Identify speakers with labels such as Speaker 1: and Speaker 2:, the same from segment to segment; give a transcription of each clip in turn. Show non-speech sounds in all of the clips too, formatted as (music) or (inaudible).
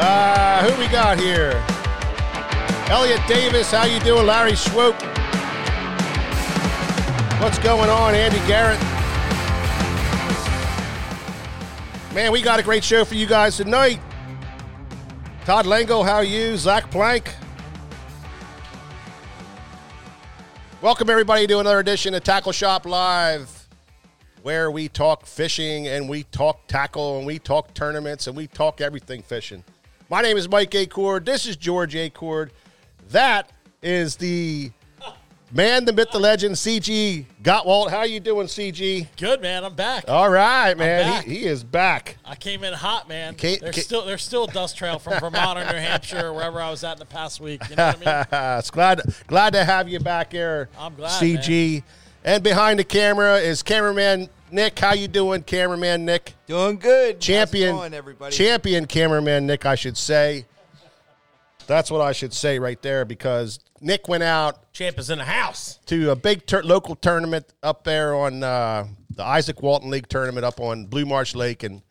Speaker 1: Uh, who we got here? Elliot Davis, how you doing? Larry Swope. What's going on, Andy Garrett? Man, we got a great show for you guys tonight. Todd Lango, how you? Zach Plank. Welcome, everybody, to another edition of Tackle Shop Live, where we talk fishing and we talk tackle and we talk tournaments and we talk everything fishing. My name is Mike Acord. This is George Acord. That is the man, the myth, the legend, CG Gottwald. How you doing, CG?
Speaker 2: Good man, I'm back.
Speaker 1: All right, man.
Speaker 2: back.
Speaker 1: He, he is back. (laughs)
Speaker 2: I came in hot, man.
Speaker 1: can't-
Speaker 2: there's
Speaker 1: can't-
Speaker 2: still there's still a dust trail from Vermont or New Hampshire or wherever I was at in the past week. You know
Speaker 1: (laughs)
Speaker 2: what I mean?
Speaker 1: it's glad glad to have you back here.
Speaker 2: I'm glad,
Speaker 1: CG. And behind the camera is cameraman Nick. How you doing, cameraman Nick?
Speaker 3: Doing good.
Speaker 1: Champion,
Speaker 3: How's it going, everybody.
Speaker 1: champion cameraman Nick, I should say. That's what I should say right there because Nick went out
Speaker 2: Champ is in the house.
Speaker 1: to a big tur local tournament up there on uh, the Isaac Walton League tournament up on Blue Marsh Lake, and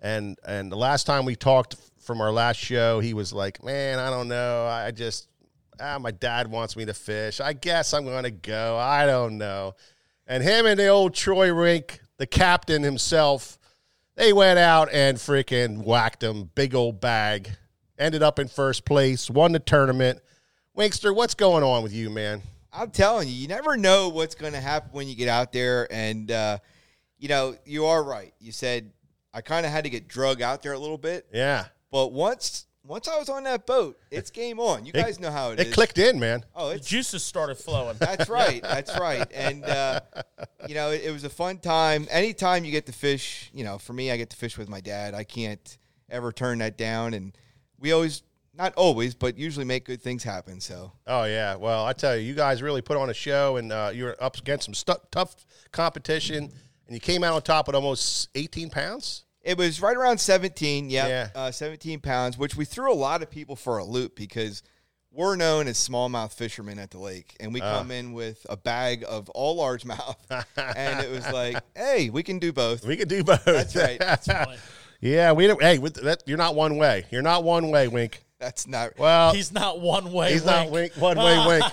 Speaker 1: and and the last time we talked from our last show, he was like, "Man, I don't know. I just ah, my dad wants me to fish. I guess I'm going to go. I don't know." And him and the old Troy Rink, the captain himself, they went out and freaking whacked him. Big old bag. Ended up in first place, won the tournament. Winkster, what's going on with you, man?
Speaker 3: I'm telling you, you never know what's going to happen when you get out there. And, uh, you know, you are right. You said I kind of had to get drug out there a little bit.
Speaker 1: Yeah.
Speaker 3: But once once I was on that boat, it's game on. You guys know how
Speaker 1: It
Speaker 3: is.
Speaker 1: clicked in, man.
Speaker 3: Oh,
Speaker 2: The
Speaker 3: it's
Speaker 2: juices started flowing.
Speaker 1: (laughs)
Speaker 3: That's right. That's right. And uh, you know, it, it was a fun time. Anytime you get to fish, you know, for me, I get to fish with my dad. I can't ever turn that down. And we always, not always, but usually make good things happen. So
Speaker 1: Oh yeah. Well, I tell you, you guys really put on a show, and uh, you were up against some stu- tough competition, and you came out on top at almost 18 pounds.
Speaker 3: it was right around 17. Yep,
Speaker 1: Yeah.
Speaker 3: Uh, 17 pounds, which we threw a lot of people for a loop because we're known as smallmouth fishermen at the lake, and we
Speaker 1: Uh.
Speaker 3: come in with a bag of all
Speaker 1: (laughs)
Speaker 3: largemouth, and it was like, hey, we can do both.
Speaker 1: We could do (laughs) both.
Speaker 3: That's right. That's,
Speaker 1: yeah. We don't. Hey, with that, you're not one way. You're not one way, Wink.
Speaker 3: that's not.
Speaker 1: Well,
Speaker 2: He's not one way.
Speaker 1: Uh, he's not Wink. One (laughs) way, Wink.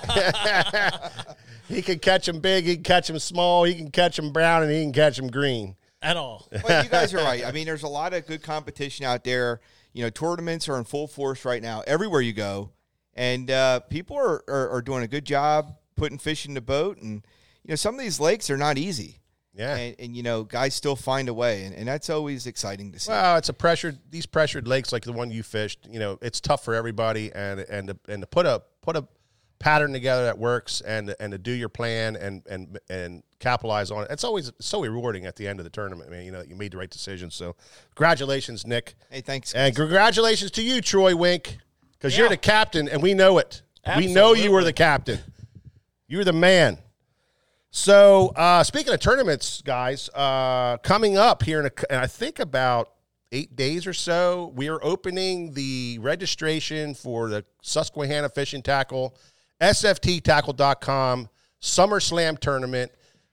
Speaker 1: he can catch him big. He can catch him small. He can catch him brown, and he can catch him green.
Speaker 2: at all.
Speaker 3: but you guys are
Speaker 1: (laughs)
Speaker 3: right. I mean, there's a lot of good competition out there. You know, tournaments are in full force right now everywhere you go, and uh, people are, are are doing a good job putting fish in the boat. And you know, some of these lakes are not easy,
Speaker 1: Yeah.
Speaker 3: (laughs) and, and you know, guys still find a way, and, and that's always exciting to see.
Speaker 1: Well, it's a pressured these pressured lakes like the one you fished. You know, it's tough for everybody, and and to, and to put a put a pattern together that works, and and to do your plan and and and capitalize on it. It's always so rewarding at the end of the tournament, man. You know, that you made the right decision. So, congratulations, Nick,
Speaker 3: hey, thanks. Uh,
Speaker 1: and congratulations to you, Troy Wink, because you're
Speaker 2: Yeah.
Speaker 1: the captain, and we know it. We know you were
Speaker 2: Absolutely.
Speaker 1: the captain. You were the man. So uh, speaking of tournaments, guys, uh, coming up here in, a, in I think about eight days or so, we are opening the registration for the Susquehanna Fishing Tackle, sfttackle.com SummerSlam tournament.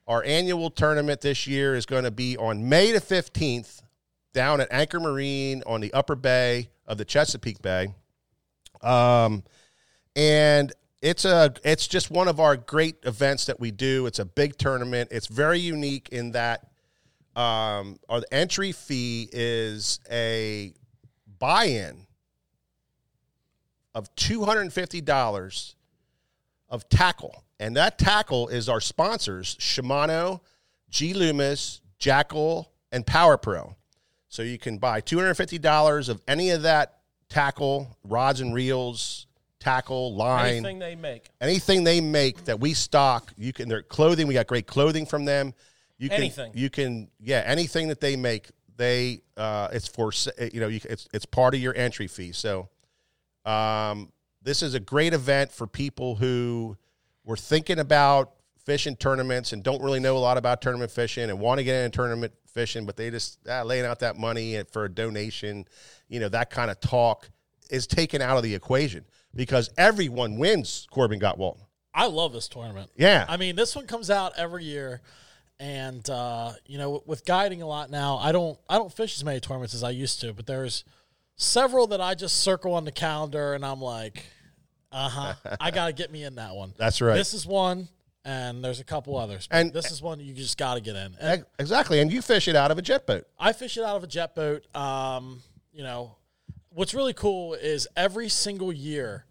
Speaker 1: Our annual tournament this year is going to be on May the 15th down at Anchor Marine on the upper bay of the Chesapeake Bay. Um, and it's a it's just one of our great events that we do. It's a big tournament. It's very unique in that um, our entry fee is a buy-in of two hundred and fifty dollars of tackle, and that tackle is our sponsors: Shimano, G Loomis, Jackal, and Power Pro. So you can buy two hundred fifty dollars of any of that tackle, rods and reels, tackle line,
Speaker 2: Anything they make.
Speaker 1: anything they make that we stock, you can their clothing. We got great clothing from them. You can,
Speaker 2: Anything.
Speaker 1: you can, yeah, anything that they make, they uh, it's for s- you know you, it's it's part of your entry fee. So, um, this is a great event for people who were thinking about fishing tournaments and don't really know a lot about tournament fishing and want to get into tournament fishing, but they just ah, laying out that money and for a donation, you know, that kind of talk is taken out of the equation because everyone wins Corbin Got Walton.
Speaker 2: I love this tournament.
Speaker 1: Yeah.
Speaker 2: I mean, this one comes out every year, and uh, you know, with guiding a lot now, I don't I don't fish as many tournaments as I used to, but there's several that I just circle on the calendar, and I'm like, uh huh, I got to get me in that one.
Speaker 1: (laughs) That's right.
Speaker 2: This is one, and there's a couple others.
Speaker 1: And-
Speaker 2: And this is one you just got to get in. And
Speaker 1: Ex- Exactly. And you fish it out of a jet boat.
Speaker 2: I fish it out of a jet boat. Um, you know, what's really cool is every single year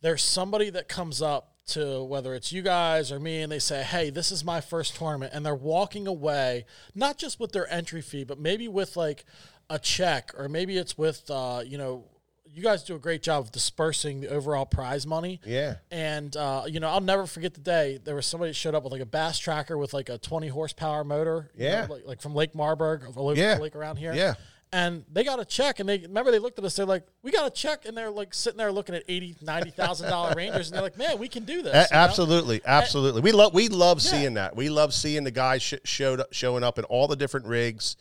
Speaker 2: there's somebody that comes up to whether it's you guys or me and they say, "Hey, this is my first tournament." And they're walking away not just with their entry fee, but maybe with like a check or maybe it's with uh, you know, you guys do a great job of dispersing the overall prize money.
Speaker 1: Yeah.
Speaker 2: And uh, you know, I'll never forget the day there was somebody that showed up with like a bass tracker with like a 20 horsepower motor. you
Speaker 1: Yeah.
Speaker 2: know, like, like from Lake Marburg, of a local
Speaker 1: Yeah.
Speaker 2: lake around here.
Speaker 1: Yeah.
Speaker 2: And they got a check, and they remember they looked at us. They're like, "We got a check," and they're like sitting there looking at eighty, ninety
Speaker 1: (laughs)
Speaker 2: thousand dollar Rangers, and they're like, "Man, we can do this."
Speaker 1: A-
Speaker 2: you know?
Speaker 1: absolutely, absolutely. We love we love seeing that. We love seeing the guys sh- showed up, showing up in all the different rigs,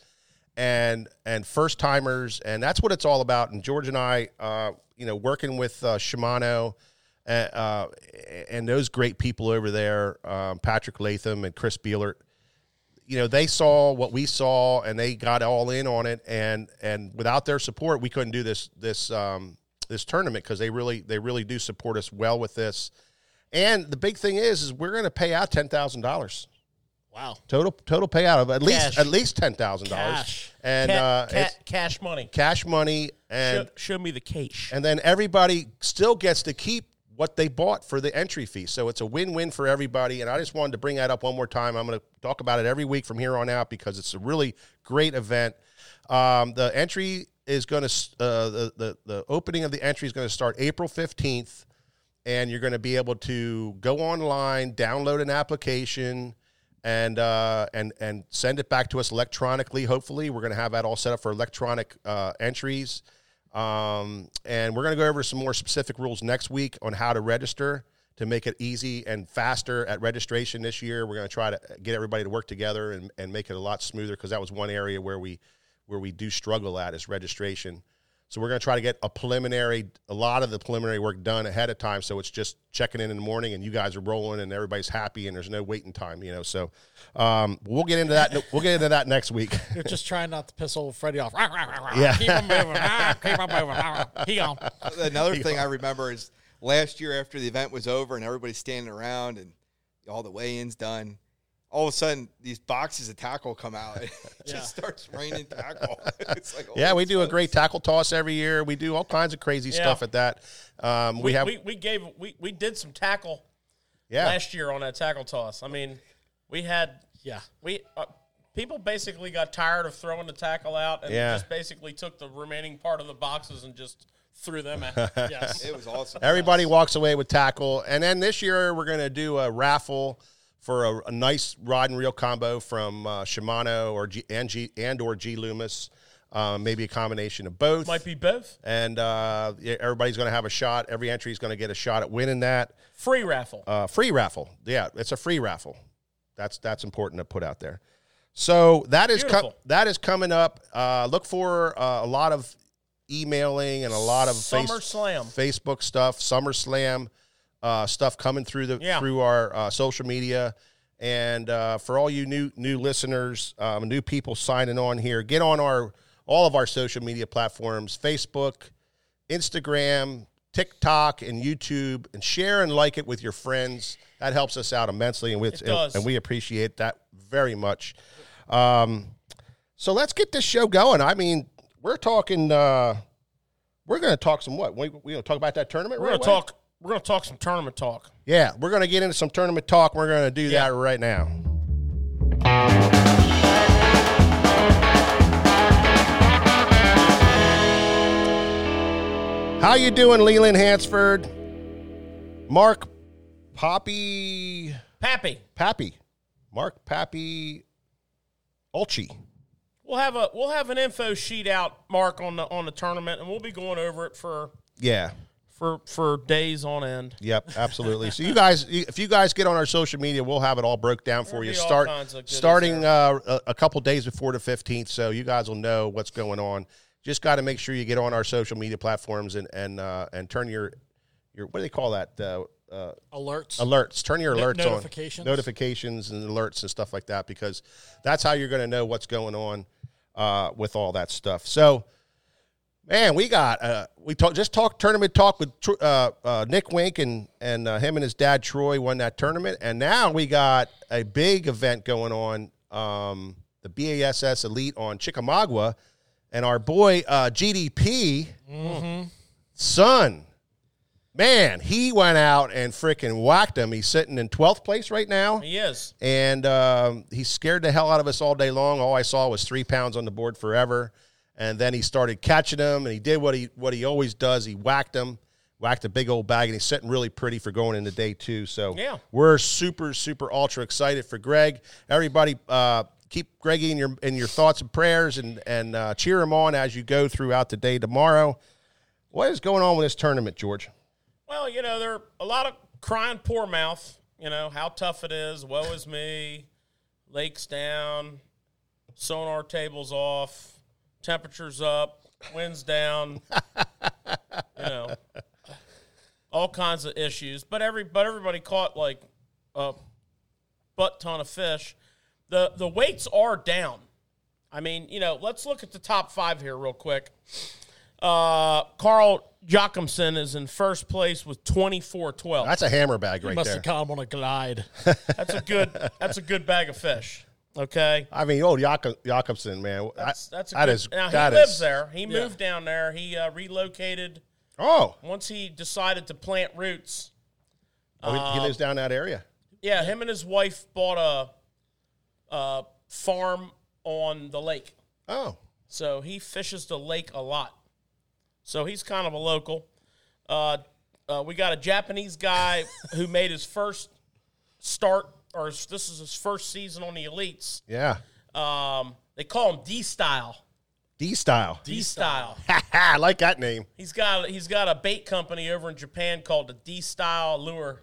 Speaker 1: and and first timers, and that's what it's all about. And George and I, uh, you know, working with uh, Shimano, uh, uh, and those great people over there, um, Patrick Latham and Chris Beeler. You know, they saw what we saw, and they got all in on it. And and without their support, we couldn't do this this um, this tournament because they really they really do support us well with this. And the big thing is, is we're going to pay out ten thousand dollars
Speaker 2: Wow.
Speaker 1: total total payout of at least
Speaker 4: Cash.
Speaker 1: at least ten thousand dollars
Speaker 2: Cash.
Speaker 1: and
Speaker 4: Ca-
Speaker 1: uh,
Speaker 4: ca-
Speaker 1: it's
Speaker 4: cash money.
Speaker 1: cash money
Speaker 4: Show,
Speaker 1: and
Speaker 4: show me the cash.
Speaker 1: and then everybody still gets to keep what they bought for the entry fee. So it's a win win for everybody. And I just wanted to bring that up one more time. I'm going to talk about it every week from here on out because it's a really great event. Um, the entry is going to uh, the, the the opening of the entry is going to start April 15th, and you're going to be able to go online, download an application. And, uh, and and send it back to us electronically. Hopefully, we're going to have that all set up for electronic uh, entries. Um, and we're going to go over some more specific rules next week on how to register to make it easy and faster at registration this year. We're going to try to get everybody to work together and, and make it a lot smoother because that was one area where we where we do struggle at is registration. So we're going to try to get a preliminary, a lot of the preliminary work done ahead of time. So it's just checking in in the morning, and you guys are rolling, and everybody's happy, and there's no waiting time, you know. So um, we'll get into that. We'll get into that next week. (laughs)
Speaker 2: They're just trying not to piss old Freddie off. Rah, rah, rah, rah. Keep him moving. Rah, keep him moving. Rah, rah. He gone.
Speaker 1: (laughs)
Speaker 3: Another thing I remember is last year after the event was over and everybody's standing around and all the weigh-ins done. All of a sudden, these boxes of tackle come out. (laughs)
Speaker 1: (laughs)
Speaker 3: It
Speaker 2: Yeah.
Speaker 3: just starts raining tackle. (laughs) It's like,
Speaker 1: Yeah,
Speaker 3: oh,
Speaker 1: we
Speaker 3: it's
Speaker 1: do a
Speaker 3: nuts.
Speaker 1: great tackle toss every year. We do all kinds of crazy stuff at that. Um, we,
Speaker 4: we,
Speaker 1: have
Speaker 4: we, we gave we, we did some tackle
Speaker 1: yeah,
Speaker 4: last year on that tackle toss. I mean, we had
Speaker 2: Yeah.
Speaker 4: we uh, people basically got tired of throwing the tackle out and
Speaker 1: Yeah.
Speaker 4: just basically took the remaining part of the boxes and just threw them (laughs) out. yes.
Speaker 3: It was awesome.
Speaker 1: everybody walks away with tackle. And then this year we're going to do a raffle for a, a nice rod and reel combo from uh, Shimano or G, and G and or G Loomis, uh, maybe a combination of both.
Speaker 4: Might be both.
Speaker 1: And uh, yeah, everybody's going to have a shot. Every entry is going to get a shot at winning that.
Speaker 4: Free raffle.
Speaker 1: uh, free raffle. Yeah, it's a free raffle. That's that's important to put out there. So that is com-
Speaker 4: Beautiful.
Speaker 1: that is coming up. Uh, look for uh, a lot of emailing and a lot of face-
Speaker 4: SummerSlam.
Speaker 1: Facebook stuff, SummerSlam uh, stuff coming through the
Speaker 4: Yeah.
Speaker 1: through our uh, social media. And uh, for all you new new listeners, um, new people signing on here, get on our all of our social media platforms: Facebook, Instagram, TikTok, and YouTube, and share and like it with your friends. That helps us out immensely, and we and-
Speaker 4: does.
Speaker 1: and we appreciate that very much. Um, so let's get this show going. I mean, we're talking. Uh, we're going to talk some what? We, we going to talk about that tournament.
Speaker 4: we're
Speaker 1: right
Speaker 4: gonna
Speaker 1: away?
Speaker 4: talk. We're gonna talk some tournament talk.
Speaker 1: Yeah, we're going to get into some tournament talk. We're going to do
Speaker 4: Yeah.
Speaker 1: that right now. How you doing, Leland Hansford? Mark Poppy
Speaker 4: Pappy,
Speaker 1: Pappy. Mark Pappy Ulchi.
Speaker 4: we'll have a we'll have an info sheet out, Mark, on the on the tournament, and we'll be going over it for
Speaker 1: Yeah.
Speaker 4: for for days on end.
Speaker 1: Yep, absolutely. so you guys, if you guys get on our social media, we'll have it all broke down for you.
Speaker 4: There'll be all
Speaker 1: Start
Speaker 4: kinds of goodies
Speaker 1: starting uh, a, a couple days before the fifteenth, so you guys will know what's going on. Just got to make sure you get on our social media platforms and and uh, and turn your your what do they call that uh, uh,
Speaker 2: Alerts.
Speaker 1: alerts? Turn your alerts
Speaker 2: notifications.
Speaker 1: on notifications and alerts and stuff like that because that's how you're going to know what's going on uh, with all that stuff. So Man, we got uh, we talk, just talked tournament talk with Tr- uh, uh, Nick Wink and and uh, him and his dad Troy won that tournament, and now we got a big event going on, um, the BASS Elite on Chickamauga, and our boy uh, GDP son, man, he went out and freaking whacked him. He's sitting in twelfth place right now
Speaker 4: He is.
Speaker 1: and um, he scared the hell out of us all day long. All I saw was three pounds on the board forever, and then he started catching them, and he did what he what he always does. He whacked them, whacked a big old bag, and he's sitting really pretty for going into day two. So
Speaker 4: Yeah.
Speaker 1: we're super super ultra excited for Greg. Everybody, uh, keep Greggy in your in your thoughts and prayers, and and uh, cheer him on as you go throughout the day tomorrow. What is going on with this tournament, George?
Speaker 4: Well, you know, there are a lot of crying poor mouth, you know, how tough it is, woe is me, lakes down, sonar tables off, temperatures up, winds down, you know, all kinds of issues. But every but everybody caught like a butt ton of fish. The the weights are down. I mean, you know, let's look at the top five here real quick. Uh, Carl Jochumson is in first place with 24
Speaker 1: (laughs)
Speaker 4: 12.
Speaker 1: That's a hammer bag right
Speaker 2: Must
Speaker 1: there.
Speaker 2: have caught him on a glide.
Speaker 4: That's a good that's a good bag of fish. Okay.
Speaker 1: I mean, old Jakob, Jakobsen, man.
Speaker 4: That's that's a
Speaker 1: that
Speaker 4: good
Speaker 1: is-
Speaker 4: now he
Speaker 1: that
Speaker 4: lives
Speaker 1: is-
Speaker 4: there. He moved down there. He uh, relocated
Speaker 1: Oh,
Speaker 4: once he decided to plant roots.
Speaker 1: Oh, he-
Speaker 4: Um,
Speaker 1: he lives down that area.
Speaker 4: Yeah, him and his wife bought a, a farm on the lake.
Speaker 1: Oh,
Speaker 4: So he fishes the lake a lot. So he's kind of a local. Uh, uh, we got a Japanese guy (laughs) who made his first start, or s- this is his first season on the elites.
Speaker 1: yeah.
Speaker 4: Um, they call him D Style.
Speaker 1: D style.
Speaker 4: D Style.
Speaker 1: (laughs) I like that name.
Speaker 4: He's got he's got a bait company over in Japan called the D Style Lure.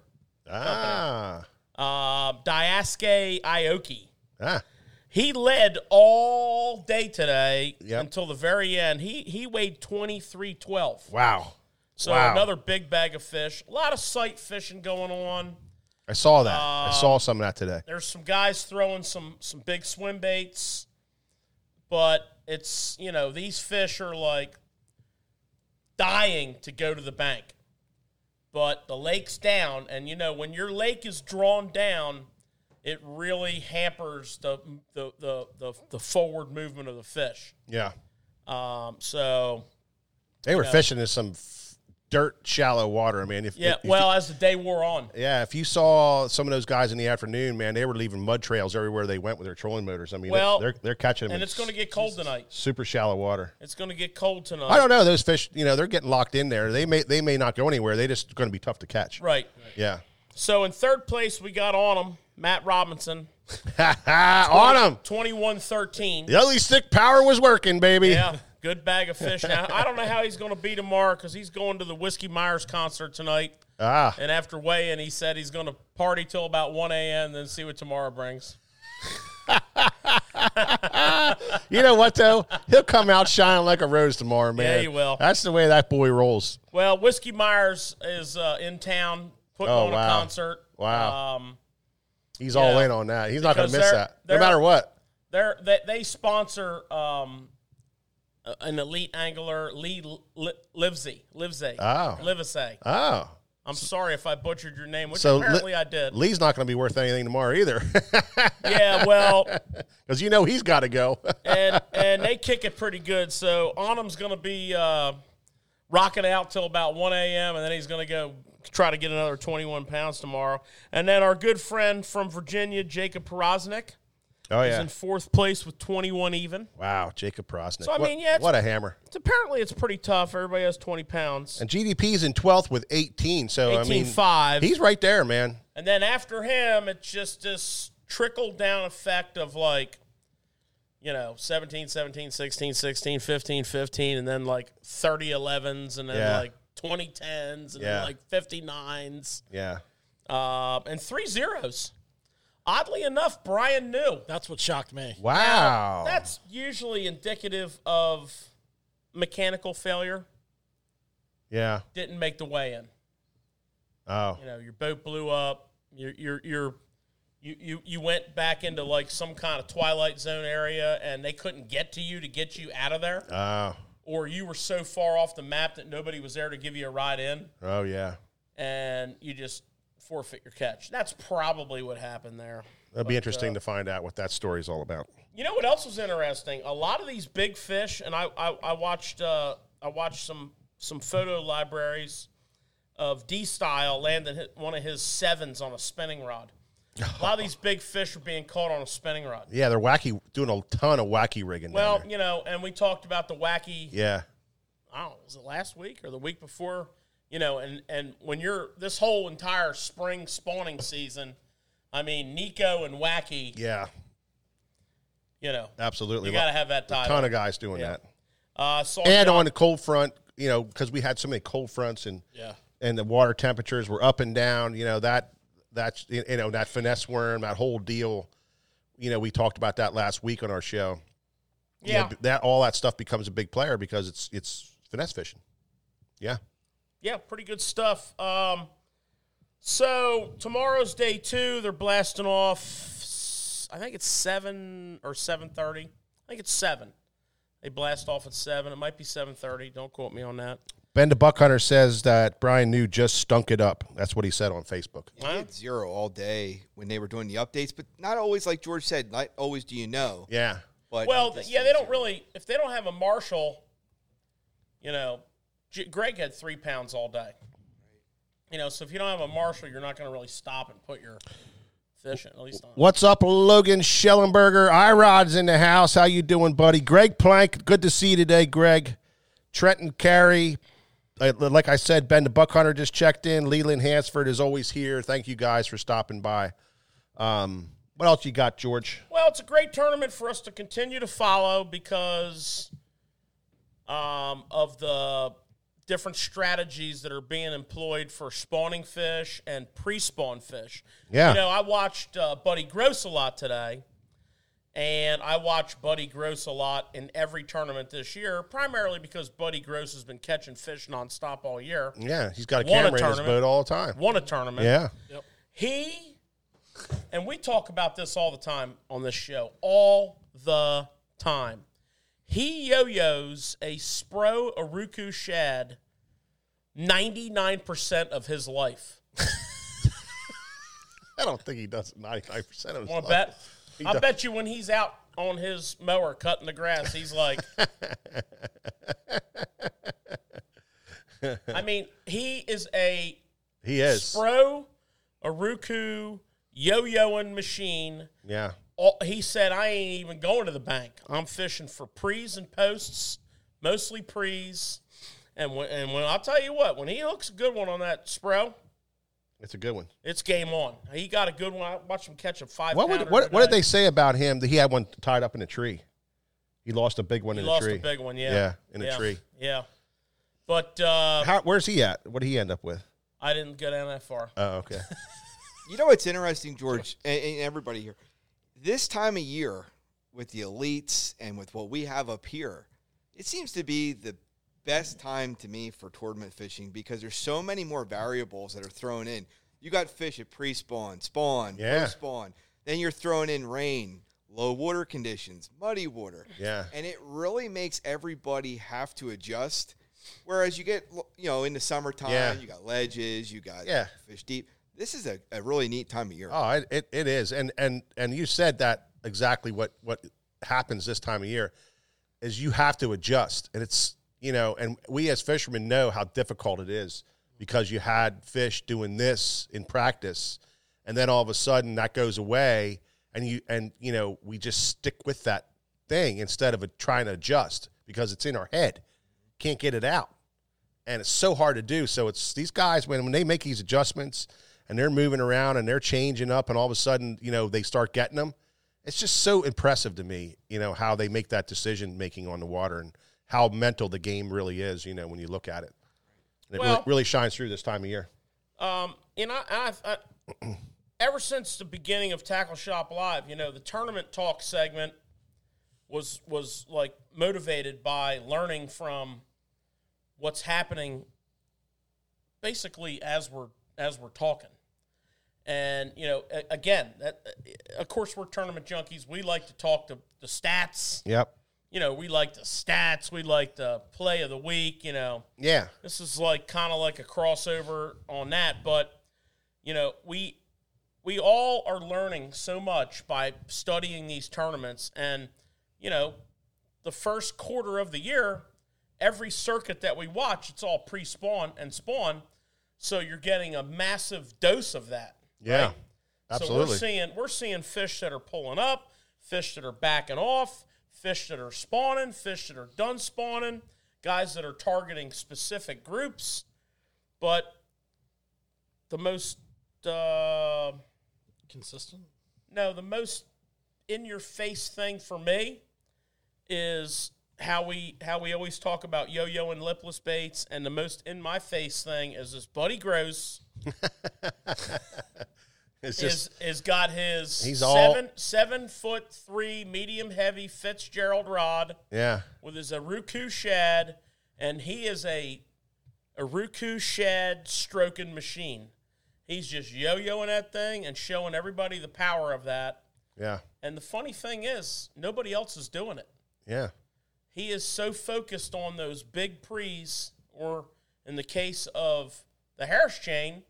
Speaker 1: Ah,
Speaker 4: Uh, Daisuke Aoki.
Speaker 1: ah.
Speaker 4: He led all day today
Speaker 1: Yep.
Speaker 4: until the very end. He he weighed twenty three twelve.
Speaker 1: Wow.
Speaker 4: So
Speaker 1: Wow.
Speaker 4: another big bag of fish. A lot of sight fishing going on.
Speaker 1: I saw that.
Speaker 4: Uh,
Speaker 1: I saw some of that today.
Speaker 4: There's some guys throwing some some big swim baits, but it's you know these fish are like dying to go to the bank, but the lake's down, and you know when your lake is drawn down, it really hampers the the the the, the forward movement of the fish.
Speaker 1: Yeah,
Speaker 4: Um, so
Speaker 1: they were fishing in some f- dirt shallow water. I mean, if
Speaker 4: yeah,
Speaker 1: if- if
Speaker 4: well as the day wore on,
Speaker 1: you- yeah, if you saw some of those guys in the afternoon, man, they were leaving mud trails everywhere they went with their trolling motors. I mean,
Speaker 4: Well,
Speaker 1: they're they're catching them, in
Speaker 4: and it's going to get cold tonight.
Speaker 1: super shallow water.
Speaker 4: It's going to get cold tonight.
Speaker 1: I don't know those fish. You know, they're getting locked in there. They may they may not go anywhere. They just going to be tough to catch.
Speaker 4: Right.
Speaker 1: Yeah. (laughs)
Speaker 4: So in third place, we got on him, Matt Robinson.
Speaker 1: On them.
Speaker 4: 21 13.
Speaker 1: The ugly stick power was working, baby.
Speaker 4: Yeah. Good bag of fish. Now, I don't know how he's going to be tomorrow because he's going to the Whiskey Myers concert tonight.
Speaker 1: Ah,
Speaker 4: And after weighing, he said he's going to party till about 1 a.m. then see what tomorrow brings.
Speaker 1: you know what though? He'll come out shining like a rose tomorrow, man.
Speaker 4: he will.
Speaker 1: That's the way that boy rolls.
Speaker 4: Well, Whiskey Myers is uh, in town putting
Speaker 1: Oh,
Speaker 4: on
Speaker 1: wow.
Speaker 4: a concert.
Speaker 1: Wow.
Speaker 4: Um,
Speaker 1: He's all
Speaker 4: Yeah.
Speaker 1: in on that. He's not going
Speaker 4: Because
Speaker 1: to miss
Speaker 4: they're-
Speaker 1: that, no
Speaker 4: they're-
Speaker 1: matter what.
Speaker 4: They're, they they sponsor um, a- an elite angler, Lee Li- Livesey. Livesey.
Speaker 1: Oh.
Speaker 4: Livesey.
Speaker 1: Oh,
Speaker 4: I'm sorry if I butchered your name, which
Speaker 1: So, Li-
Speaker 4: apparently I did.
Speaker 1: Lee's not going to be worth anything tomorrow either, (laughs)
Speaker 4: yeah, well,
Speaker 1: because you know he's got to go. (laughs)
Speaker 4: and and they kick it pretty good. So Onum's going to be uh, rocking out till about 1 a.m., and then he's going to go try to get another 21 pounds tomorrow. And then our good friend from Virginia, Jacob Poroznik,
Speaker 1: oh
Speaker 4: is
Speaker 1: yeah.
Speaker 4: in fourth place with 21 even.
Speaker 1: Wow, Jacob Prosnick.
Speaker 4: So, I
Speaker 1: What-
Speaker 4: mean, yeah, it's-
Speaker 1: what a hammer.
Speaker 4: It's, apparently, it's pretty tough. Everybody has 20 pounds.
Speaker 1: And GDP's in twelfth with eighteen. So I mean,
Speaker 4: 18.5.
Speaker 1: He's right there, man.
Speaker 4: And then after him, it's just this trickle down effect of like, you know, 17, 17, 16, 16, 15, 15, and then like 30 11s, and then
Speaker 1: Yeah.
Speaker 4: like 20 10s, and
Speaker 1: Yeah.
Speaker 4: then like 59s,
Speaker 1: Yeah.
Speaker 4: uh, and three zeros. Oddly enough, Brian knew.
Speaker 2: That's what shocked me.
Speaker 1: Wow.
Speaker 4: That's usually indicative of mechanical failure.
Speaker 1: yeah.
Speaker 4: Didn't make the weigh in.
Speaker 1: Oh.
Speaker 4: you know your boat blew up you're you're, you're you, you, you went back into like some kind of twilight zone area and they couldn't get to you to get you out of there
Speaker 1: Oh.
Speaker 4: or you were so far off the map that nobody was there to give you a ride in,
Speaker 1: Oh yeah,
Speaker 4: and you just forfeit your catch. That's probably what happened there.
Speaker 1: that'd be interesting
Speaker 4: uh,
Speaker 1: to find out what that story is all about.
Speaker 4: You know what else was interesting? A lot of these big fish, and I I, I watched uh, I watched some some photo libraries of D Style landing hit- one of his sevens on a spinning rod. A lot of these big fish are being caught on a spinning rod.
Speaker 1: Yeah, they're wacky, doing a ton of wacky rigging.
Speaker 4: Well,
Speaker 1: down there.
Speaker 4: you know, and we talked about the wacky.
Speaker 1: yeah,
Speaker 4: I don't know, was it last week or the week before? You know, and and when you're this whole entire spring spawning season, I mean, Nico and Wacky,
Speaker 1: yeah,
Speaker 4: you know,
Speaker 1: absolutely.
Speaker 4: you got to have that
Speaker 1: a
Speaker 4: title.
Speaker 1: ton of guys doing
Speaker 4: Yeah.
Speaker 1: that,
Speaker 4: Uh, saw
Speaker 1: and on the cold front, you know, because we had so many cold fronts and
Speaker 2: Yeah.
Speaker 1: and the water temperatures were up and down. You know that that's you know that finesse worm, that whole deal. You know, we talked about that last week on our show. You know,
Speaker 4: yeah,
Speaker 1: that all that stuff becomes a big player because it's it's finesse fishing. Yeah,
Speaker 4: yeah, pretty good stuff. Um, so tomorrow's day two. They're blasting off. s- I think it's seven or seven thirty. I think it's seven. They blast off at seven. It might be seven thirty. Don't quote me on that.
Speaker 1: Ben the Buck Hunter says that Brian New just stunk it up. That's what he said on Facebook.
Speaker 3: We had zero all day when they were doing the updates, but not always like George said. Not always do you know.
Speaker 1: Yeah,
Speaker 3: But
Speaker 4: Well,
Speaker 3: this
Speaker 4: th- yeah,
Speaker 3: is
Speaker 4: they don't
Speaker 3: zero.
Speaker 4: really. If they don't have a marshal, you know, J- Greg had three pounds all day. You know, so if you don't have a marshal, you're not going to really stop and put your fish in. At least not.
Speaker 1: What's up, Logan Schellenberger? Irod's in the house. How you doing, buddy? Greg Plank, good to see you today, Greg. Trenton Carey, uh, like I said, Ben the Buck Hunter just checked in. Leland Hansford is always here. Thank you guys for stopping by. Um, what else you got, George?
Speaker 4: Well, it's a great tournament for us to continue to follow because um, of the different strategies that are being employed for spawning fish and pre-spawn fish.
Speaker 1: Yeah.
Speaker 4: You know, I watched uh, Buddy Gross a lot today, and I watch Buddy Gross a lot in every tournament this year, primarily because Buddy Gross has been catching fish nonstop all year.
Speaker 1: Yeah, he's got a
Speaker 4: Won a
Speaker 1: camera in his
Speaker 4: tournament.
Speaker 1: boat all the time.
Speaker 4: Won a tournament.
Speaker 1: Yeah,
Speaker 4: He and we talk about this all the time on this show, all the time. He yo-yos a Spro Aruku shad 99% of his life.
Speaker 1: I don't think he does ninety nine percent of his
Speaker 4: Want to
Speaker 1: life.
Speaker 4: bet? I
Speaker 1: does.
Speaker 4: bet you when he's out on his mower cutting the grass, he's like I mean, he is a
Speaker 1: He is.
Speaker 4: Spro Aruku yo-yoing machine.
Speaker 1: Yeah,
Speaker 4: all, he said, I ain't even going to the bank. I'm fishing for prees and posts, mostly prees. And when, and when I'll tell you what, when he hooks a good one on that sprout,
Speaker 1: it's a good one.
Speaker 4: it's game on. He got a good one. I watched him catch a five.
Speaker 1: What would, what what did they say about him that he had one tied up in a tree? He lost a big one
Speaker 4: He
Speaker 1: in
Speaker 4: lost
Speaker 1: a tree.
Speaker 4: a big one. Yeah.
Speaker 1: Yeah, in a
Speaker 4: yeah.
Speaker 1: tree.
Speaker 4: Yeah. But uh,
Speaker 1: How, where's he at? What did he end up with?
Speaker 4: I didn't go down that far.
Speaker 1: Oh, okay.
Speaker 3: You know what's interesting, George, and, and everybody here. This time of year, with the elites and with what we have up here, it seems to be the best time to me for tournament fishing because there's so many more variables that are thrown in. You got fish at pre-spawn, spawn,
Speaker 1: Yeah.
Speaker 3: post-spawn. Then you're throwing in rain, low water conditions, muddy water.
Speaker 1: Yeah.
Speaker 3: and it really makes everybody have to adjust. Whereas you get, you know, in the summertime,
Speaker 1: Yeah.
Speaker 3: you got ledges, you got
Speaker 1: Yeah.
Speaker 3: fish deep. This is a, a really neat time of year.
Speaker 1: Oh, it, it, it is, and and and you said that exactly what what happens this time of year is you have to adjust, and it's you know, and we as fishermen know how difficult it is because you had fish doing this in practice, and then all of a sudden that goes away, and you and you know we just stick with that thing instead of trying to adjust because it's in our head, can't get it out and it's so hard to do. So it's these guys when when they make these adjustments and they're moving around and they're changing up, and all of a sudden, you know, they start getting them. It's just so impressive to me, you know, how they make that decision making on the water and how mental the game really is, you know, when you look at it. And it
Speaker 4: Well-
Speaker 1: really, really shines through this time of year.
Speaker 4: Um, and I, I've, I, (clears throat) ever since the beginning of Tackle Shop Live, you know, the tournament talk segment was was like motivated by learning from what's happening, basically as we're as we're talking. And you know, a- again, that, of course, we're tournament junkies. We like to talk to the stats
Speaker 1: Yep.
Speaker 4: you know, we like the stats, we like the play of the week, you know.
Speaker 1: Yeah.
Speaker 4: This is like kind of like a crossover on that, but you know, we we all are learning so much by studying these tournaments and you know, the first quarter of the year, every circuit that we watch, it's all pre-spawn and spawn, so you're getting a massive dose of that.
Speaker 1: Yeah.
Speaker 4: right? So
Speaker 1: Absolutely.
Speaker 4: we're seeing we're seeing fish that are pulling up, fish that are backing off, fish that are spawning, fish that are done spawning, guys that are targeting specific groups. But the most uh,
Speaker 2: Consistent.
Speaker 4: no, the most in your face thing for me is how we how we always talk about yo-yo and lipless baits, and the most in my face thing is this Buddy Gross.
Speaker 1: it's
Speaker 4: is is got his
Speaker 1: He's
Speaker 4: seven seven foot three medium heavy Fitzgerald rod
Speaker 1: yeah.
Speaker 4: with his Aruku shad, and he is a Aruku shad stroking machine. He's just yo-yoing that thing and showing everybody the power of that.
Speaker 1: Yeah.
Speaker 4: And the funny thing is, nobody else is doing it.
Speaker 1: Yeah.
Speaker 4: He is so focused on those big prees, or in the case of the Harris chain,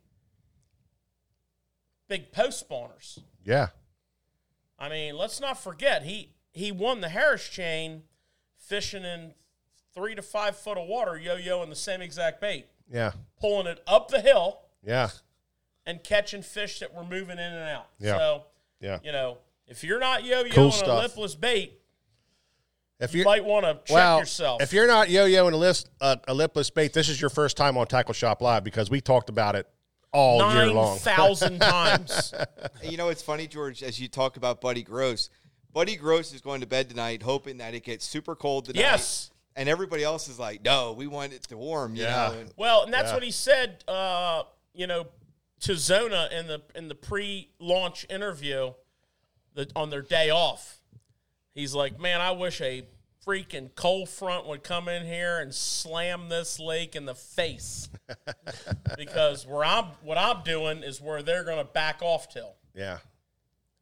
Speaker 4: big post spawners.
Speaker 1: Yeah.
Speaker 4: I mean, let's not forget he he won the Harris chain fishing in three to five foot of water, yo yo, in the same exact bait,
Speaker 1: Yeah.
Speaker 4: pulling it up the hill
Speaker 1: Yeah.
Speaker 4: and catching fish that were moving in and out.
Speaker 1: Yeah.
Speaker 4: So
Speaker 1: Yeah.
Speaker 4: you know, if you're not yo yo
Speaker 1: Cool
Speaker 4: on a
Speaker 1: stuff.
Speaker 4: lipless bait,
Speaker 1: If
Speaker 4: you
Speaker 1: you're
Speaker 4: might want to check
Speaker 1: well,
Speaker 4: yourself.
Speaker 1: if you're not yo-yo and a, list, uh, a lipless bait, this is your first time on Tackle Shop Live because we talked about it all year
Speaker 4: nine
Speaker 1: long. (laughs)
Speaker 4: thousand times,
Speaker 3: And you know, it's funny, George, as you talk about Buddy Gross. Buddy Gross is going to bed tonight hoping that it gets super cold tonight.
Speaker 4: yes.
Speaker 3: And everybody else is like, no, we want it to warm, you
Speaker 1: Yeah.
Speaker 3: know. And
Speaker 4: Well, and that's
Speaker 1: Yeah.
Speaker 4: what he said. Uh, you know, to Zona in the in the pre-launch interview, the, on their day off, he's like, "Man, I wish a freaking cold front would come in here and slam this lake in the face, because where I'm what I'm doing is where they're going to back off till,
Speaker 1: yeah.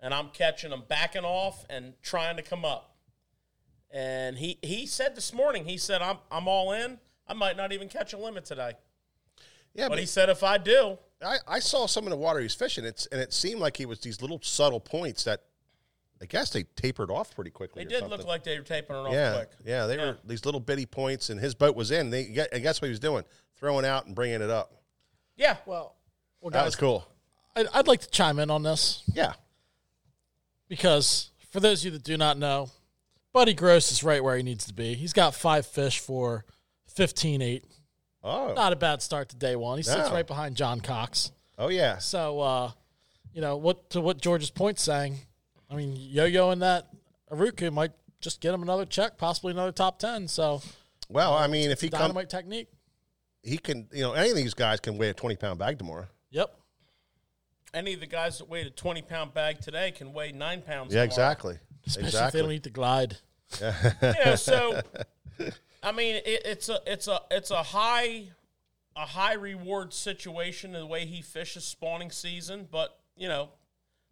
Speaker 4: and I'm catching them backing off and trying to come up." And he he said this morning, he said, "I'm I'm all in. I might not even catch a limit today."
Speaker 1: Yeah,
Speaker 4: But
Speaker 1: but
Speaker 4: he said, if I do,
Speaker 1: I, I saw some in the water he was fishing, it's, and it seemed like he was these little subtle points that I guess they tapered off pretty quickly.
Speaker 4: they
Speaker 1: or
Speaker 4: did
Speaker 1: something.
Speaker 4: look like they were taping it off
Speaker 1: yeah,
Speaker 4: quick.
Speaker 1: yeah, they were these little bitty points, and his boat was in. They, gu- and guess what he was doing? Throwing out and bringing it up.
Speaker 4: Yeah.
Speaker 2: Well, well,
Speaker 1: That
Speaker 2: guys,
Speaker 1: was cool.
Speaker 2: I'd, I'd like to chime in on this
Speaker 1: Yeah,
Speaker 2: because for those of you that do not know, Buddy Gross is right where he needs to be. He's got five fish for 15 8.
Speaker 1: Oh,
Speaker 2: Not a bad start to day one. He sits
Speaker 1: No.
Speaker 2: right behind John Cox.
Speaker 1: oh yeah,
Speaker 2: So, uh, you know, what to what George's point saying, I mean, yo yo and that Aruku might just get him another check, possibly another top 10. So,
Speaker 1: Well, I mean, if he come,
Speaker 2: dynamite technique.
Speaker 1: he can. You know, any of these guys can weigh a twenty pound bag tomorrow.
Speaker 2: Yep.
Speaker 4: Any of the guys that weighed a 20 pound bag today can weigh nine pounds.
Speaker 1: Yeah,
Speaker 4: tomorrow.
Speaker 1: exactly,
Speaker 2: Especially if they don't
Speaker 1: exactly.
Speaker 2: eat the glide.
Speaker 4: You know, so,
Speaker 1: (laughs)
Speaker 4: I mean, it, it's a it's a it's a high a high reward situation in the way he fishes spawning season. But you know,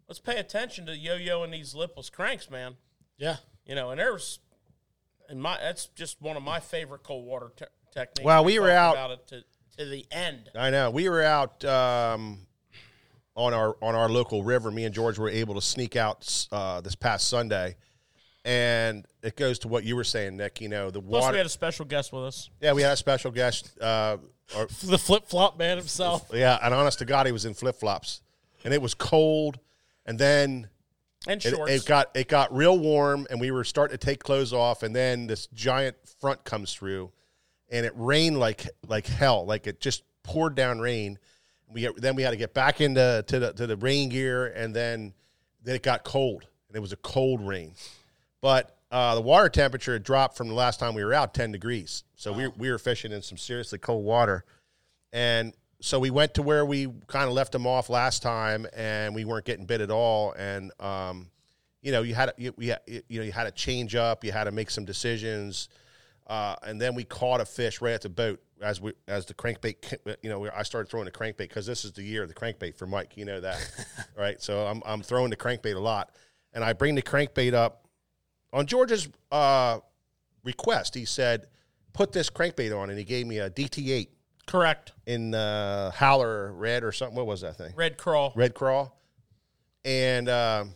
Speaker 4: let's pay attention to yo yo and these lipless cranks, man.
Speaker 2: Yeah.
Speaker 4: You know, and there's and my that's just one of my favorite cold water te- techniques.
Speaker 1: Well, we were
Speaker 4: talked
Speaker 1: out-
Speaker 4: about it to, to the end.
Speaker 1: I know. We were out um, on our on our local river. Me and George were able to sneak out uh, this past Sunday, and it goes to what you were saying, Nick. You know, the
Speaker 4: Plus,
Speaker 1: water.
Speaker 4: we had a special guest with us.
Speaker 1: yeah, we had a special guest. Uh, or,
Speaker 2: The flip flop man himself.
Speaker 1: yeah, and honest to God, he was in flip flops, and it was cold, and then.
Speaker 4: And
Speaker 1: It,
Speaker 4: shorts.
Speaker 1: it got it got real warm, and we were starting to take clothes off, and then this giant front comes through, and it rained like like hell, like it just poured down rain. We then we had to get back into to the to the rain gear, and then then it got cold, and it was a cold rain. But uh, the water temperature had dropped from the last time we were out ten degrees, so we we were fishing in some seriously cold water, and so we went to where we kind of left them off last time, and we weren't getting bit at all. And um, you know, you had you, you, you know you had to change up, you had to make some decisions, uh, and then we caught a fish right at the boat as we as the crankbait. ca- You know, I started throwing the crankbait because this is the year of the crankbait for Mike. You know that, right? So I'm I'm throwing the crankbait a lot, and I bring the crankbait up on George's uh, request. He said, "Put this crankbait on," and he gave me a DT8
Speaker 4: Correct.
Speaker 1: in uh, Howler Red or something. What was that thing?
Speaker 4: Red crawl.
Speaker 1: Red Craw, and um,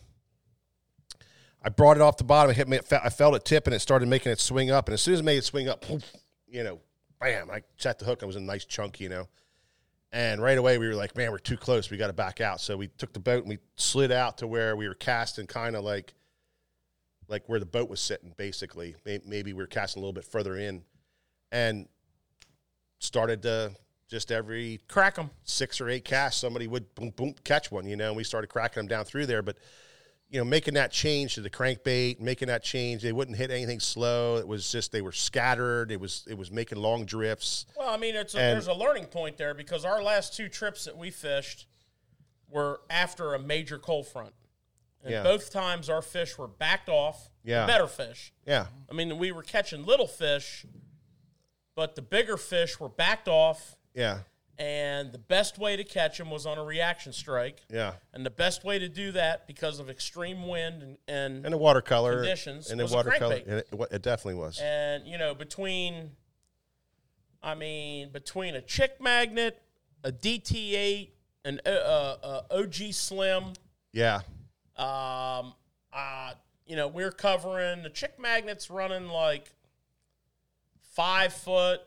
Speaker 1: I brought it off the bottom. It hit me. it fe- I felt it tip, and it started making it swing up. And as soon as it made it swing up, you know, bam! I set the hook. It was a nice chunk, you know. And right away, we were like, "Man, we're too close. We got to back out." So we took the boat and we slid out to where we were casting, kind of like, like where the boat was sitting, basically. May- Maybe we were casting a little bit further in, and started to just every
Speaker 4: Crack them.
Speaker 1: six or eight casts, somebody would boom, boom, catch one, you know, and we started cracking them down through there. But, you know, making that change to the crankbait, making that change, they wouldn't hit anything slow. It was just, they were scattered. It was, it was making long drifts.
Speaker 4: Well, I mean, it's a,
Speaker 1: And-
Speaker 4: there's a learning point there because our last two trips that we fished were after a major cold front. And
Speaker 1: Yeah.
Speaker 4: both times our fish were backed off. the
Speaker 1: Yeah.
Speaker 4: Better fish.
Speaker 1: Yeah.
Speaker 4: I mean, we were catching little fish, but the bigger fish were backed off.
Speaker 1: Yeah.
Speaker 4: And the best way to catch them was on a reaction strike.
Speaker 1: Yeah.
Speaker 4: And the best way to do that because of extreme wind and, and,
Speaker 1: And the watercolor
Speaker 4: Conditions
Speaker 1: and the
Speaker 4: was a
Speaker 1: watercolor.
Speaker 4: crankbait.
Speaker 1: and It, it definitely was.
Speaker 4: and you know between i mean between a chick magnet a dt8 an uh, uh, uh, og slim
Speaker 1: Yeah.
Speaker 4: um, uh, you know we're covering the chick magnets running like five foot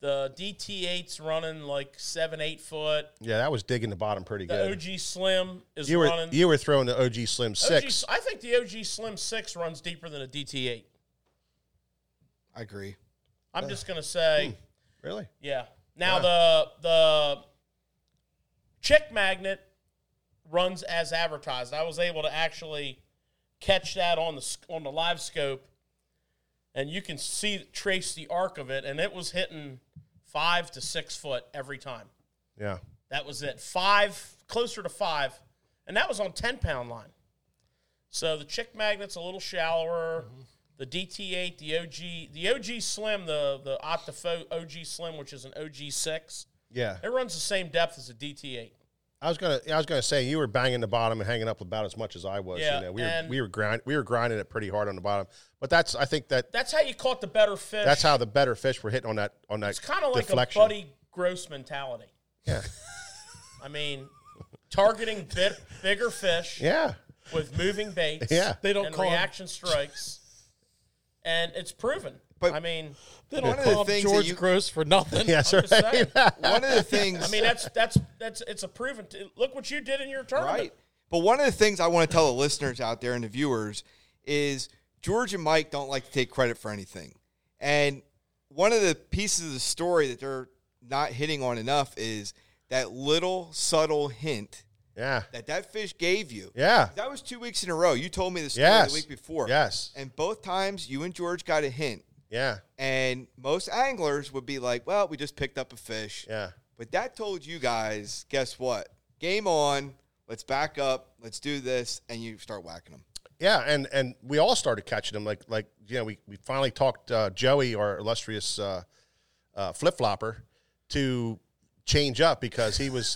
Speaker 4: the dt8's running like seven eight foot
Speaker 1: Yeah. That was digging the bottom pretty
Speaker 4: the
Speaker 1: good.
Speaker 4: og slim is
Speaker 1: You were,
Speaker 4: running
Speaker 1: you were throwing the OG Slim
Speaker 4: OG
Speaker 1: six.
Speaker 4: I think the OG Slim 6 runs deeper than a DT8.
Speaker 3: I agree.
Speaker 4: I'm just going to say,
Speaker 1: Really?
Speaker 4: Yeah. Now the the chick magnet runs as advertised. I was able to actually catch that on the s- on the live scope, and you can see trace the arc of it, and it was hitting five to six foot every time.
Speaker 1: Yeah.
Speaker 4: That was it. Five closer to five, and that was on ten pound line. So the chick magnet's a little shallower. The DT8, the OG, the OG Slim, the the Optifo OG Slim, which is an OG six,
Speaker 1: Yeah.
Speaker 4: it runs the same depth as a DT8.
Speaker 1: I was gonna, I was gonna say you were banging the bottom and hanging up about as much as I was.
Speaker 4: Yeah,
Speaker 1: you know, we were,
Speaker 4: and-
Speaker 1: we were grind, we were grinding it pretty hard on the bottom. But that's, I think that
Speaker 4: That's how you caught the better fish.
Speaker 1: that's how the better fish were hitting on that on that.
Speaker 4: it's kind of like
Speaker 1: deflection.
Speaker 4: a Buddy Gross mentality.
Speaker 1: Yeah,
Speaker 4: I mean, targeting bit, bigger fish.
Speaker 1: yeah, (laughs)
Speaker 4: with moving baits.
Speaker 1: Yeah.
Speaker 2: They don't
Speaker 4: and
Speaker 2: call 'em-
Speaker 4: reaction strikes, and it's proven.
Speaker 3: But-
Speaker 4: I mean,
Speaker 2: They don't
Speaker 3: (laughs) One of the
Speaker 2: call him
Speaker 3: things that
Speaker 2: George
Speaker 3: you-
Speaker 2: Gross for
Speaker 3: (laughs)
Speaker 2: nothing.
Speaker 1: yes,
Speaker 4: just saying.
Speaker 1: right.
Speaker 3: One
Speaker 4: (laughs)
Speaker 3: of the things
Speaker 4: I mean that's that's that's it's a proven. T- look what you did in your tournament.
Speaker 3: Right. But one of the things I want to tell the listeners out there and the viewers is George and Mike don't like to take credit for anything. And one of the pieces of the story that they're not hitting on enough is that little subtle hint
Speaker 1: (laughs) yeah,
Speaker 3: that that fish gave you.
Speaker 1: yeah,
Speaker 3: That was two weeks in a row. You told me the story
Speaker 1: Yes.
Speaker 3: the week before.
Speaker 1: Yes.
Speaker 3: And both times you and George got a hint.
Speaker 1: yeah,
Speaker 3: And most anglers would be like, well, we just picked up a fish.
Speaker 1: yeah,
Speaker 3: But that told you guys, guess what? Game on. Let's back up. Let's do this, and you start whacking them.
Speaker 1: yeah. And and we all started catching them. Like like you know, we we finally talked uh, Joey, our illustrious uh, uh, flip flopper, to change up because he
Speaker 4: (laughs)
Speaker 1: was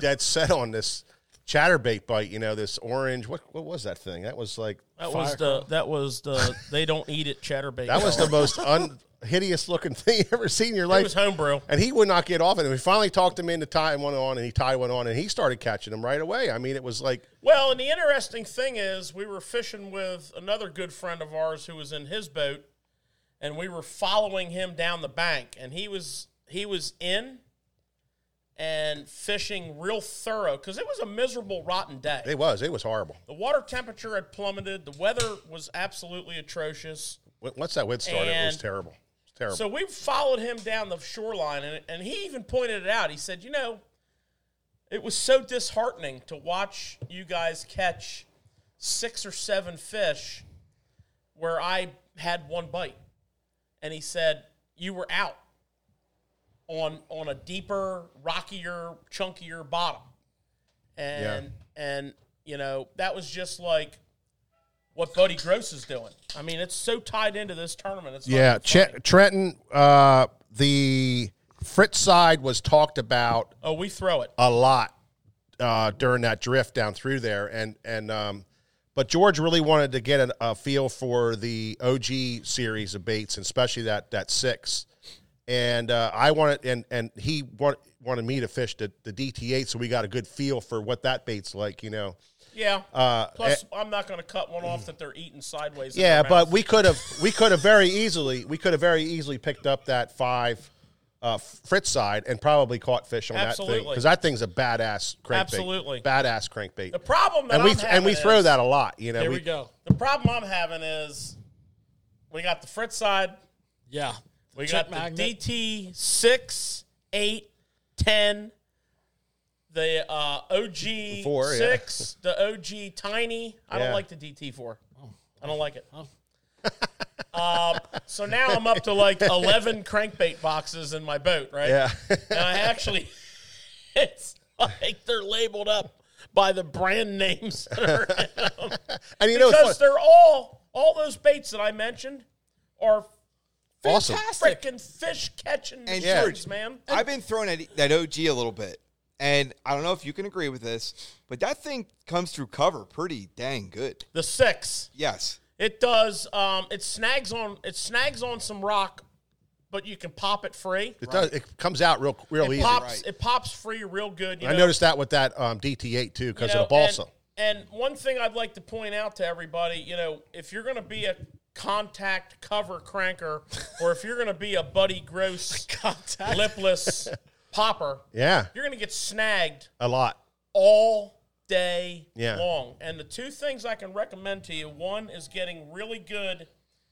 Speaker 1: dead set on this chatterbait bite. You know, this orange. What what was that thing? That was like
Speaker 4: That was the that was the they don't eat it chatterbait.
Speaker 1: that was the most un. Hideous looking thing you ever seen in your life.
Speaker 4: it was homebrew.
Speaker 1: And he would not get off it. And we finally talked him into tying one on, and he tied one on, and he started catching them right away. I mean, it was like,
Speaker 4: Well, and the interesting thing is, we were fishing with another good friend of ours who was in his boat, and we were following him down the bank, and he was he was in and fishing real thorough because it was a miserable, rotten day.
Speaker 1: it was, it was horrible.
Speaker 4: The water temperature had plummeted. The weather was absolutely atrocious.
Speaker 1: W- Once that wind started, it was
Speaker 4: And-
Speaker 1: terrible. It's terrible.
Speaker 4: So we followed him down the shoreline, and, and he even pointed it out. He said, You know, it was so disheartening to watch you guys catch six or seven fish where I had one bite. And he said, You were out on, on a deeper, rockier, chunkier bottom. And, and, you know, that was just like what Buddy Gross is doing. I mean, it's so tied into this tournament. It's not
Speaker 1: yeah,
Speaker 4: even
Speaker 1: Tre-
Speaker 4: funny.
Speaker 1: Trenton, uh, the Fritz side was talked about
Speaker 4: Oh, we throw it.
Speaker 1: a lot uh, during that drift down through there, and and um, But George really wanted to get an, a feel for the OG series of baits, and especially that that six. And uh, I wanted, and and he want, wanted me to fish the, the DT8, so we got a good feel for what that bait's like, you know.
Speaker 4: Yeah.
Speaker 1: Uh,
Speaker 4: Plus, I'm not going to cut one off that they're eating sideways. in
Speaker 1: Yeah,
Speaker 4: their
Speaker 1: but
Speaker 4: mouth.
Speaker 1: we could have we could have very easily we could have very easily picked up that five uh, Fritz side and probably caught fish on that thing
Speaker 4: Absolutely.
Speaker 1: because that thing's a badass crankbait.
Speaker 4: Absolutely.
Speaker 1: badass crankbait.
Speaker 4: the problem that
Speaker 1: and we
Speaker 4: I'm
Speaker 1: and we
Speaker 4: having
Speaker 1: throw
Speaker 4: is-
Speaker 1: that a lot. You know,
Speaker 2: Here
Speaker 1: we,
Speaker 2: we go.
Speaker 4: The problem I'm having is we got the Fritz side,
Speaker 2: Yeah.
Speaker 4: we
Speaker 2: Check
Speaker 4: got the DT six, eight, ten, the uh, OG
Speaker 1: Four, yeah. (laughs)
Speaker 4: six, the OG tiny. I
Speaker 1: Yeah.
Speaker 4: don't like the DT four. I don't like it. (laughs) Uh, so now I'm up to like 11 crankbait boxes in my boat, right?
Speaker 1: Yeah,
Speaker 4: (laughs) And I actually, (laughs) it's like they're labeled up by the brand names that are in them.
Speaker 1: and (laughs) you know, it's
Speaker 4: because
Speaker 1: fun.
Speaker 4: they're all all those baits that I mentioned are
Speaker 1: Awesome.
Speaker 4: freaking fish catching
Speaker 3: And
Speaker 4: machines,
Speaker 3: Yeah. George,
Speaker 4: man.
Speaker 3: I've been throwing at that OG a little bit, and I don't know if you can agree with this, but that thing comes through cover pretty dang good.
Speaker 4: The six,
Speaker 3: Yes.
Speaker 4: it does. Um, it snags on it snags on some rock, but you can pop it free.
Speaker 1: it, does, it comes out real real
Speaker 4: It
Speaker 1: easy.
Speaker 4: pops
Speaker 3: Right.
Speaker 4: it pops free real good. You
Speaker 1: I
Speaker 4: know?
Speaker 1: noticed that with that um, DT8 too because
Speaker 4: You
Speaker 1: of the
Speaker 4: know,
Speaker 1: balsa.
Speaker 4: And, and one thing I'd like to point out to everybody, you know, if you're going to be a contact cover cranker, (laughs) or if you're going to be a Buddy
Speaker 1: (laughs)
Speaker 4: Gross
Speaker 2: Contact.
Speaker 4: lipless popper,
Speaker 1: yeah,
Speaker 4: you're going to get snagged
Speaker 1: a lot.
Speaker 4: all day
Speaker 1: Yeah.
Speaker 4: long. And the two things I can recommend to you: one is getting really good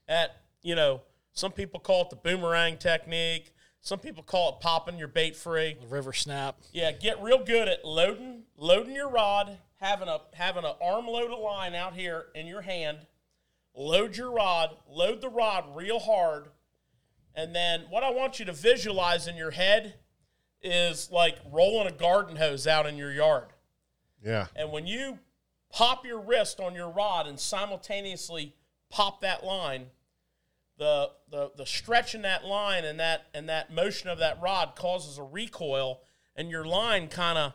Speaker 4: at, you know, some people call it the boomerang technique. Some people call it popping your bait free.
Speaker 2: River snap.
Speaker 4: Yeah, get real good at loading, loading your rod, having a having an armload of line out here in your hand. Load your rod, load the rod real hard, and then what I want you to visualize in your head is like rolling a garden hose out in your yard.
Speaker 1: Yeah,
Speaker 4: And when you pop your wrist on your rod and simultaneously pop that line, the the the stretch in that line and that and that motion of that rod causes a recoil, and your line kind of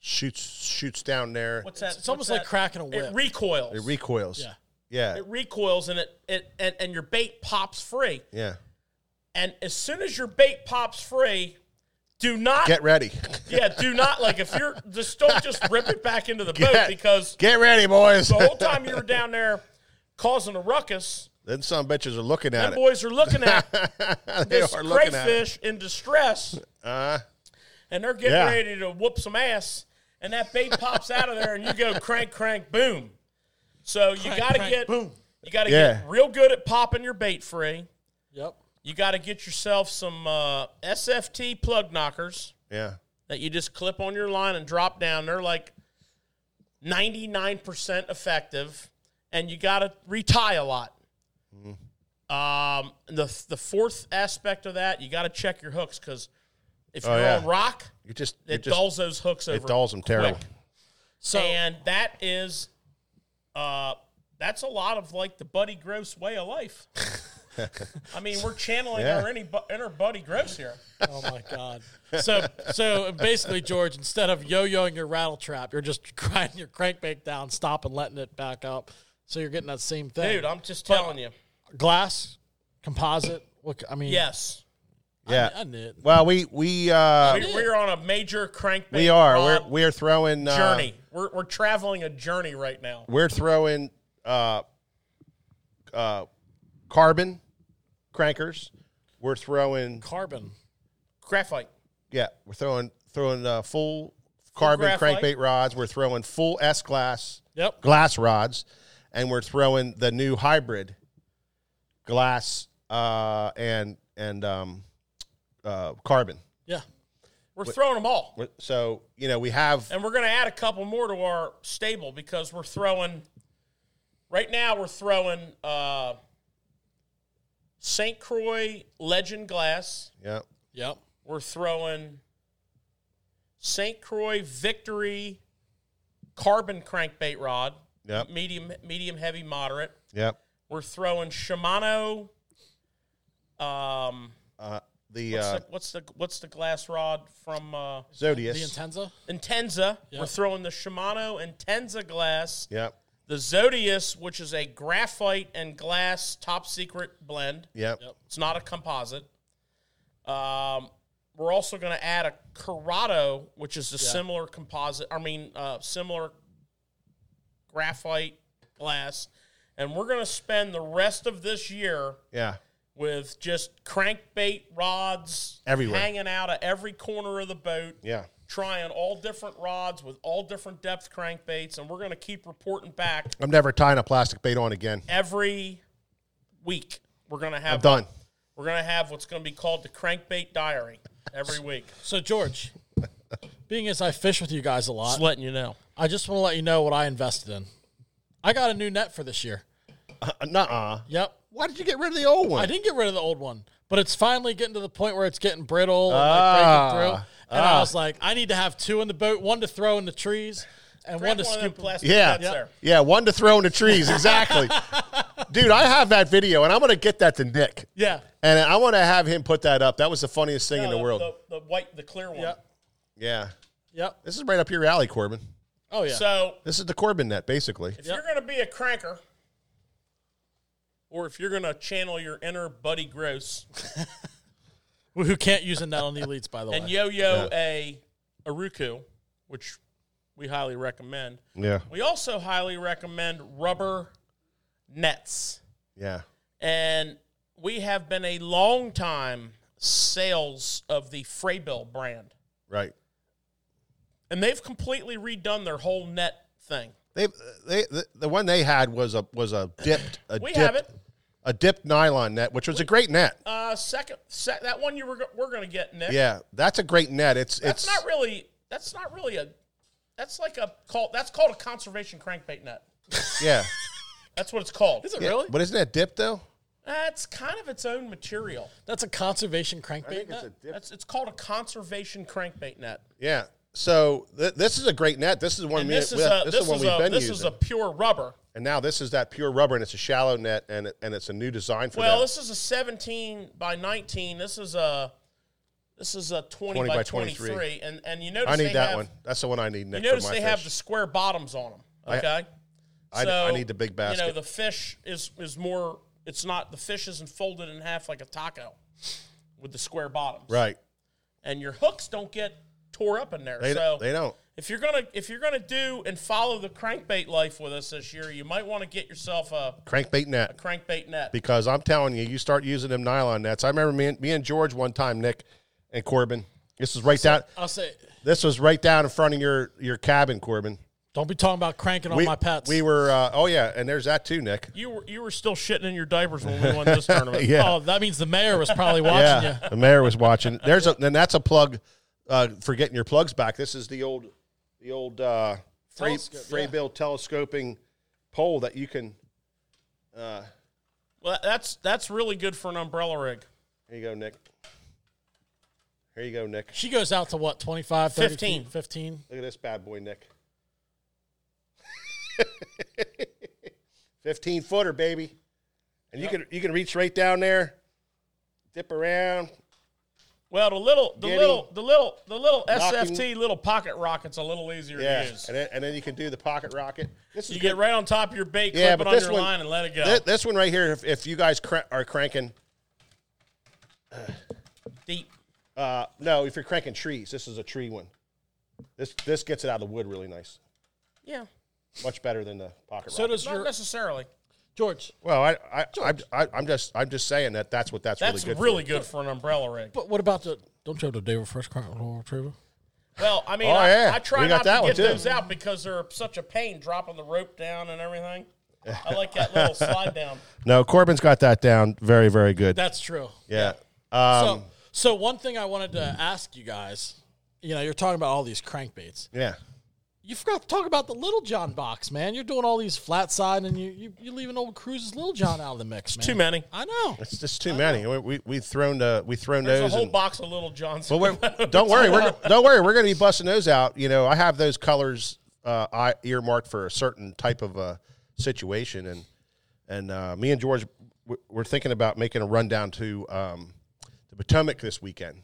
Speaker 1: shoots shoots down there.
Speaker 4: what's that?
Speaker 2: It's- it's almost
Speaker 4: what's
Speaker 2: like
Speaker 4: that?
Speaker 2: cracking a whip.
Speaker 4: It recoils.
Speaker 1: It recoils.
Speaker 2: Yeah.
Speaker 1: yeah,
Speaker 4: It recoils, and it it and, and your bait pops free.
Speaker 1: yeah.
Speaker 4: And as soon as your bait pops free, do not
Speaker 1: Get ready.
Speaker 4: (laughs)
Speaker 1: (laughs)
Speaker 4: yeah, do not like if you're just don't just rip it back into the boat
Speaker 1: Get-
Speaker 4: because
Speaker 1: Get ready, boys.
Speaker 4: the whole time you were down there causing a ruckus,
Speaker 1: Then some bitches are looking at
Speaker 4: them
Speaker 1: it.
Speaker 4: boys are looking at
Speaker 1: (laughs) they
Speaker 4: this
Speaker 1: are looking at it.
Speaker 4: crayfish in distress,
Speaker 1: Uh,
Speaker 4: and they're getting
Speaker 1: Yeah.
Speaker 4: ready to whoop some ass, and that bait pops out of there, and you go crank, crank, boom. So you got to
Speaker 2: crank,
Speaker 4: get you got to
Speaker 1: Yeah.
Speaker 4: get real good at popping your bait free.
Speaker 2: Yep.
Speaker 4: You got to get yourself some uh, SFT plug knockers
Speaker 1: yeah.
Speaker 4: that you just clip on your line and drop down. They're like ninety nine percent effective, and you got to retie a lot.
Speaker 1: Mm-hmm.
Speaker 4: Um, the the fourth aspect of that, you got to check your hooks because if you're
Speaker 1: Oh, yeah.
Speaker 4: on rock,
Speaker 1: You just you
Speaker 4: it
Speaker 1: just
Speaker 4: dulls those hooks over.
Speaker 1: it dulls them terrible.
Speaker 4: quick.
Speaker 2: So
Speaker 4: and that is, uh, that's a lot of like the Buddy Gross way
Speaker 1: (laughs)
Speaker 4: of life. I mean, we're channeling
Speaker 1: Yeah.
Speaker 4: our any inner Buddy Gross here.
Speaker 2: (laughs) oh my god. So so basically, George, instead of yo-yoing your rattle trap, you're just (laughs) grinding your crankbait down, stop and letting it back up. So you're getting that same thing.
Speaker 4: Dude, I'm just telling you.
Speaker 2: glass, composite. Look, I mean,
Speaker 4: Yes.
Speaker 1: Yeah.
Speaker 2: I knew it.
Speaker 1: Well, we we uh,
Speaker 4: We- We're on a major crankbait.
Speaker 1: we are
Speaker 4: rod
Speaker 1: we're we're throwing uh,
Speaker 4: journey. we're, we're traveling a journey right now.
Speaker 1: We're throwing uh, uh, carbon crankers. We're throwing
Speaker 2: Carbon.
Speaker 4: Graphite.
Speaker 1: yeah. We're throwing throwing uh, full carbon
Speaker 4: graphite.
Speaker 1: crankbait rods. We're throwing full S class
Speaker 2: Yep.
Speaker 1: glass rods, and we're throwing the new hybrid glass uh, and and um, uh, carbon.
Speaker 2: Yeah.
Speaker 4: We're throwing them all,
Speaker 1: We're- So you know we have
Speaker 4: and we're going to add a couple more to our stable because we're throwing. Right now, we're throwing uh, Saint Croix Legend Glass.
Speaker 1: yeah
Speaker 2: Yep.
Speaker 4: We're throwing Saint Croix Victory Carbon Crankbait Rod,
Speaker 1: Yep.
Speaker 4: medium, medium, heavy, moderate.
Speaker 1: yeah
Speaker 4: We're throwing Shimano. Um,
Speaker 1: uh, the
Speaker 4: What's,
Speaker 1: uh,
Speaker 4: the, what's the what's the glass rod from uh,
Speaker 2: The
Speaker 1: Zodius.
Speaker 2: Intenza?
Speaker 4: Intenza?
Speaker 2: Yeah.
Speaker 4: We're throwing the Shimano Intenza glass,
Speaker 1: Yep.
Speaker 4: the Zodius, which is a graphite and glass top secret blend.
Speaker 1: Yep.
Speaker 2: Yep.
Speaker 4: It's not a composite. Um, we're also going to add a Corrado, which is a similar composite. I mean, uh, similar graphite glass, and we're going to spend the rest of this year
Speaker 1: Yeah.
Speaker 4: with just crankbait rods
Speaker 1: Everywhere.
Speaker 4: hanging out of every corner of the boat.
Speaker 1: Yeah.
Speaker 4: Trying all different rods with all different depth crankbaits, and we're going to keep reporting back
Speaker 1: I'm never tying a plastic bait on again.
Speaker 4: every week. We're going to have
Speaker 1: I'm done. (laughs)
Speaker 4: we're gonna have what's gonna be called the crankbait diary every week.
Speaker 2: So, George, being as I fish with you guys a lot,
Speaker 4: Just letting you know.
Speaker 2: I just want to let you know what I invested in. I got a new net for this year.
Speaker 1: Uh, nuh-uh.
Speaker 2: Yep.
Speaker 1: Why did you get rid of the old
Speaker 2: I
Speaker 1: one?
Speaker 2: didn't get rid of the old one, but it's finally getting to the point where it's getting brittle and
Speaker 1: Ah.
Speaker 2: like breaking through. And I was like, I need to have two in the boat, one to throw in the trees and one
Speaker 4: Grab
Speaker 2: to
Speaker 4: one of them
Speaker 2: scoop.
Speaker 4: plastic
Speaker 1: Yeah.
Speaker 4: nets there.
Speaker 1: Yeah. One to throw in the trees.
Speaker 2: (laughs)
Speaker 1: Exactly. Dude, I have that video, and I'm gonna get that to Nick,
Speaker 2: Yeah.
Speaker 1: and I want to have him put that up. That was the funniest thing in the world.
Speaker 4: The, the white, the clear one.
Speaker 2: Yep.
Speaker 1: Yeah.
Speaker 2: Yep.
Speaker 1: This is right up your alley, Corbin.
Speaker 2: Oh yeah.
Speaker 4: So
Speaker 1: This is the Corbin net, basically.
Speaker 4: if you're gonna be a cranker, or if you're gonna channel your inner Buddy Gross
Speaker 2: Who can't use a net on the elites, by the way.
Speaker 4: and yo-yo a Aruku, which we highly recommend.
Speaker 1: Yeah.
Speaker 4: We also highly recommend rubber nets.
Speaker 1: Yeah.
Speaker 4: and we have been a long time sales of the Freybill brand,
Speaker 1: Right.
Speaker 4: and they've completely redone their whole net thing.
Speaker 1: They they the, the one they had was a was a dipped a
Speaker 4: We
Speaker 1: dipped,
Speaker 4: have it.
Speaker 1: a dipped nylon net, which was a great net.
Speaker 4: Uh, second, sec, that one you were go- we're gonna get Nick.
Speaker 1: yeah, that's a great net. It's
Speaker 4: that's
Speaker 1: it's
Speaker 4: not really that's not really a that's like a call that's called a conservation crankbait net. (laughs)
Speaker 1: yeah.
Speaker 4: That's what it's called.
Speaker 2: Is it
Speaker 1: Yeah,
Speaker 2: really?
Speaker 1: But isn't that dipped though?
Speaker 4: That's kind of its own material.
Speaker 2: That's a conservation crankbait net.
Speaker 4: That's it's called a conservation crankbait net.
Speaker 1: Yeah. So th- this is a great net. This is one
Speaker 4: And
Speaker 1: we
Speaker 4: this
Speaker 1: this,
Speaker 4: is a
Speaker 1: this
Speaker 4: this
Speaker 1: is the one
Speaker 4: is
Speaker 1: we've
Speaker 4: a
Speaker 1: been
Speaker 4: this
Speaker 1: using.
Speaker 4: is a pure rubber.
Speaker 1: and now this is that pure rubber, and it's a shallow net, and it, and it's a new design for
Speaker 4: Well,
Speaker 1: them.
Speaker 4: this is a 17 by 19. This is a this is a 20, by, 23. And and you notice
Speaker 1: I
Speaker 4: they
Speaker 1: need that
Speaker 4: have,
Speaker 1: one. That's the one I need
Speaker 4: You
Speaker 1: next.
Speaker 4: notice
Speaker 1: for my
Speaker 4: they
Speaker 1: fish.
Speaker 4: have the square bottoms on them.
Speaker 1: I-
Speaker 4: Okay.
Speaker 1: I- I need the big
Speaker 4: You know
Speaker 1: basket.
Speaker 4: the fish is is more. It's not the fish isn't folded in half like a taco with the square bottoms.
Speaker 1: right.
Speaker 4: And your hooks don't get tore up in there.
Speaker 1: They,
Speaker 4: so
Speaker 1: they don't.
Speaker 4: if you're gonna if you're gonna do and follow the crankbait life with us this year, you might want to get yourself a
Speaker 1: Crankbait net.
Speaker 4: crankbait net.
Speaker 1: because I'm telling you, you start using them nylon nets. I remember me and, me and George one time, Nick and Corbin. This was right down.
Speaker 2: I'll say,
Speaker 1: This was right down in front of your your cabin, Corbin.
Speaker 2: don't be talking about cranking
Speaker 1: We,
Speaker 2: on my pets.
Speaker 1: We were. Uh, oh yeah, and there's that too, Nick. (laughs)
Speaker 4: You were you were still shitting in your diapers when we won this tournament.
Speaker 1: Yeah.
Speaker 2: Oh, that means the mayor was probably watching
Speaker 1: (laughs) Yeah,
Speaker 2: you.
Speaker 1: the mayor was watching. There's a and that's a plug uh, for getting your plugs back. This is the old the old uh, Frey,
Speaker 2: Telescope, yeah.
Speaker 1: Freybill telescoping pole that you can. Uh,
Speaker 4: Well, that's that's really good for an umbrella rig.
Speaker 1: here you go, Nick. Here you go, Nick.
Speaker 2: She goes out to what, 25, 30
Speaker 4: 15.
Speaker 2: feet, 15?
Speaker 1: Look at this bad boy, Nick. (laughs) 15 footer, baby. And you can you can reach right down there, dip around.
Speaker 4: Well, the little the
Speaker 1: Getting-
Speaker 4: little the little the little
Speaker 1: Knocking-
Speaker 4: SFT little pocket rocket's a little easier
Speaker 1: Yeah.
Speaker 4: to use.
Speaker 1: And then, and then you can do the pocket rocket. This is
Speaker 4: You get right on top of your bait,
Speaker 1: Yeah,
Speaker 4: clip
Speaker 1: but
Speaker 4: it on
Speaker 1: this
Speaker 4: your
Speaker 1: one-
Speaker 4: line, and let it go.
Speaker 1: thi- this one right here if, if you guys cra- are cranking
Speaker 4: Deep.
Speaker 1: uh no, if you're cranking trees, this is a tree one. This this gets it out of the wood really nice.
Speaker 4: Yeah.
Speaker 1: Much better than the pocket
Speaker 2: So
Speaker 1: rocket.
Speaker 2: does
Speaker 4: Not
Speaker 2: your
Speaker 4: necessarily.
Speaker 2: George.
Speaker 1: Well, I I, I I I'm just I'm just saying that that's what that's,
Speaker 4: That's
Speaker 1: really good.
Speaker 4: really good for an umbrella rig.
Speaker 2: But what about the don't you have the David Fresh Chronicle Retriever?
Speaker 4: Well, I mean,
Speaker 1: Oh,
Speaker 4: I,
Speaker 1: yeah.
Speaker 4: I try
Speaker 1: We got
Speaker 4: not
Speaker 1: that
Speaker 4: to
Speaker 1: one,
Speaker 4: get
Speaker 1: too.
Speaker 4: those out because they're such a pain dropping the rope down and everything. I like that
Speaker 1: (laughs)
Speaker 4: little slide down.
Speaker 1: For. No, Corbin's got that down very very good.
Speaker 2: That's true.
Speaker 1: yeah. Um,
Speaker 4: Um,
Speaker 2: So, so one thing I wanted to ask you guys, you know, you're talking about all these crankbaits.
Speaker 1: Yeah.
Speaker 2: You forgot to talk about the Little John box, man. You're doing all these flat side, and you you you leaving old Cruises Little John out of the mix, man.
Speaker 4: Too many.
Speaker 2: I know.
Speaker 1: It's just too many. We, we we've thrown the we thrown
Speaker 4: There's a
Speaker 1: those.
Speaker 4: whole
Speaker 1: and-
Speaker 4: box of little Johnson.
Speaker 1: Well, we're- don't worry. We're gonna- don't worry. We're going to be busting those out. You know, I have those colors uh, I earmarked for a certain type of uh, situation, and and uh, me and George w- we're thinking about making a run down to um, to Potomac this weekend,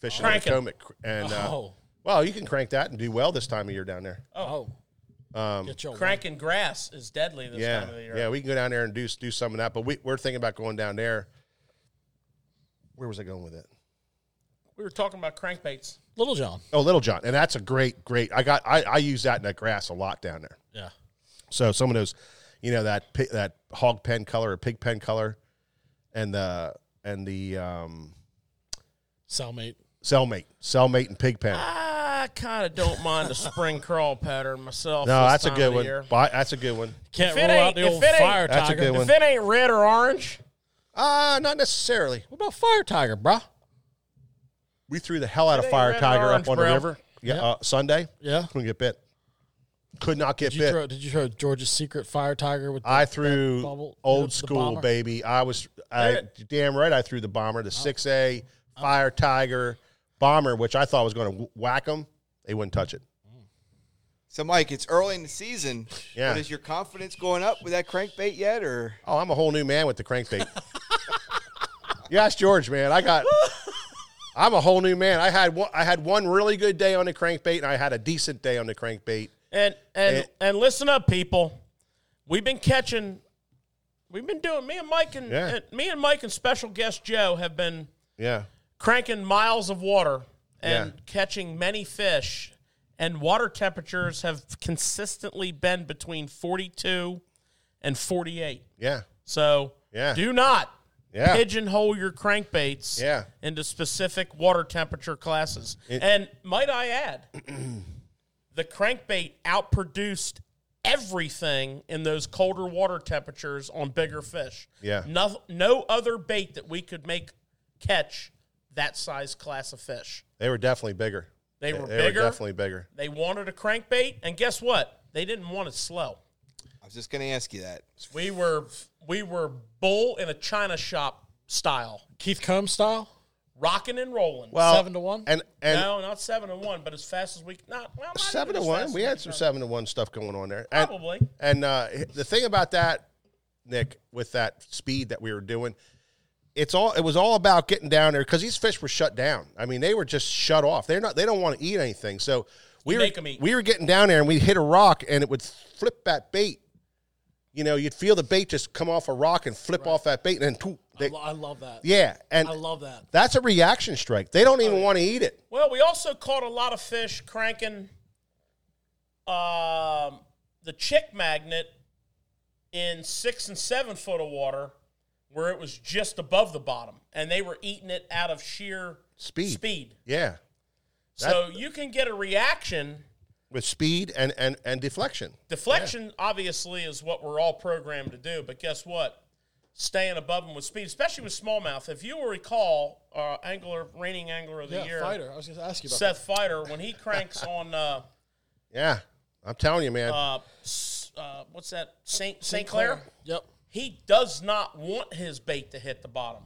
Speaker 1: fishing in
Speaker 4: Crank it.
Speaker 1: Potomac, and uh,
Speaker 2: Oh,
Speaker 1: well, you can crank that and do well this time of year down there.
Speaker 2: oh.
Speaker 1: Um,
Speaker 2: Get your
Speaker 4: Cranking grass is deadly this
Speaker 1: yeah,
Speaker 4: time of the year.
Speaker 1: yeah, we can go down there and do do some of that. But we, we're thinking about going down there. Where was I going with it?
Speaker 4: We were talking about crankbaits.
Speaker 2: Little John.
Speaker 1: Oh, Little John, and that's a great, great. I got I, I use that in that grass a lot down there.
Speaker 2: Yeah.
Speaker 1: So some of those, you know, that pi- that hog pen color or pig pen color, and the and the um,
Speaker 2: Cellmate.
Speaker 1: cellmate, cellmate and pig
Speaker 4: Ah,
Speaker 1: pen.
Speaker 4: I kind of don't mind the spring crawl pattern myself.
Speaker 1: No,
Speaker 4: this
Speaker 1: that's a
Speaker 4: time
Speaker 1: good
Speaker 4: of the
Speaker 1: one.
Speaker 4: year.
Speaker 1: But that's a good one.
Speaker 2: Can't
Speaker 4: If
Speaker 2: roll
Speaker 4: it
Speaker 2: out
Speaker 4: ain't-
Speaker 2: the
Speaker 4: if
Speaker 2: old
Speaker 4: it ain't-
Speaker 2: fire
Speaker 1: That's a
Speaker 2: tiger.
Speaker 1: good one.
Speaker 4: If it ain't red or orange,
Speaker 1: Ah, not necessarily.
Speaker 2: What about fire tiger, bruh?
Speaker 1: We threw the hell out of
Speaker 4: ain't
Speaker 1: Fire
Speaker 4: red or
Speaker 1: Tiger
Speaker 4: orange,
Speaker 1: up on the
Speaker 4: bro.
Speaker 1: river. Yeah, uh, Sunday.
Speaker 2: Yeah.
Speaker 1: Couldn't get bit. Could not get
Speaker 2: Did you
Speaker 1: bit.
Speaker 2: throw? Did you throw George's secret fire tiger with? The,
Speaker 1: I threw
Speaker 2: bubble-
Speaker 1: old
Speaker 2: the- the
Speaker 1: school,
Speaker 2: bomber? Oh.
Speaker 1: baby. I was I, damn right. I threw the bomber, the six A Fire Tiger bomber, which I thought was going to whack them. They wouldn't touch it.
Speaker 3: So, Mike, it's early in the season.
Speaker 1: Yeah.
Speaker 3: But is your confidence going up with that crankbait yet? Or
Speaker 1: Oh, I'm a whole new man with the crankbait. (laughs) yes, George, man. I got. I'm a whole new man. I had one. I had one really good day on the crankbait, and I had a decent day on the crankbait.
Speaker 4: and and
Speaker 1: It-
Speaker 4: and listen up, people. We've been catching. We've been doing. Me and Mike and,
Speaker 1: Yeah.
Speaker 4: and- me and Mike and special guest Joe have been
Speaker 1: Yeah,
Speaker 4: cranking miles of water and
Speaker 1: Yeah.
Speaker 4: catching many fish. And water temperatures have consistently been between 42 and 48.
Speaker 1: yeah,
Speaker 4: So
Speaker 1: Yeah.
Speaker 4: do not
Speaker 1: Yeah.
Speaker 4: pigeonhole your crankbaits
Speaker 1: Yeah.
Speaker 4: into specific water temperature classes. and might I add, (clears throat) the crankbait outproduced everything in those colder water temperatures on bigger fish.
Speaker 1: Yeah.
Speaker 4: No, no other bait that we could make catch that size class of fish.
Speaker 1: they were definitely bigger.
Speaker 4: They were
Speaker 1: they
Speaker 4: bigger.
Speaker 1: were definitely bigger.
Speaker 4: They wanted a crankbait, and guess what? They didn't want it slow.
Speaker 3: I was just going to ask you that.
Speaker 4: We were we were bull in a china shop style,
Speaker 2: Keith Combs style.
Speaker 4: rocking and rolling.
Speaker 1: Well,
Speaker 2: Seven to one?
Speaker 1: and and
Speaker 4: no, not seven to one, but as fast as we not well, not
Speaker 1: seven to
Speaker 4: even as fast
Speaker 1: one.
Speaker 4: as
Speaker 1: We had some seven to one stuff going on there. And-
Speaker 4: Probably.
Speaker 1: And uh, the thing about that, Nick, with that speed that we were doing, it's all it was all about getting down there because these fish were shut down. I mean, they were just shut off. They're not. They don't want to eat anything. So we
Speaker 4: You
Speaker 1: were
Speaker 4: make 'em eat.
Speaker 1: we were getting down there and we hit a rock and it would flip that bait. You know, you'd feel the bait just come off a rock and flip off that bait, and then toot,
Speaker 2: I,
Speaker 1: they,
Speaker 2: lo- I love that.
Speaker 1: yeah, and
Speaker 2: I love that.
Speaker 1: that's a reaction strike. They don't
Speaker 4: Oh,
Speaker 1: even want to eat it.
Speaker 4: Well, we also caught a lot of fish cranking um, the chick magnet in six and seven foot of water where it was just above the bottom, and they were eating it out of sheer
Speaker 1: Speed.
Speaker 4: Speed.
Speaker 1: Yeah,
Speaker 4: so you can get a reaction.
Speaker 1: with speed and and and deflection.
Speaker 4: Deflection, obviously, is what we're all programmed to do. But guess what? Staying above them with speed, especially with smallmouth. If you will recall, uh, angler, reigning angler of the
Speaker 2: Yeah,
Speaker 4: year,
Speaker 2: fighter. I was going to ask you about
Speaker 4: Seth Fighter, when he cranks (laughs) on uh,
Speaker 1: Yeah, I'm telling you, man.
Speaker 4: uh, s- uh, what's that Saint Saint
Speaker 2: that.
Speaker 4: Clair,
Speaker 2: Yep.
Speaker 4: he does not want his bait to hit the bottom.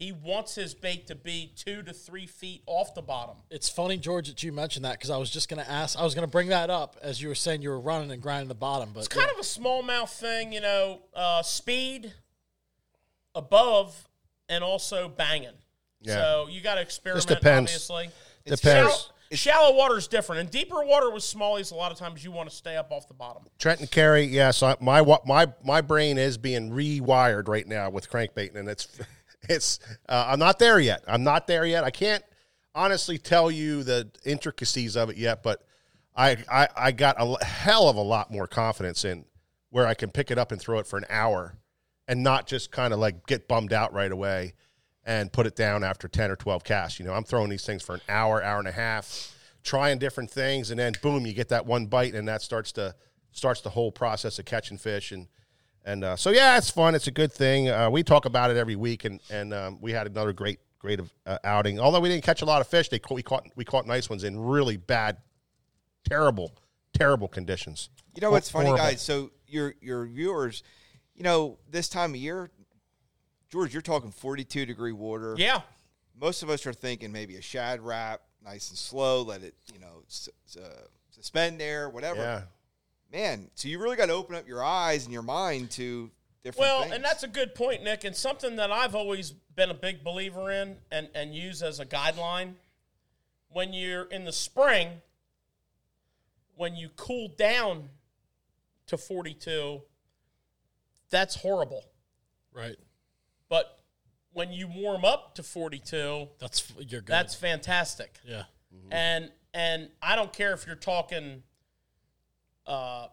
Speaker 4: He wants his bait to be two to three feet off the bottom.
Speaker 2: It's funny, George, that you mentioned that because I was just going to ask. I was going to bring that up as you were saying you were running and grinding the bottom, but
Speaker 4: It's kind of a smallmouth thing, you know, uh, speed above and also banging.
Speaker 1: Yeah.
Speaker 4: So you got to experiment,
Speaker 1: depends.
Speaker 4: obviously.
Speaker 3: It's
Speaker 1: Depends.
Speaker 4: Shallow,
Speaker 3: just-
Speaker 4: shallow water is different. And deeper water with smallies, a lot of times you want to stay up off the bottom.
Speaker 1: Trenton Carey, yes, I, my wa- my my brain is being rewired right now with crankbaiting, and it's (laughs) it's uh, I'm not there yet. I'm not there yet. I can't honestly tell you the intricacies of it yet, but I I, I got a l- hell of a lot more confidence in where I can pick it up and throw it for an hour, and not just kind of like get bummed out right away and put it down after ten or twelve casts. You know, I'm throwing these things for an hour, hour and a half, trying different things, and then boom, you get that one bite, and that starts to starts the whole process of catching fish and and uh, so yeah, it's fun. It's a good thing. Uh, we talk about it every week, and and um, we had another great great uh, outing. Although we didn't catch a lot of fish, they ca- we caught we caught nice ones in really bad, terrible, terrible conditions.
Speaker 3: You know what's funny,
Speaker 1: Horrible.
Speaker 3: guys? So your your viewers, you know, this time of year, George, you're talking 42 degree water.
Speaker 4: Yeah.
Speaker 3: Most of us are thinking maybe a shad wrap, nice and slow, let it, you know, s- s- uh, suspend there, whatever.
Speaker 1: Yeah,
Speaker 3: Man, so you really got to open up your eyes and your mind to different
Speaker 4: Well,
Speaker 3: things.
Speaker 4: and that's a good point, Nick, and something that I've always been a big believer in and, and use as a guideline. When you're in the spring, when you cool down to 42, that's horrible.
Speaker 2: Right.
Speaker 4: But when you warm up to 42,
Speaker 2: That's you're good.
Speaker 4: that's fantastic.
Speaker 2: yeah.
Speaker 4: And and I don't care if you're talking uh,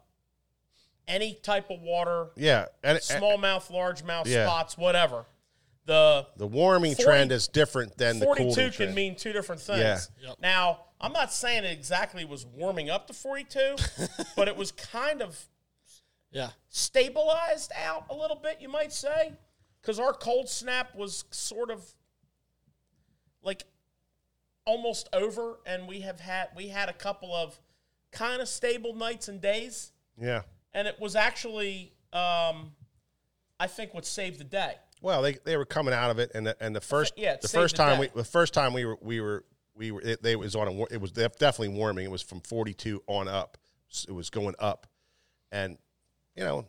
Speaker 4: any type of water,
Speaker 1: Yeah, and, and
Speaker 4: smallmouth, largemouth,
Speaker 1: Yeah.
Speaker 4: spots, whatever. The
Speaker 1: the warming
Speaker 4: 40
Speaker 1: trend is different than the
Speaker 4: 42
Speaker 1: cooling
Speaker 4: can
Speaker 1: trend.
Speaker 4: mean two different things.
Speaker 2: Yeah. Yep.
Speaker 4: Now, I'm not saying it exactly was warming up
Speaker 1: (laughs)
Speaker 4: to 42, but it was kind of
Speaker 2: Yeah.
Speaker 4: stabilized out a little bit, you might say, because our cold snap was sort of like almost over, and we have had we had a couple of kind of stable nights and days,
Speaker 1: yeah.
Speaker 4: and it was actually, um, I think, what saved the day.
Speaker 1: Well, they, they were coming out of it, and the, and the first
Speaker 4: yeah, it
Speaker 1: the
Speaker 4: saved
Speaker 1: first
Speaker 4: the
Speaker 1: time we
Speaker 4: day.
Speaker 1: the first time we were we were we were it, they it was on a war- it was def- definitely warming. It was from forty two on up. S- It was going up, and you know,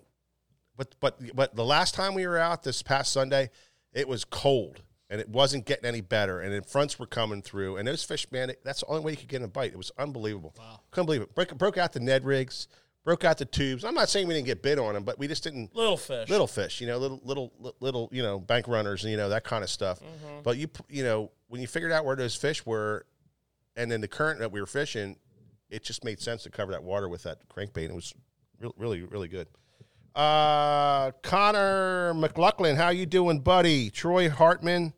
Speaker 1: but but but the last time we were out this past Sunday, it was cold and it wasn't getting any better, and then fronts were coming through, and those fish, man, it- that's the only way you could get a bite. It was unbelievable. Wow, couldn't believe it. Broke broke out the Ned rigs, broke out the tubes. I'm not saying we didn't get bit on them, but we just didn't
Speaker 4: Little fish.
Speaker 1: little fish, you know, little little li- little you know bank runners, you know that kind of stuff.
Speaker 4: Mm-hmm.
Speaker 1: But you p- you know when you figured out where those fish were, and then the current that we were fishing, it just made sense to cover that water with that crankbait. It was re- really really good. Uh, Connor McLaughlin, how you doing, buddy? Troy Hartman,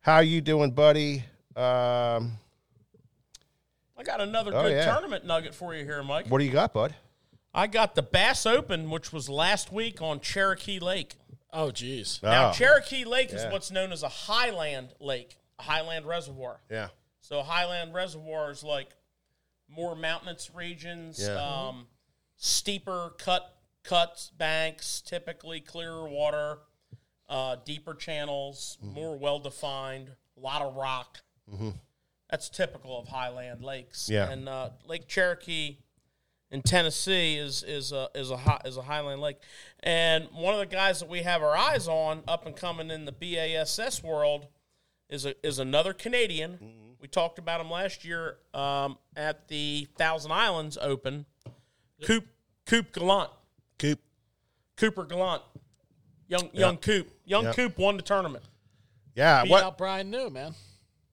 Speaker 1: how you doing, buddy? Um,
Speaker 4: I got another
Speaker 1: Oh,
Speaker 4: good
Speaker 1: yeah.
Speaker 4: tournament nugget for you here, Mike.
Speaker 1: what do you got, bud?
Speaker 4: I got the Bass Open, which was last week on Cherokee Lake.
Speaker 2: Oh, geez.
Speaker 4: Now,
Speaker 1: Oh,
Speaker 4: Cherokee Lake
Speaker 1: Yeah.
Speaker 4: is what's known as a highland lake, a highland reservoir.
Speaker 1: yeah,
Speaker 4: So, highland reservoir is like more mountainous regions,
Speaker 1: Yeah.
Speaker 4: um, steeper cut cuts, banks, typically clearer water, uh, deeper channels, more well defined, a lot of rock. That's typical of highland lakes.
Speaker 1: Yeah.
Speaker 4: and uh, Lake Cherokee in Tennessee is is a is a hi- is a Highland Lake, and one of the guys that we have our eyes on up and coming in the BASS world is a, is another Canadian. We talked about him last year um, at the Thousand Islands Open. Coop Coop Gallant,
Speaker 1: Coop.
Speaker 4: Cooper Gallant, young young Coop, young
Speaker 1: Yep.
Speaker 4: Coop won the tournament.
Speaker 1: Yeah,
Speaker 2: Beat
Speaker 1: what?
Speaker 2: out Brian New, man.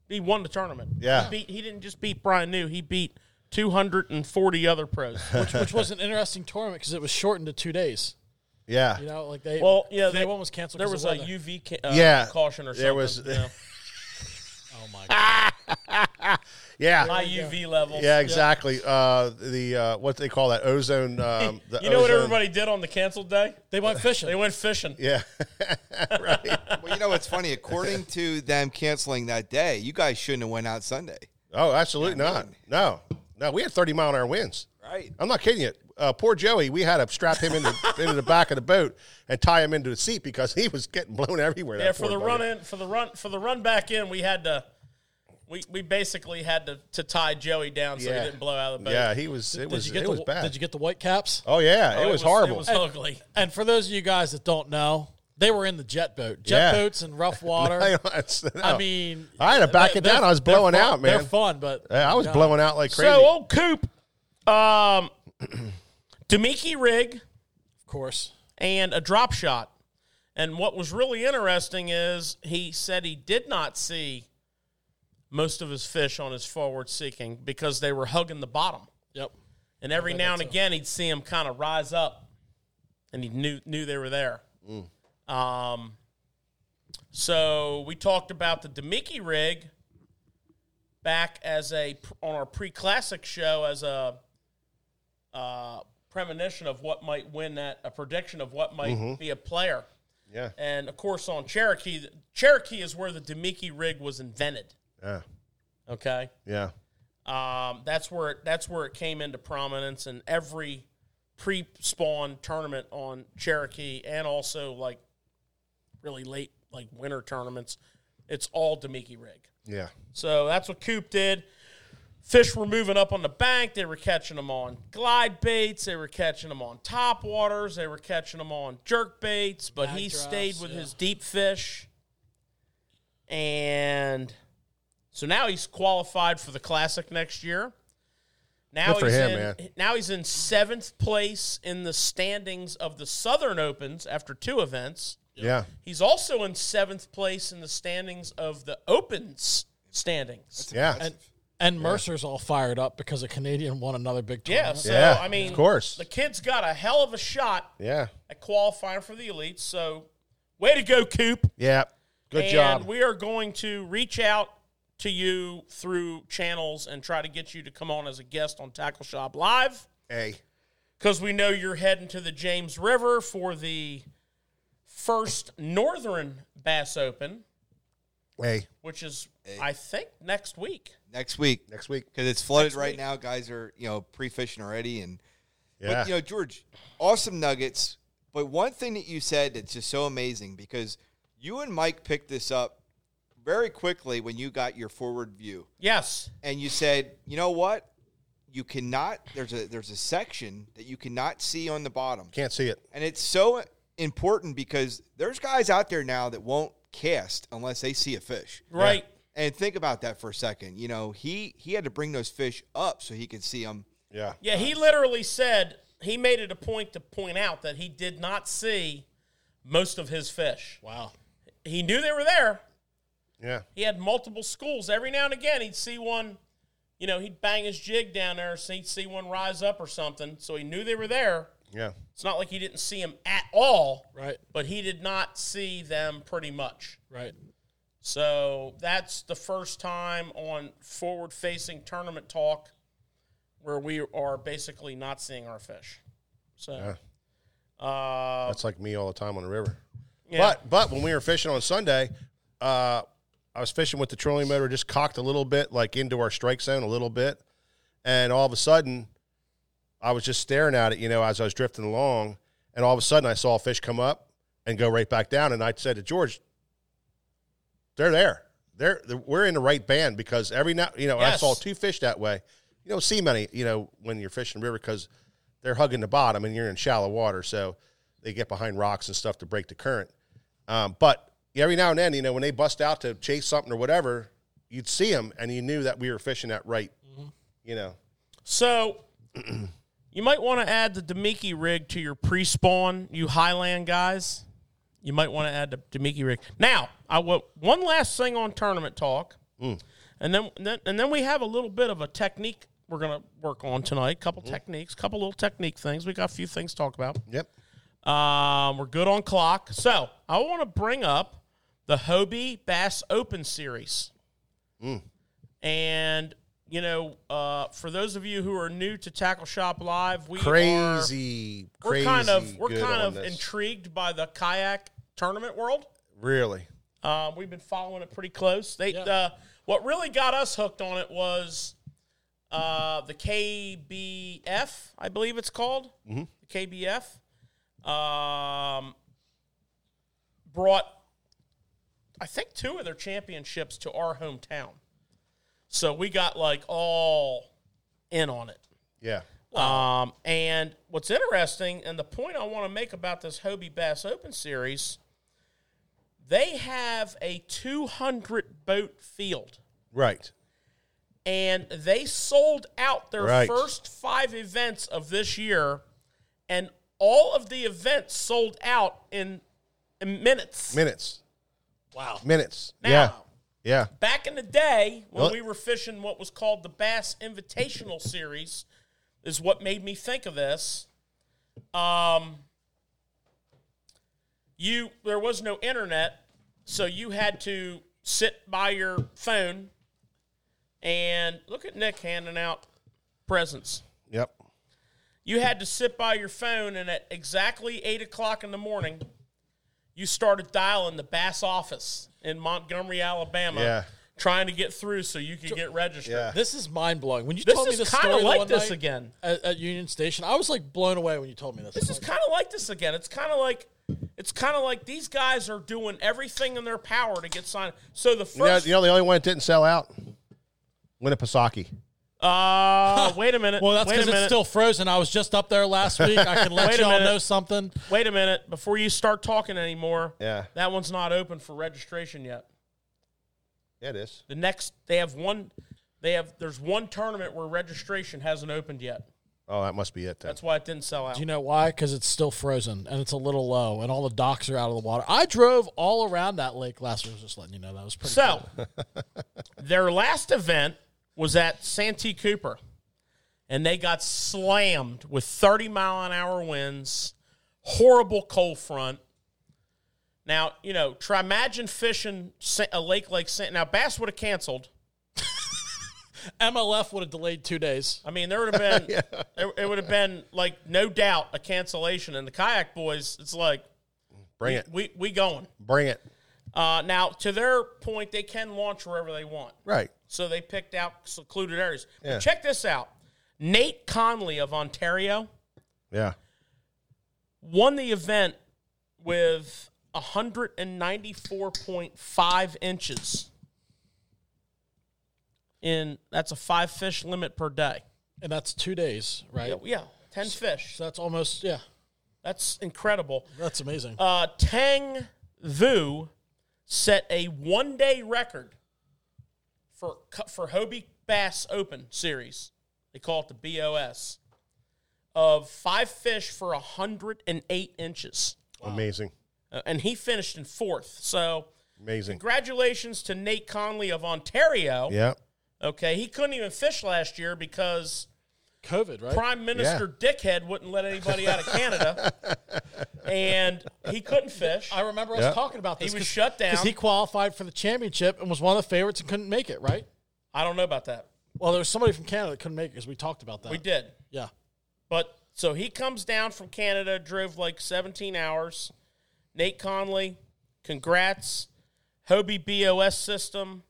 Speaker 4: He won the tournament.
Speaker 1: Yeah.
Speaker 4: he, beat, he didn't just beat Brian New. He beat two hundred and forty other pros. (laughs)
Speaker 2: Which, which was an interesting tournament because it was shortened to two days.
Speaker 1: Yeah,
Speaker 2: You know, like they.
Speaker 4: Well, yeah,
Speaker 2: day
Speaker 4: they-
Speaker 2: one was canceled.
Speaker 4: There
Speaker 2: 'cause
Speaker 4: was
Speaker 2: of
Speaker 4: a
Speaker 2: weather.
Speaker 4: UV ca- uh,
Speaker 1: Yeah,
Speaker 4: caution or
Speaker 1: (laughs)
Speaker 4: something.
Speaker 1: there was-
Speaker 4: yeah.
Speaker 2: Oh my god.
Speaker 1: yeah.
Speaker 4: high UV levels.
Speaker 1: Yeah, exactly. Uh, the uh, what they call that ozone. Um, the
Speaker 4: You know what
Speaker 1: ozone-
Speaker 4: everybody did on the canceled day?
Speaker 2: They went
Speaker 4: They
Speaker 2: fishing.
Speaker 4: went fishing.
Speaker 1: Yeah, right.
Speaker 3: well, you know what's funny? According to them canceling that day, you guys shouldn't have went out Sunday,
Speaker 1: Oh, absolutely not. No, no. We had thirty mile an hour winds.
Speaker 3: right?
Speaker 1: I'm not kidding you. Uh, poor Joey, we had to strap him into into the back of the boat and tie him into the seat because he was getting blown everywhere. that
Speaker 4: Yeah, for
Speaker 1: poor
Speaker 4: the
Speaker 1: buddy.
Speaker 4: run in, for the run, for the run back in, we had to, we we basically had to to tie Joey down so
Speaker 1: Yeah.
Speaker 4: he didn't blow out of the boat.
Speaker 1: Yeah, he was. It was.
Speaker 2: Did you get
Speaker 1: It
Speaker 2: the,
Speaker 1: was bad.
Speaker 2: Did you get the white caps?
Speaker 1: oh yeah, it, was, horrible.
Speaker 4: It
Speaker 1: (laughs)
Speaker 4: was ugly.
Speaker 2: And for those of you guys that don't know, they were in the jet boat. Jet
Speaker 1: Yeah.
Speaker 2: boats in
Speaker 1: (laughs)
Speaker 2: rough water.
Speaker 1: I, it's- (laughs)
Speaker 2: I
Speaker 1: no.
Speaker 2: mean,
Speaker 1: I had to back
Speaker 2: they're-
Speaker 1: it down. I was
Speaker 2: they're
Speaker 1: blowing
Speaker 2: fun-
Speaker 1: out,
Speaker 2: They're
Speaker 1: man.
Speaker 2: fun, but
Speaker 1: Yeah, I was
Speaker 2: no.
Speaker 1: blowing out like crazy.
Speaker 4: So old Coop, um, (clears throat) Demiki rig
Speaker 2: of course.
Speaker 4: and a drop shot, and what was really interesting is he said he did not see most of his fish on his forward seeking because they were hugging the bottom.
Speaker 2: Yep.
Speaker 4: And every now and again, he'd see them kind of rise up, and he knew knew they were there. Um, so we talked about the Demiki rig back as a on our pre classic show as a uh, premonition of what might win that a prediction of what might be a player.
Speaker 1: yeah,
Speaker 4: And of course, on Cherokee, Cherokee is where the Demiki rig was invented.
Speaker 1: yeah,
Speaker 4: Okay.
Speaker 1: yeah.
Speaker 4: Um, that's where it, that's where it came into prominence in every pre-spawn tournament on Cherokee, and also like really late like winter tournaments. It's all Demiki rig.
Speaker 1: Yeah.
Speaker 4: So that's what Coop did. fish were moving up on the bank. They were catching them on glide baits. They were catching them on top waters. They were catching them on jerk baits. But he
Speaker 2: Backdrops,
Speaker 4: stayed with
Speaker 2: yeah.
Speaker 4: his deep fish, and so now he's qualified for the classic next year. Now
Speaker 1: Good for
Speaker 4: he's
Speaker 1: him,
Speaker 4: in,
Speaker 1: man.
Speaker 4: now he's in seventh place in the standings of the Southern Opens after two events.
Speaker 1: Yeah.
Speaker 4: He's also in seventh place in the standings of the Opens standings.
Speaker 1: Yeah.
Speaker 2: And and Mercer's all fired up because a Canadian won another big
Speaker 4: Yeah,
Speaker 2: tournament.
Speaker 4: so
Speaker 1: Yeah,
Speaker 4: I
Speaker 1: of
Speaker 4: mean,
Speaker 1: course.
Speaker 4: the kid's got a hell of a shot
Speaker 1: yeah.
Speaker 4: at qualifying for the elites. So, way to go, Coop!
Speaker 1: Yeah. Good
Speaker 4: and
Speaker 1: job.
Speaker 4: we are going to reach out to you through channels and try to get you to come on as a guest on Tackle Shop Live
Speaker 1: hey.
Speaker 4: because we know you're heading to the James River for the first Northern Bass Open,
Speaker 1: Hey.
Speaker 4: which is I think next week.
Speaker 3: next week
Speaker 1: Next week.
Speaker 3: because it's flooded right now. Guys are you know pre fishing already, and
Speaker 1: Yeah.
Speaker 3: But you know, George, awesome nuggets. But one thing that you said that's just so amazing because you and Mike picked this up very quickly when you got your forward view,
Speaker 4: Yes,
Speaker 3: and you said, you know what, you cannot. There's a there's a section that you cannot see on the bottom,
Speaker 1: Can't see it.
Speaker 3: and it's so important because there's guys out there now that won't cast unless they see a fish.
Speaker 4: right.
Speaker 3: And think about that for a second. You know, he he had to bring those fish up so he could see them.
Speaker 1: Yeah.
Speaker 4: Yeah, he literally said he made it a point to point out that he did not see most of his fish.
Speaker 2: Wow.
Speaker 4: He knew they were there.
Speaker 1: Yeah.
Speaker 4: He had multiple schools. Every now and again, he'd see one, you know, he'd bang his jig down there, so he'd see one rise up or something. So he knew they were there.
Speaker 1: Yeah.
Speaker 4: It's not like he didn't see them at all,
Speaker 2: Right.
Speaker 4: but he did not see them pretty much.
Speaker 2: Right.
Speaker 4: So that's the first time on forward facing tournament talk where we are basically not seeing our fish. So, uh,
Speaker 1: That's like me all the time on the river.
Speaker 4: yeah.
Speaker 1: But but when we were fishing on Sunday, uh, I was fishing with the trolling motor just cocked a little bit, like into our strike zone a little bit, and all of a sudden, I was just staring at it, you know, as I was drifting along, and all of a sudden I saw a fish come up and go right back down, and I said to George, "They're there. They're, they're we're in the right band because every now, you know, and I
Speaker 4: Yes.
Speaker 1: saw two fish that way. You don't see many, you know, when you're fishing the river because they're hugging the bottom and you're in shallow water, so they get behind rocks and stuff to break the current. Um, but every now and then, you know, when they bust out to chase something or whatever, you'd see them and you knew that we were fishing that right, you know.
Speaker 4: so (clears throat) you might want to add the Demiki rig to your pre spawn, you Highland guys. You might want to add the Demiki rig. Now, I will, one last thing on tournament talk, and then, then and then we have a little bit of a technique we're going to work on tonight. Couple techniques, couple little technique things. We got a few things to talk about.
Speaker 1: Yep.
Speaker 4: Um, we're good on clock. So I want to bring up the Hobie Bass Open Series.
Speaker 1: Mm.
Speaker 4: And, you know, uh, for those of you who are new to Tackle Shop Live, we are
Speaker 1: crazy,
Speaker 4: we're
Speaker 1: crazy.
Speaker 4: kind of we're
Speaker 1: good
Speaker 4: kind
Speaker 1: on
Speaker 4: of
Speaker 1: this.
Speaker 4: intrigued by the kayak tournament world.
Speaker 1: really.
Speaker 4: Um, we've been following it pretty close. They
Speaker 2: Yeah.
Speaker 4: uh, what really got us hooked on it was uh, the KBF, I believe it's called. Mm-hmm. The KBF um, brought, I think, two of their championships to our hometown. So we got like all in on it.
Speaker 1: Yeah.
Speaker 4: Um, and what's interesting, and the point I want to make about this Hobie Bass Open Series, they have a 200 boat field,
Speaker 1: Right.
Speaker 4: and they sold out their
Speaker 1: Right.
Speaker 4: first five events of this year, and all of the events sold out in, in minutes.
Speaker 1: Minutes.
Speaker 2: Wow.
Speaker 1: Minutes.
Speaker 4: Now-
Speaker 1: yeah.
Speaker 4: Back in the day, when
Speaker 1: Well-
Speaker 4: we were fishing what was called the Bass Invitational Series, is what made me think of this. Um, you there was no internet, so you had to sit by your phone and look at Nick handing out presents.
Speaker 1: Yeah. Yep.
Speaker 4: You had to sit by your phone, and at exactly eight o'clock in the morning, you started dialing the Bass office in Montgomery, Alabama,
Speaker 1: Yeah.
Speaker 4: trying to get through so you could get registered.
Speaker 1: Yeah.
Speaker 2: This is mind blowing. When you
Speaker 4: This
Speaker 2: told me
Speaker 4: is
Speaker 2: this
Speaker 4: kind
Speaker 2: story
Speaker 4: of
Speaker 2: the
Speaker 4: like
Speaker 2: one
Speaker 4: this
Speaker 2: night
Speaker 4: again.
Speaker 2: at, at Union Station, I was like blown away when you told me this.
Speaker 4: This is kind of like this again. It's kind of like. It's kind of like these guys are doing everything in their power to get signed. So the
Speaker 1: You know,
Speaker 4: first,
Speaker 1: you know the only one that didn't sell out? Winnipesaukee.
Speaker 2: (laughs)
Speaker 4: Uh, wait a minute.
Speaker 2: Well, that's
Speaker 4: wait a
Speaker 2: because it's
Speaker 4: minute.
Speaker 2: still frozen. I was just up there last week. I (laughs) can let
Speaker 4: Wait a
Speaker 2: y'all
Speaker 4: minute.
Speaker 2: know something.
Speaker 4: wait a minute. Before you start talking anymore,
Speaker 1: Yeah.
Speaker 4: that one's not open for registration yet.
Speaker 1: Yeah, it is.
Speaker 4: The next, they have one. They have there's one tournament where registration hasn't opened yet.
Speaker 1: Oh, that must be it. Then.
Speaker 4: That's why it didn't sell out.
Speaker 2: Do you know why? Because it's still frozen and it's a little low, and all the docks are out of the water. I drove all around that lake last year. I was just letting you know that was pretty.
Speaker 4: So, their last event was at Santee Cooper, and they got slammed with 30 mile an hour winds, horrible cold front. Now, you know, try imagine fishing Sa- a lake like Santee. Now, Bass would have canceled.
Speaker 2: MLF would have delayed two days.
Speaker 4: I mean, there would have been, there- it would have been like no doubt a cancellation. And the kayak boys, it's like,
Speaker 1: Bring it.
Speaker 4: we, we going.
Speaker 1: Bring it.
Speaker 4: Uh, now, to their point, they can launch wherever they want.
Speaker 1: Right.
Speaker 4: So they picked out secluded areas. But
Speaker 1: Yeah.
Speaker 4: check this out. Nate Conley of Ontario
Speaker 1: Yeah.
Speaker 4: won the event with 194.5 inches. In that's a five fish limit per day.
Speaker 2: And that's two days, right?
Speaker 4: Yeah, 10 fish.
Speaker 2: So that's almost yeah.
Speaker 4: That's incredible.
Speaker 2: That's amazing.
Speaker 4: Uh, Tang Vu set a one day record for cu- for Hobie Bass Open Series. They call it the BOS of five fish for hundred and eight inches,
Speaker 1: Amazing.
Speaker 4: Uh, and he finished in fourth. So
Speaker 1: Amazing.
Speaker 4: congratulations to Nate Conley of Ontario.
Speaker 1: Yeah.
Speaker 4: Okay, he couldn't even fish last year because
Speaker 2: COVID, right?
Speaker 4: Prime Minister Dickhead wouldn't let anybody out of Canada, and he couldn't fish.
Speaker 2: I remember us
Speaker 1: Yeah.
Speaker 2: talking about
Speaker 4: He
Speaker 2: this.
Speaker 4: was shut down.
Speaker 2: because he qualified for the championship and was one of the favorites and couldn't make it, right?
Speaker 4: I don't know about that.
Speaker 2: Well, there was somebody from Canada that couldn't make it because we talked about that.
Speaker 4: We did.
Speaker 2: Yeah.
Speaker 4: But so he comes down from Canada, drove like 17 hours. Nate Conley, congrats. Hobie BOS system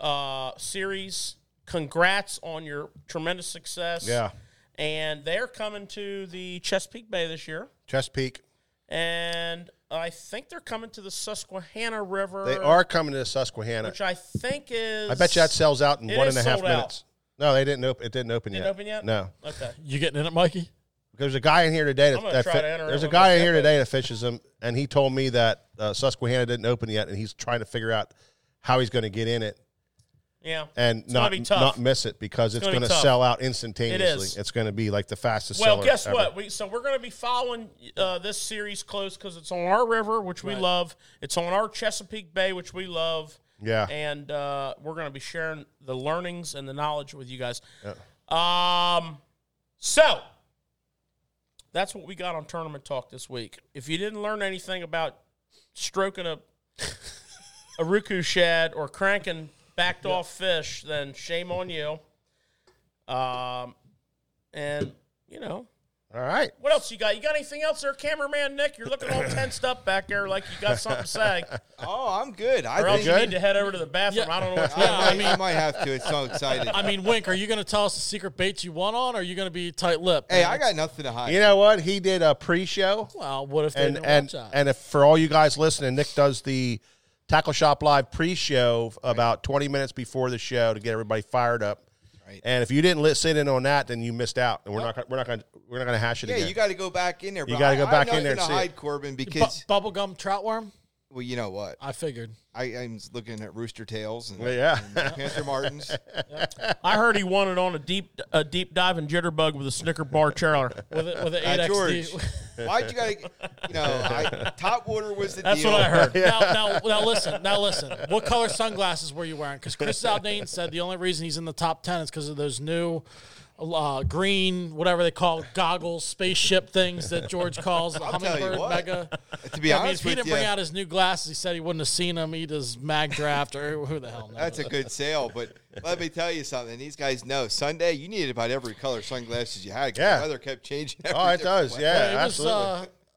Speaker 4: uh, series, congrats on your tremendous success.
Speaker 1: Yeah.
Speaker 4: And they're coming to the Chesapeake Bay this year.
Speaker 1: Chesapeake.
Speaker 4: And I think they're coming to the Susquehanna River.
Speaker 1: They are coming to Susquehanna.
Speaker 4: Which I think is.
Speaker 1: I bet you that sells out in
Speaker 4: It
Speaker 1: one
Speaker 4: is
Speaker 1: and a half
Speaker 4: sold out.
Speaker 1: minutes. No, they didn't open. It didn't open
Speaker 4: Didn't
Speaker 1: yet.
Speaker 4: open yet?
Speaker 1: No.
Speaker 4: Okay.
Speaker 2: You getting in it, Mikey?
Speaker 1: There's a guy in here today that,
Speaker 4: I'm gonna
Speaker 1: that
Speaker 4: try
Speaker 1: fi-
Speaker 4: to enter
Speaker 1: there's
Speaker 4: it
Speaker 1: a
Speaker 4: on
Speaker 1: guy
Speaker 4: my
Speaker 1: in here
Speaker 4: Sunday.
Speaker 1: today that fishes them, and he told me that uh, Susquehanna didn't open yet, and he's trying to figure out how he's going to get in it
Speaker 4: Yeah.
Speaker 1: and
Speaker 4: gonna
Speaker 1: not
Speaker 4: be tough.
Speaker 1: not miss it because it's,
Speaker 4: gonna be
Speaker 1: going to
Speaker 4: tough.
Speaker 1: sell out instantaneously.
Speaker 4: It is.
Speaker 1: It's going to be like the fastest.
Speaker 4: Well,
Speaker 1: seller
Speaker 4: guess
Speaker 1: ever.
Speaker 4: what? We so we're going to be following uh, this series close because it's on our river, which we love. It's on our Chesapeake Bay, which we love.
Speaker 1: Yeah.
Speaker 4: and uh, we're going to be sharing the learnings and the knowledge with you guys. Um, so that's what we got on tournament talk this week. If you didn't learn anything about stroking a a ruku shad or cranking backed off fish, then shame on you. Um, and you know.
Speaker 1: All right.
Speaker 4: What else you got? You got anything else there, cameraman Nick? You're looking all tensed up back there, like you got something to say,
Speaker 3: Oh, I'm good. I
Speaker 4: or else
Speaker 3: think
Speaker 4: you need to head over to the bathroom.
Speaker 2: Yeah.
Speaker 4: I don't know what's
Speaker 3: I,
Speaker 4: going
Speaker 2: Yeah,
Speaker 3: might,
Speaker 2: I mean-
Speaker 3: I might have to. It's (laughs) so excited.
Speaker 2: I mean, Wink, are you going to tell us the secret baits you want on, or are you going to be tight lipped?
Speaker 3: hey, I got nothing to hide.
Speaker 1: You know what? He did a pre-show,
Speaker 2: Well, what if they
Speaker 1: and
Speaker 2: didn't
Speaker 1: and
Speaker 2: watch that?
Speaker 1: and if for all you guys listening, Nick does the Tackle Shop Live pre-show about 20 minutes before the show to get everybody fired up.
Speaker 3: Right.
Speaker 1: And if you didn't li- sit in on that, then you missed out, and we're not gonna, we're not going to we're not going to hash it
Speaker 3: yeah,
Speaker 1: again.
Speaker 3: you got to go back in there. Bro.
Speaker 1: gotta go
Speaker 3: I-
Speaker 1: back
Speaker 3: I have
Speaker 1: in there and
Speaker 3: nothing to
Speaker 1: see
Speaker 3: hide
Speaker 1: it.
Speaker 3: Corbin
Speaker 2: Bu-
Speaker 3: because
Speaker 2: bubblegum trout worm?
Speaker 3: well, you know what?
Speaker 2: I figured.
Speaker 3: I, I'm looking at Rooster Tails and
Speaker 1: (laughs)
Speaker 2: (laughs)
Speaker 1: yeah. Oh,
Speaker 3: Panther (laughs) Martins.
Speaker 4: on. I heard he wanted on a deep a deep dive and jitterbug with a Snicker bar trailer.
Speaker 2: With, it, with an
Speaker 3: Uh,
Speaker 2: 8XD.
Speaker 3: George,
Speaker 2: (laughs)
Speaker 3: (laughs) why'd you gotta? You know, I, top water was the
Speaker 4: That's
Speaker 3: deal.
Speaker 4: what I heard. (laughs)
Speaker 2: now, now, now listen. Now listen. What color sunglasses were you wearing? Because Chris Aldane said the only reason he's in the top ten is because of those new uh, green, whatever they call it, goggles, spaceship things that George calls the
Speaker 3: I'll tell you
Speaker 2: hummingbird
Speaker 3: what.
Speaker 2: mega.
Speaker 3: To be
Speaker 2: I mean, if
Speaker 3: honest
Speaker 2: he
Speaker 3: with
Speaker 2: didn't
Speaker 3: you,
Speaker 2: bring out his new glasses, he said he wouldn't have seen them. He does mag draft or who the
Speaker 4: (laughs)
Speaker 2: hell knows.
Speaker 3: that's a good sale.
Speaker 1: (laughs)
Speaker 3: But let me tell you something. These guys know Sunday you needed about every color sunglasses you had. 'cause
Speaker 1: Yeah.
Speaker 3: the weather kept changing.
Speaker 1: oh,
Speaker 3: every
Speaker 1: it does.
Speaker 3: different
Speaker 1: Yeah,
Speaker 2: It was,
Speaker 1: absolutely.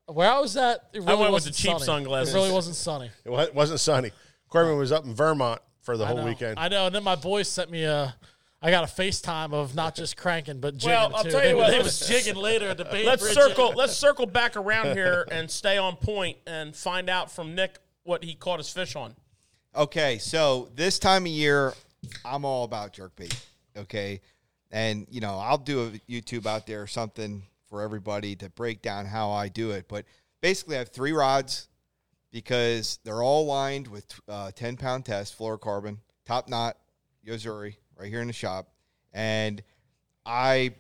Speaker 2: uh, where I was at, it really
Speaker 4: went with
Speaker 2: wasn't
Speaker 4: the cheap
Speaker 2: sunny.
Speaker 4: sunglasses.
Speaker 2: It really wasn't sunny.
Speaker 1: It wa- wasn't sunny. Corbin was up in Vermont for the
Speaker 2: I
Speaker 1: whole
Speaker 2: know.
Speaker 1: weekend.
Speaker 2: I know. And then my boys sent me a. I got a FaceTime of not just cranking, but jigging
Speaker 4: Well, I'll
Speaker 2: too.
Speaker 4: tell you
Speaker 2: They-
Speaker 4: what,
Speaker 2: they
Speaker 4: let's-
Speaker 2: was jigging later at the Bay
Speaker 4: Let's
Speaker 2: Bridge.
Speaker 4: circle. Let's circle back around here and stay on point and find out from Nick what he caught his fish on.
Speaker 3: Okay, so this time of year, I'm all about jerk bait. Okay, And you know, I'll do a YouTube out there or something for everybody to break down how I do it. But basically, I have three rods because they're all lined with uh, 10 pound test fluorocarbon, top knot, Yozuri, right here in the shop. And I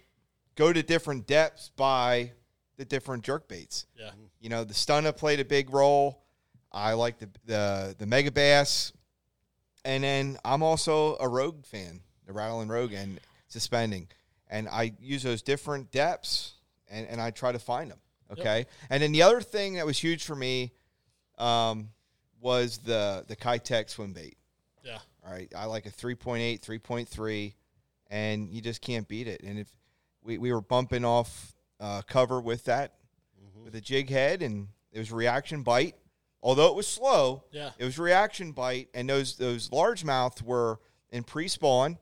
Speaker 3: go to different depths by the different jerk baits.
Speaker 2: Yeah.
Speaker 3: You know, the stunner played a big role. I like the the the mega bass, and then I'm also a rogue fan, the rattle and rogue and suspending, and I use those different depths and and I try to find them. Okay, and then the other thing that was huge for me, um, was the the Kitech swim bait.
Speaker 2: Yeah.
Speaker 3: All right. I like a 3.8, 3.3, and you just can't beat it. And if we, we were bumping off uh, cover with that, with a jig head, and it was reaction bite. Although it was slow,
Speaker 2: Yeah.
Speaker 3: it was reaction bite, and those those largemouth were in pre spawn,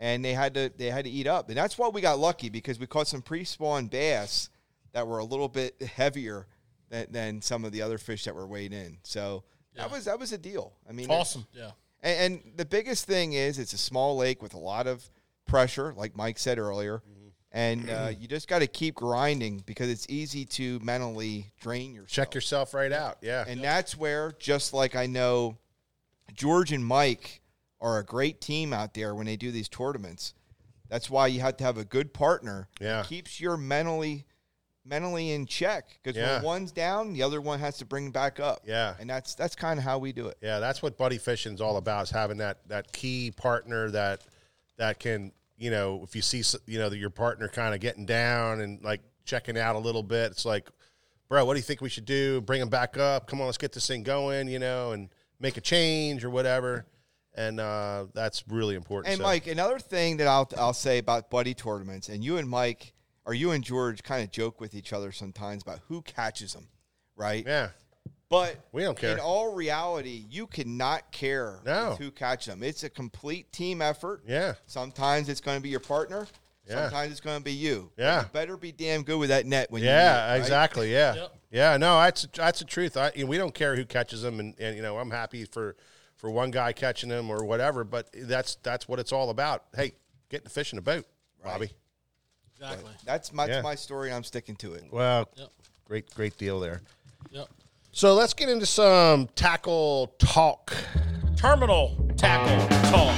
Speaker 3: and they had to they had to eat up, and that's why we got lucky because we caught some pre spawn bass that were a little bit heavier than, than some of the other fish that were weighed in. So that was that was a deal. I mean, there's-
Speaker 2: Awesome. Yeah.
Speaker 3: and, and the biggest thing is it's a small lake with a lot of pressure, like Mike said earlier.
Speaker 1: Mm-hmm.
Speaker 3: And uh, you just got to keep grinding because it's easy to mentally drain yourself.
Speaker 1: Check yourself right out. Yeah.
Speaker 3: And that's where, just like I know, George and Mike are a great team out there when they do these tournaments. That's why you have to have a good partner.
Speaker 1: Yeah.
Speaker 3: that keeps your mentally mentally in check because
Speaker 1: Yeah.
Speaker 3: when one's down, the other one has to bring back up.
Speaker 1: Yeah.
Speaker 3: and that's that's kind of how we do it.
Speaker 1: Yeah, that's what buddy fishing's all about is having that that key partner that that can you know if you see s- you know that your partner kind of getting down and like checking out a little bit, it's like, bro, what do you think we should do? Bring him back up. Come on, let's get this thing going. You know, and make a change or whatever. And uh, that's really important.
Speaker 3: And
Speaker 1: So,
Speaker 3: Mike, another thing that I'll I'll say about buddy tournaments, and you and Mike, or you and George, kind of joke with each other sometimes about who catches them, right?
Speaker 1: yeah,
Speaker 3: But
Speaker 1: We don't care.
Speaker 3: In all reality, you cannot care
Speaker 1: No.
Speaker 3: with who catches them. It's a complete team effort.
Speaker 1: yeah,
Speaker 3: Sometimes it's going to be your partner.
Speaker 1: Yeah.
Speaker 3: Sometimes it's going to be you.
Speaker 1: Yeah.
Speaker 3: You better be damn good with that net when you need
Speaker 1: yeah,
Speaker 3: it, right?
Speaker 1: exactly. Yeah,
Speaker 2: Yep.
Speaker 1: yeah. No, that's that's the truth. I we don't care who catches them, and, and you know I'm happy for for one guy catching them or whatever. But that's that's what it's all about. Hey, getting the fish in the boat, Bobby.
Speaker 2: Exactly.
Speaker 3: That's my,
Speaker 1: Yeah.
Speaker 3: my story. and I'm sticking to it.
Speaker 1: Well,
Speaker 2: Yep.
Speaker 1: great great deal there.
Speaker 2: Yep.
Speaker 1: So let's get into some tackle talk.
Speaker 4: Terminal tackle talk.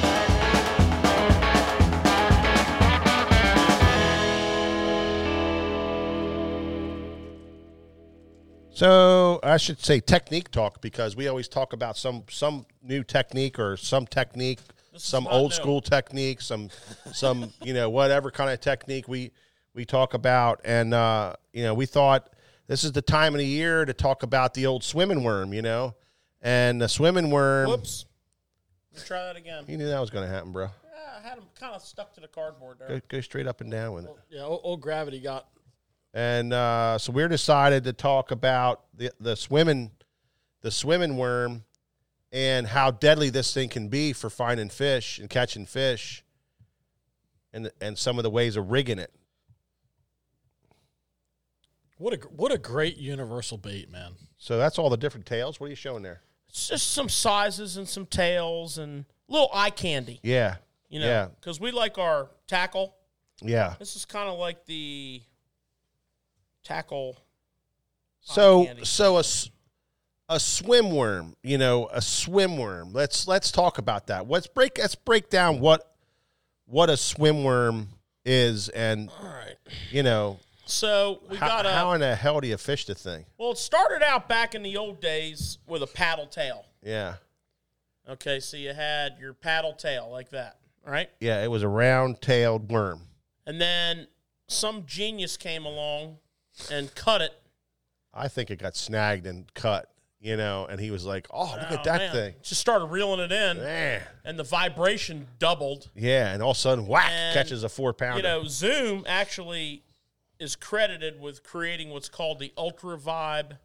Speaker 1: So I should say technique talk because we always talk about some some new technique or some technique,
Speaker 4: This is
Speaker 1: some
Speaker 4: not
Speaker 1: old
Speaker 4: new.
Speaker 1: school technique, some some (laughs) you know whatever kind of technique we we talk about, and uh, you know we thought this is the time of the year to talk about the old swimming worm, you know, and the swimming worm.
Speaker 4: Whoops. Let me try that again.
Speaker 1: You knew that was going to happen, bro.
Speaker 4: Ah, I had him kind of stuck to the cardboard there.
Speaker 1: Go, go straight up and down with it.
Speaker 2: Yeah. Old, old gravity got.
Speaker 1: and uh, so we're decided to talk about the, the swimming the swimming worm and how deadly this thing can be for finding fish and catching fish and and some of the ways of rigging it
Speaker 2: What a gr- what a great universal bait, man.
Speaker 1: so that's all the different tails what are you showing there
Speaker 4: It's just some sizes and some tails and little eye candy,
Speaker 1: yeah
Speaker 4: you know,
Speaker 1: Yeah.
Speaker 4: because we like our tackle.
Speaker 1: yeah
Speaker 4: This is kind of like the tackle.
Speaker 1: so
Speaker 4: candy.
Speaker 1: so a s- a swim worm you know a swim worm let's let's talk about that let's break let's break down what what a swim worm is and
Speaker 4: All right.
Speaker 1: you know
Speaker 4: So we
Speaker 1: how,
Speaker 4: got a.
Speaker 1: how in the hell do you fish the thing
Speaker 4: well, it started out back in the old days with a paddle tail.
Speaker 1: Yeah.
Speaker 4: Okay, so you had your paddle tail like that, right?
Speaker 1: Yeah, it was a round tailed worm.
Speaker 4: And then some genius came along and cut it.
Speaker 1: I think it got snagged and cut, you know, and he was like, Oh, look at
Speaker 4: Oh,
Speaker 1: that
Speaker 4: man.
Speaker 1: thing.
Speaker 4: Just started reeling it in,
Speaker 1: Man.
Speaker 4: and the vibration doubled.
Speaker 1: Yeah, and all of a sudden, whack,
Speaker 4: And,
Speaker 1: catches a four pounder.
Speaker 4: you know, Zoom actually is credited with creating what's called the Ultra Vibe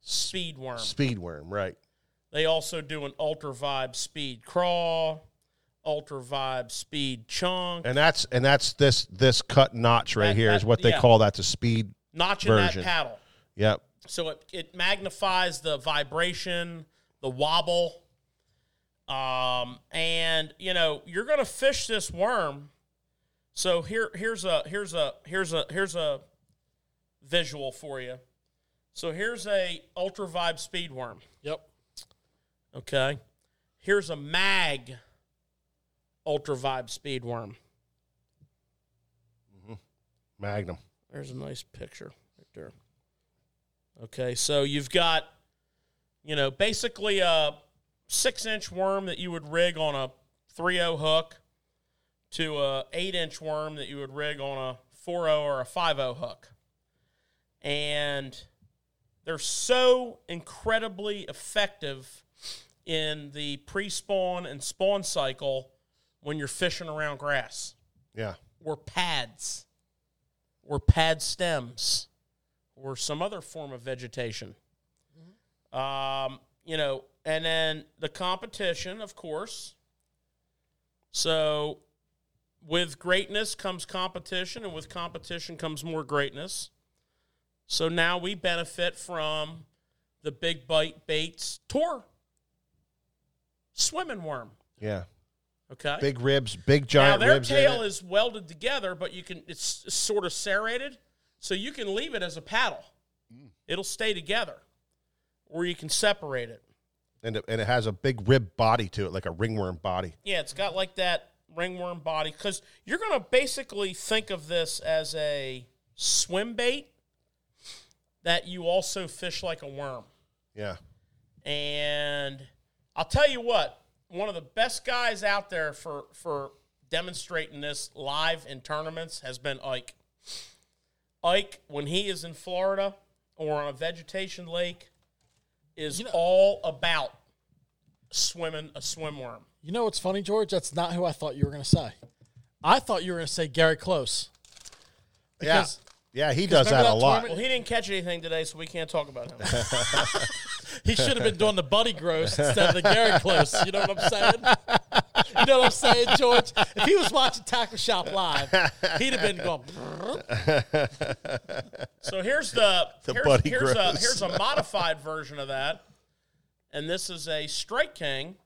Speaker 4: Speed Worm.
Speaker 1: Speed worm, right.
Speaker 4: They also do an Ultra Vibe Speed Crawl, Ultra Vibe Speed Chunk,
Speaker 1: And that's and that's this this cut notch right
Speaker 4: That-
Speaker 1: here is
Speaker 4: that-
Speaker 1: what they
Speaker 4: yeah.
Speaker 1: call that the speed.
Speaker 4: notching
Speaker 1: version.
Speaker 4: that paddle.
Speaker 1: Yep.
Speaker 4: So it, it magnifies the vibration, the wobble. Um, and, you know, you're going to fish this worm So here here's a here's a here's a here's a visual for you. So here's a ultra vibe speed worm.
Speaker 2: Yep.
Speaker 4: Okay. Here's a mag ultra vibe speed worm.
Speaker 1: Magnum.
Speaker 4: There's a nice picture right there. Okay, so you've got, you know, basically a six inch worm that you would rig on a 3 0 hook to a eight inch worm that you would rig on a 4 0 or a 5 0 hook. And they're so incredibly effective in the pre spawn and spawn cycle when you're fishing around grass
Speaker 1: Yeah.
Speaker 4: were pads or pad stems or some other form of vegetation. Um, you know, and then the competition, of course. So with greatness comes competition, and with competition comes more greatness. So now we benefit from the Big Bite Baits Tour swimming worm.
Speaker 1: Yeah.
Speaker 4: Okay
Speaker 1: Big ribs, big giant
Speaker 4: now their
Speaker 1: ribs.
Speaker 4: tail
Speaker 1: in it.
Speaker 4: is welded together, but you can it's sort of serrated, so you can leave it as a paddle.
Speaker 1: Mm.
Speaker 4: It'll stay together, or you can separate it.
Speaker 1: and, it, and it has a big rib body to it, like a ringworm body.
Speaker 4: Yeah, it's got like that ringworm body because you're gonna basically think of this as a swim bait that you also fish like a worm.
Speaker 1: Yeah.
Speaker 4: And I'll tell you what, one of the best guys out there for for demonstrating this live in tournaments has been Ike. Ike, when he is in Florida or on a vegetation lake, is all about swimming a swim worm.
Speaker 2: You know what's funny, George? That's not who I thought you were going to say. I thought you were going to say Gary Close. Because-
Speaker 1: yeah. Yeah, he does that a
Speaker 2: remember that
Speaker 1: lot.
Speaker 4: Well, he didn't catch anything today, so we can't talk
Speaker 1: (laughs)
Speaker 4: about him.
Speaker 2: He should have been doing the Buddy Gross instead of the Gary Close. You know what I'm saying? You know what I'm saying, George? If he was watching Tackle Shop Live, he'd have been going.
Speaker 4: so
Speaker 1: (laughs)
Speaker 4: here's the, here's,
Speaker 1: Buddy
Speaker 4: here's a
Speaker 1: Gross.
Speaker 4: here's a modified version of that, and this is a Strike King.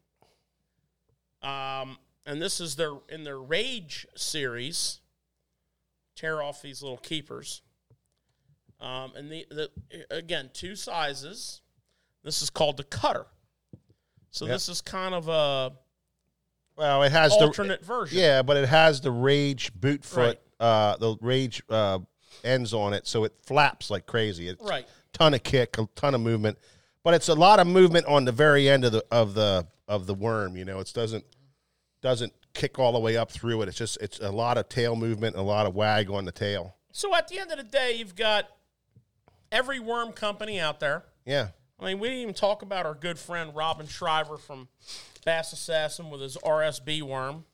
Speaker 4: Um, and this is their in their Rage series. Tear off these little keepers. Um, and the, the again two sizes. This is called the cutter. So
Speaker 1: Yep.
Speaker 4: this is kind of a
Speaker 1: Well, it has
Speaker 4: alternate
Speaker 1: the
Speaker 4: version.
Speaker 1: yeah, but it has the rage boot foot, uh, the rage uh, ends on it, so it flaps like crazy. It's
Speaker 4: Right.
Speaker 1: ton of kick, a ton of movement, but it's a lot of movement on the very end of the of the of the worm. You know, it doesn't doesn't kick all the way up through it. It's just it's a lot of tail movement, and a lot of wag on the tail.
Speaker 4: So at the end of the day, you've got every worm company out there.
Speaker 1: Yeah,
Speaker 4: I mean, we didn't even talk about our good friend Robin Shriver from Bass Assassin with his RSB worm,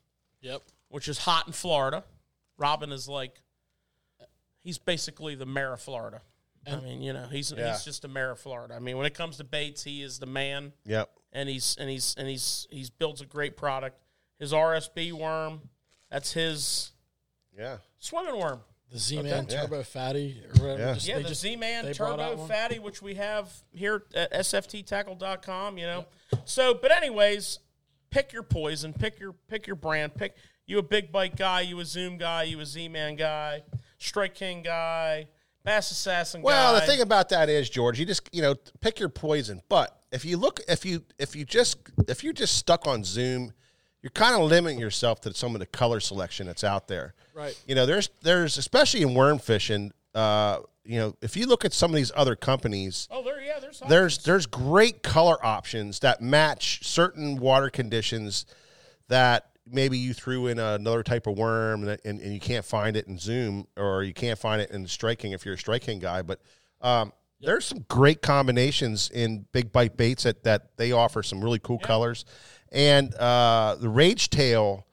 Speaker 2: Yep.
Speaker 4: which is hot in Florida. Robin is like, he's basically the mayor of Florida. I mean, you know, he's
Speaker 1: Yeah.
Speaker 4: he's just the mayor of Florida. I mean, when it comes to baits, he is the man,
Speaker 1: yep,
Speaker 4: and he's and he's and he's he's builds a great product. His RSB worm, that's his
Speaker 1: yeah.
Speaker 4: swimming worm.
Speaker 2: The Z Man
Speaker 1: yeah.
Speaker 2: Turbo Fatty. Or whatever.
Speaker 1: Yeah.
Speaker 2: Just,
Speaker 4: Yeah,
Speaker 2: they
Speaker 4: the
Speaker 2: just-
Speaker 4: Z Man
Speaker 2: they brought out
Speaker 4: Turbo
Speaker 2: one.
Speaker 4: Fatty, which we have here at sfttackle.com, you know. So, but anyways, pick your poison, pick your pick your brand, pick you a big bike guy, you a Zoom guy, you a Z Man guy, Strike King guy, Bass Assassin
Speaker 1: Well,
Speaker 4: guy.
Speaker 1: the thing about that is, George, you just you know pick your poison. But if you look, if you if you just if you're just stuck on Zoom, you're kind of limiting yourself to some of the color selection that's out there.
Speaker 2: Right.
Speaker 1: You know, there's there's especially in worm fishing. Uh, you know, if you look at some of these other companies,
Speaker 4: Oh, there yeah, there's
Speaker 1: there's there's great color options that match certain water conditions that maybe you threw in another type of worm and, and, and you can't find it in zoom or you can't find it in striking if you're a striking guy but um, there's some great combinations in big bite baits that, that they offer some really cool colors and uh, the rage tail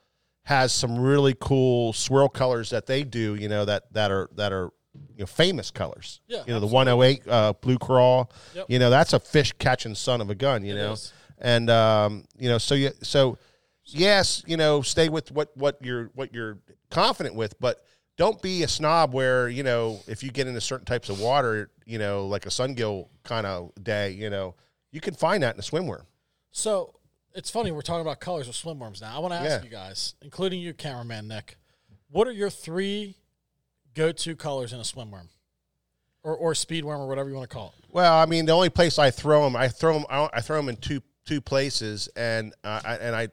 Speaker 1: has some really cool swirl colors that they do you know that that are that are you know famous colors
Speaker 2: Yeah,
Speaker 1: you know the 108 uh, blue crawl
Speaker 2: Yep.
Speaker 1: you know that's a fish catching son of a gun you know
Speaker 2: is.
Speaker 1: and um, you know so you so yes you know stay with what what you're what you're confident with but don't be a snob where you know if you get into certain types of water you know like a sungill kind of day you know you can find that in a swimwear
Speaker 2: So it's funny we're talking about colors of swimworms now. I want to ask
Speaker 1: Yeah.
Speaker 2: you guys, including you, cameraman Nick. What are your three go to colors in a swim worm? Or, or speed worm or whatever you want to call it.
Speaker 1: Well, I mean, the only place I throw them, I throw them, I throw them in two two places, and uh, I, and I. I'm-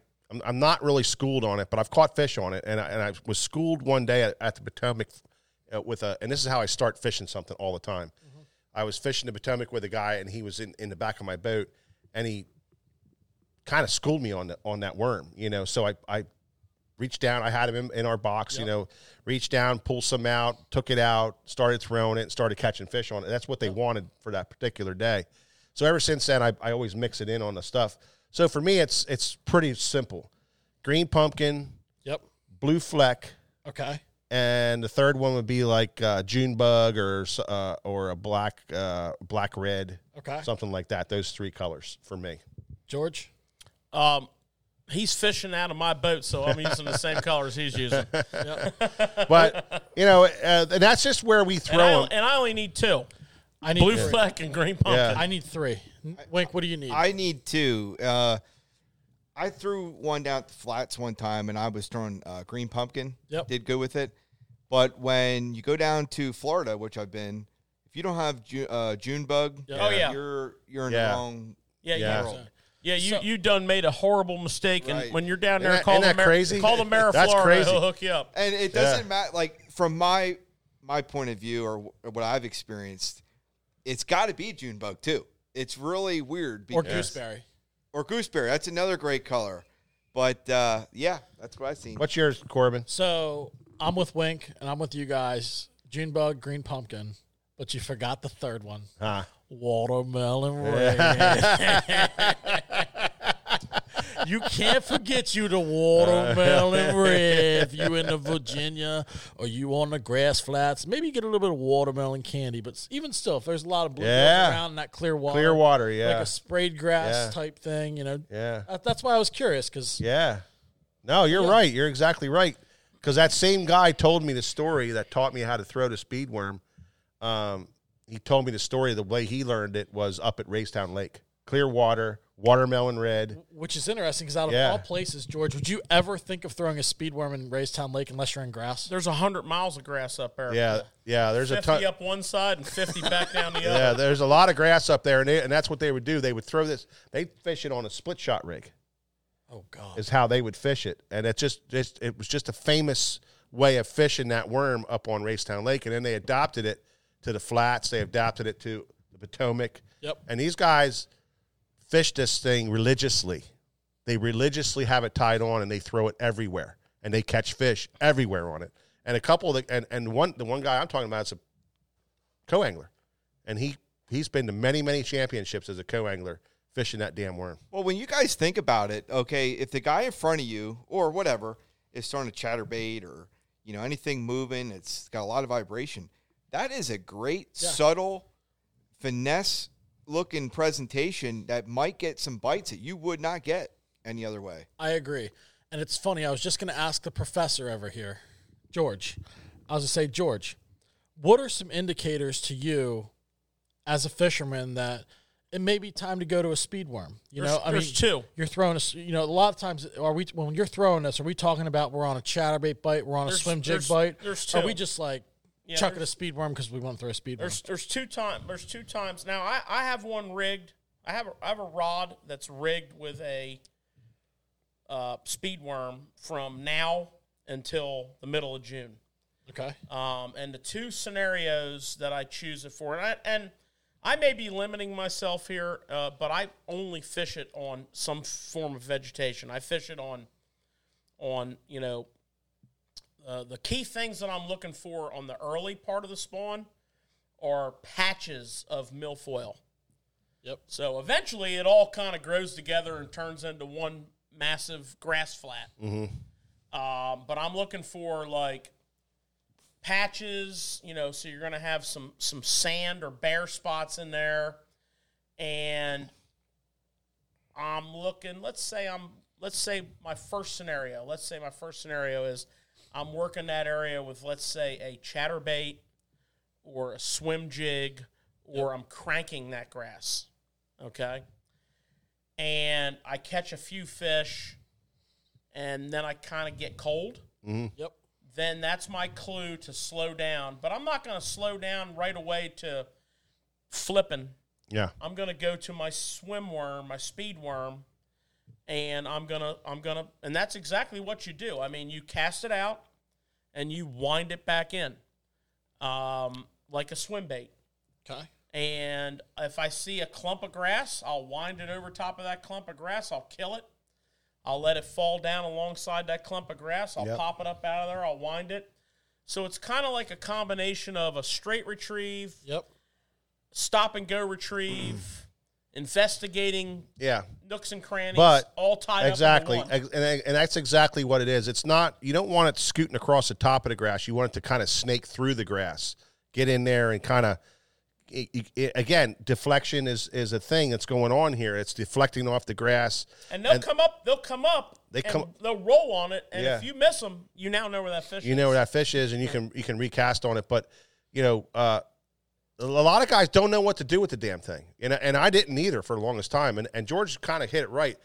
Speaker 1: I'm not really schooled on it, but I've caught fish on it, and I, and I was schooled one day at, at the Potomac uh, with a, and this is how I start fishing something all the time. I was fishing the Potomac with a guy, and he was in, in the back of my boat, and he kind of schooled me on the, on that worm, you know. So I, I reached down, I had him in, in our box, you know, reached down, pulled some out, took it out, started throwing it, and started catching fish on it. That's what they wanted for that particular day. So ever since then, I, I always mix it in on the stuff. So for me, it's it's pretty simple: green pumpkin,
Speaker 2: Yep.
Speaker 1: blue fleck,
Speaker 2: Okay.
Speaker 1: and the third one would be like uh, June bug or s- uh, or a black uh, black red,
Speaker 2: Okay.
Speaker 1: something like that. Those three colors for me.
Speaker 2: George?
Speaker 4: Um, he's fishing out of my boat, so I'm using the same colors he's using. And
Speaker 1: But you know, uh, and that's just where we throw
Speaker 4: I,
Speaker 1: them.
Speaker 4: and I only need two:
Speaker 2: I need
Speaker 4: blue
Speaker 2: three.
Speaker 4: fleck and green pumpkin.
Speaker 2: I need three. N- Wink, what do you need?
Speaker 3: I need two. Uh, I threw one down at the flats one time, and I was throwing uh, green pumpkin.
Speaker 2: Yep.
Speaker 3: Did good with it. But when you go down to Florida, which I've been, if you don't have Ju- uh, June bug,
Speaker 2: Yeah. Oh,
Speaker 4: yeah.
Speaker 3: you're you're in
Speaker 1: Yeah.
Speaker 3: the wrong.
Speaker 4: Yeah,
Speaker 1: Yeah.
Speaker 4: yeah, yeah. You
Speaker 2: So-
Speaker 4: you done made a horrible mistake, and
Speaker 3: Right.
Speaker 4: when you're down there,
Speaker 1: Isn't that-
Speaker 4: call
Speaker 1: isn't
Speaker 4: the
Speaker 1: that
Speaker 4: Mar-
Speaker 1: crazy?
Speaker 4: call the Mayor
Speaker 1: (laughs)
Speaker 4: of
Speaker 1: That's
Speaker 4: Florida.
Speaker 1: crazy.
Speaker 4: He'll hook you up.
Speaker 3: And it
Speaker 1: Yeah.
Speaker 3: doesn't matter. Like from my my point of view or, wh- or what I've experienced, it's got to be June bug too. It's really weird.
Speaker 2: or
Speaker 3: because-
Speaker 2: gooseberry.
Speaker 3: or gooseberry. That's another great color. But uh, yeah, that's what I've seen.
Speaker 1: What's yours, Corbin?
Speaker 2: So I'm with Wink and I'm with you guys. June bug, green pumpkin, but you forgot the third one.
Speaker 1: Huh. (laughs)
Speaker 2: Watermelon rain. (laughs) you can't forget you
Speaker 1: (laughs)
Speaker 2: the watermelon red. If you in the Virginia or you on the grass flats, maybe you get a little bit of watermelon candy. But s- even still, if there's a lot of blue
Speaker 1: Yeah.
Speaker 2: around in that clear water,
Speaker 1: Clear water, yeah.
Speaker 2: Um, like a sprayed grass
Speaker 1: Yeah.
Speaker 2: type thing, you know,
Speaker 1: Yeah.
Speaker 2: that- that's why I was curious because
Speaker 1: Yeah. No, you're right. You're exactly right. Because that same guy told me the story that taught me how to throw the speed worm. Um, he told me the story. The way he learned it was up at Racetown Lake, clear water, watermelon red.
Speaker 2: which is interesting because out of
Speaker 1: Yeah.
Speaker 2: all places, George, would you ever think of throwing a speed worm in Raystown Lake unless you're in grass?
Speaker 4: There's a hundred miles of grass up there.
Speaker 1: Yeah, yeah. There's a
Speaker 4: fifty
Speaker 1: ton.
Speaker 4: up one side and
Speaker 1: (laughs)
Speaker 4: fifty back down the other.
Speaker 1: Yeah, there's a lot of grass up there, and they, and that's what they would do. They would throw this. They fish it on a split shot rig.
Speaker 2: Oh God.
Speaker 1: is how they would fish it, and it just, just it was just a famous way of fishing that worm up on Racetown Lake, and then they adopted it to the flats. They adopted it to the Potomac.
Speaker 2: Yep.
Speaker 1: And these guys fish this thing religiously. They religiously have it tied on, and they throw it everywhere, and they catch fish everywhere on it. And a couple of the, and and one the one guy I'm talking about is a co angler, and he he's been to many many championships as a co angler fishing that damn worm.
Speaker 3: Well, when you guys think about it, okay, if the guy in front of you or whatever is throwing a chatterbait or you know anything moving, it's got a lot of vibration. That is a great subtle finesse looking presentation that might get some bites that you would not get any other way.
Speaker 2: I agree. And it's funny, I was just going to ask the professor over here, George. I was going to say, George, what are some indicators to you as a fisherman that it may be time to go to a speed worm? You
Speaker 4: There's-
Speaker 2: know, I
Speaker 4: there's
Speaker 2: mean,
Speaker 4: two.
Speaker 2: You're throwing us, you know, a lot of times, are we, when you're throwing us, are we talking about we're on a chatterbait bite, we're on
Speaker 4: There's-
Speaker 2: a swim jig
Speaker 4: there's-
Speaker 2: bite?
Speaker 4: there's
Speaker 2: Are
Speaker 4: two.
Speaker 2: we just like chucking a
Speaker 4: there's-
Speaker 2: speed worm because we want to throw a speed worm?
Speaker 4: There's there's two times there's two times now. I, I have one rigged. I have a, I have a rod that's rigged with a uh, speed worm from now until the middle of June.
Speaker 2: Okay.
Speaker 4: Um, and the two scenarios that I choose it for, and I, and I may be limiting myself here, uh, but I only fish it on some form of vegetation. I fish it on on you know uh, the key things that I'm looking for on the early part of the spawn are patches of milfoil.
Speaker 2: Yep.
Speaker 4: So eventually, it all kind of grows together and turns into one massive grass flat. Um, but I'm looking for like patches, you know. So you're going to have some some sand or bare spots in there, and I'm looking. Let's say I'm. Let's say my first scenario. Let's say my first scenario is I'm working that area with let's say a chatterbait or a swim jig, or I'm cranking that grass. Okay. And I
Speaker 1: Hmm.
Speaker 4: catch a few fish, and then I kind of get cold
Speaker 2: Yep.
Speaker 4: then that's my clue to slow down. But I'm not going to slow down right away to flipping.
Speaker 1: Yeah.
Speaker 4: I'm gonna go to my swim worm, my speed worm, and I'm gonna I'm gonna and that's exactly what you do. I mean, you cast it out and you wind it back in, um, like a swim bait.
Speaker 2: Okay.
Speaker 4: And if I see a clump of grass, I'll wind it over top of that clump of grass. I'll kill it. I'll let it fall down alongside that clump of grass. I'll
Speaker 1: Yep.
Speaker 4: pop it up out of there. I'll wind it. So it's kind of like a combination of a straight retrieve,
Speaker 2: Yep.
Speaker 4: stop and
Speaker 1: (clears throat)
Speaker 4: go retrieve, investigating
Speaker 1: Yeah.
Speaker 4: nooks and crannies,
Speaker 1: But-
Speaker 4: all tied
Speaker 1: Exactly.
Speaker 4: up. into one.
Speaker 1: Ex- And, and that's exactly what it is. It's not, you don't want it scooting across the top of the grass. You want it to kind of snake through the grass, get in there and kind of, i- i- i- again, deflection is, is a thing that's going on here. It's deflecting off the grass.
Speaker 4: And they'll
Speaker 1: and-
Speaker 4: come up. They'll come up.
Speaker 1: They
Speaker 4: and
Speaker 1: come-
Speaker 4: They'll roll on it, and if
Speaker 1: Yeah.
Speaker 4: you miss them, you now know where that fish.
Speaker 1: You
Speaker 4: is.
Speaker 1: know where that fish is, and you can you can recast on it. But you know, uh, a lot of guys don't know what to do with the damn thing, and and I didn't either for the longest time. And and George kind of hit it right,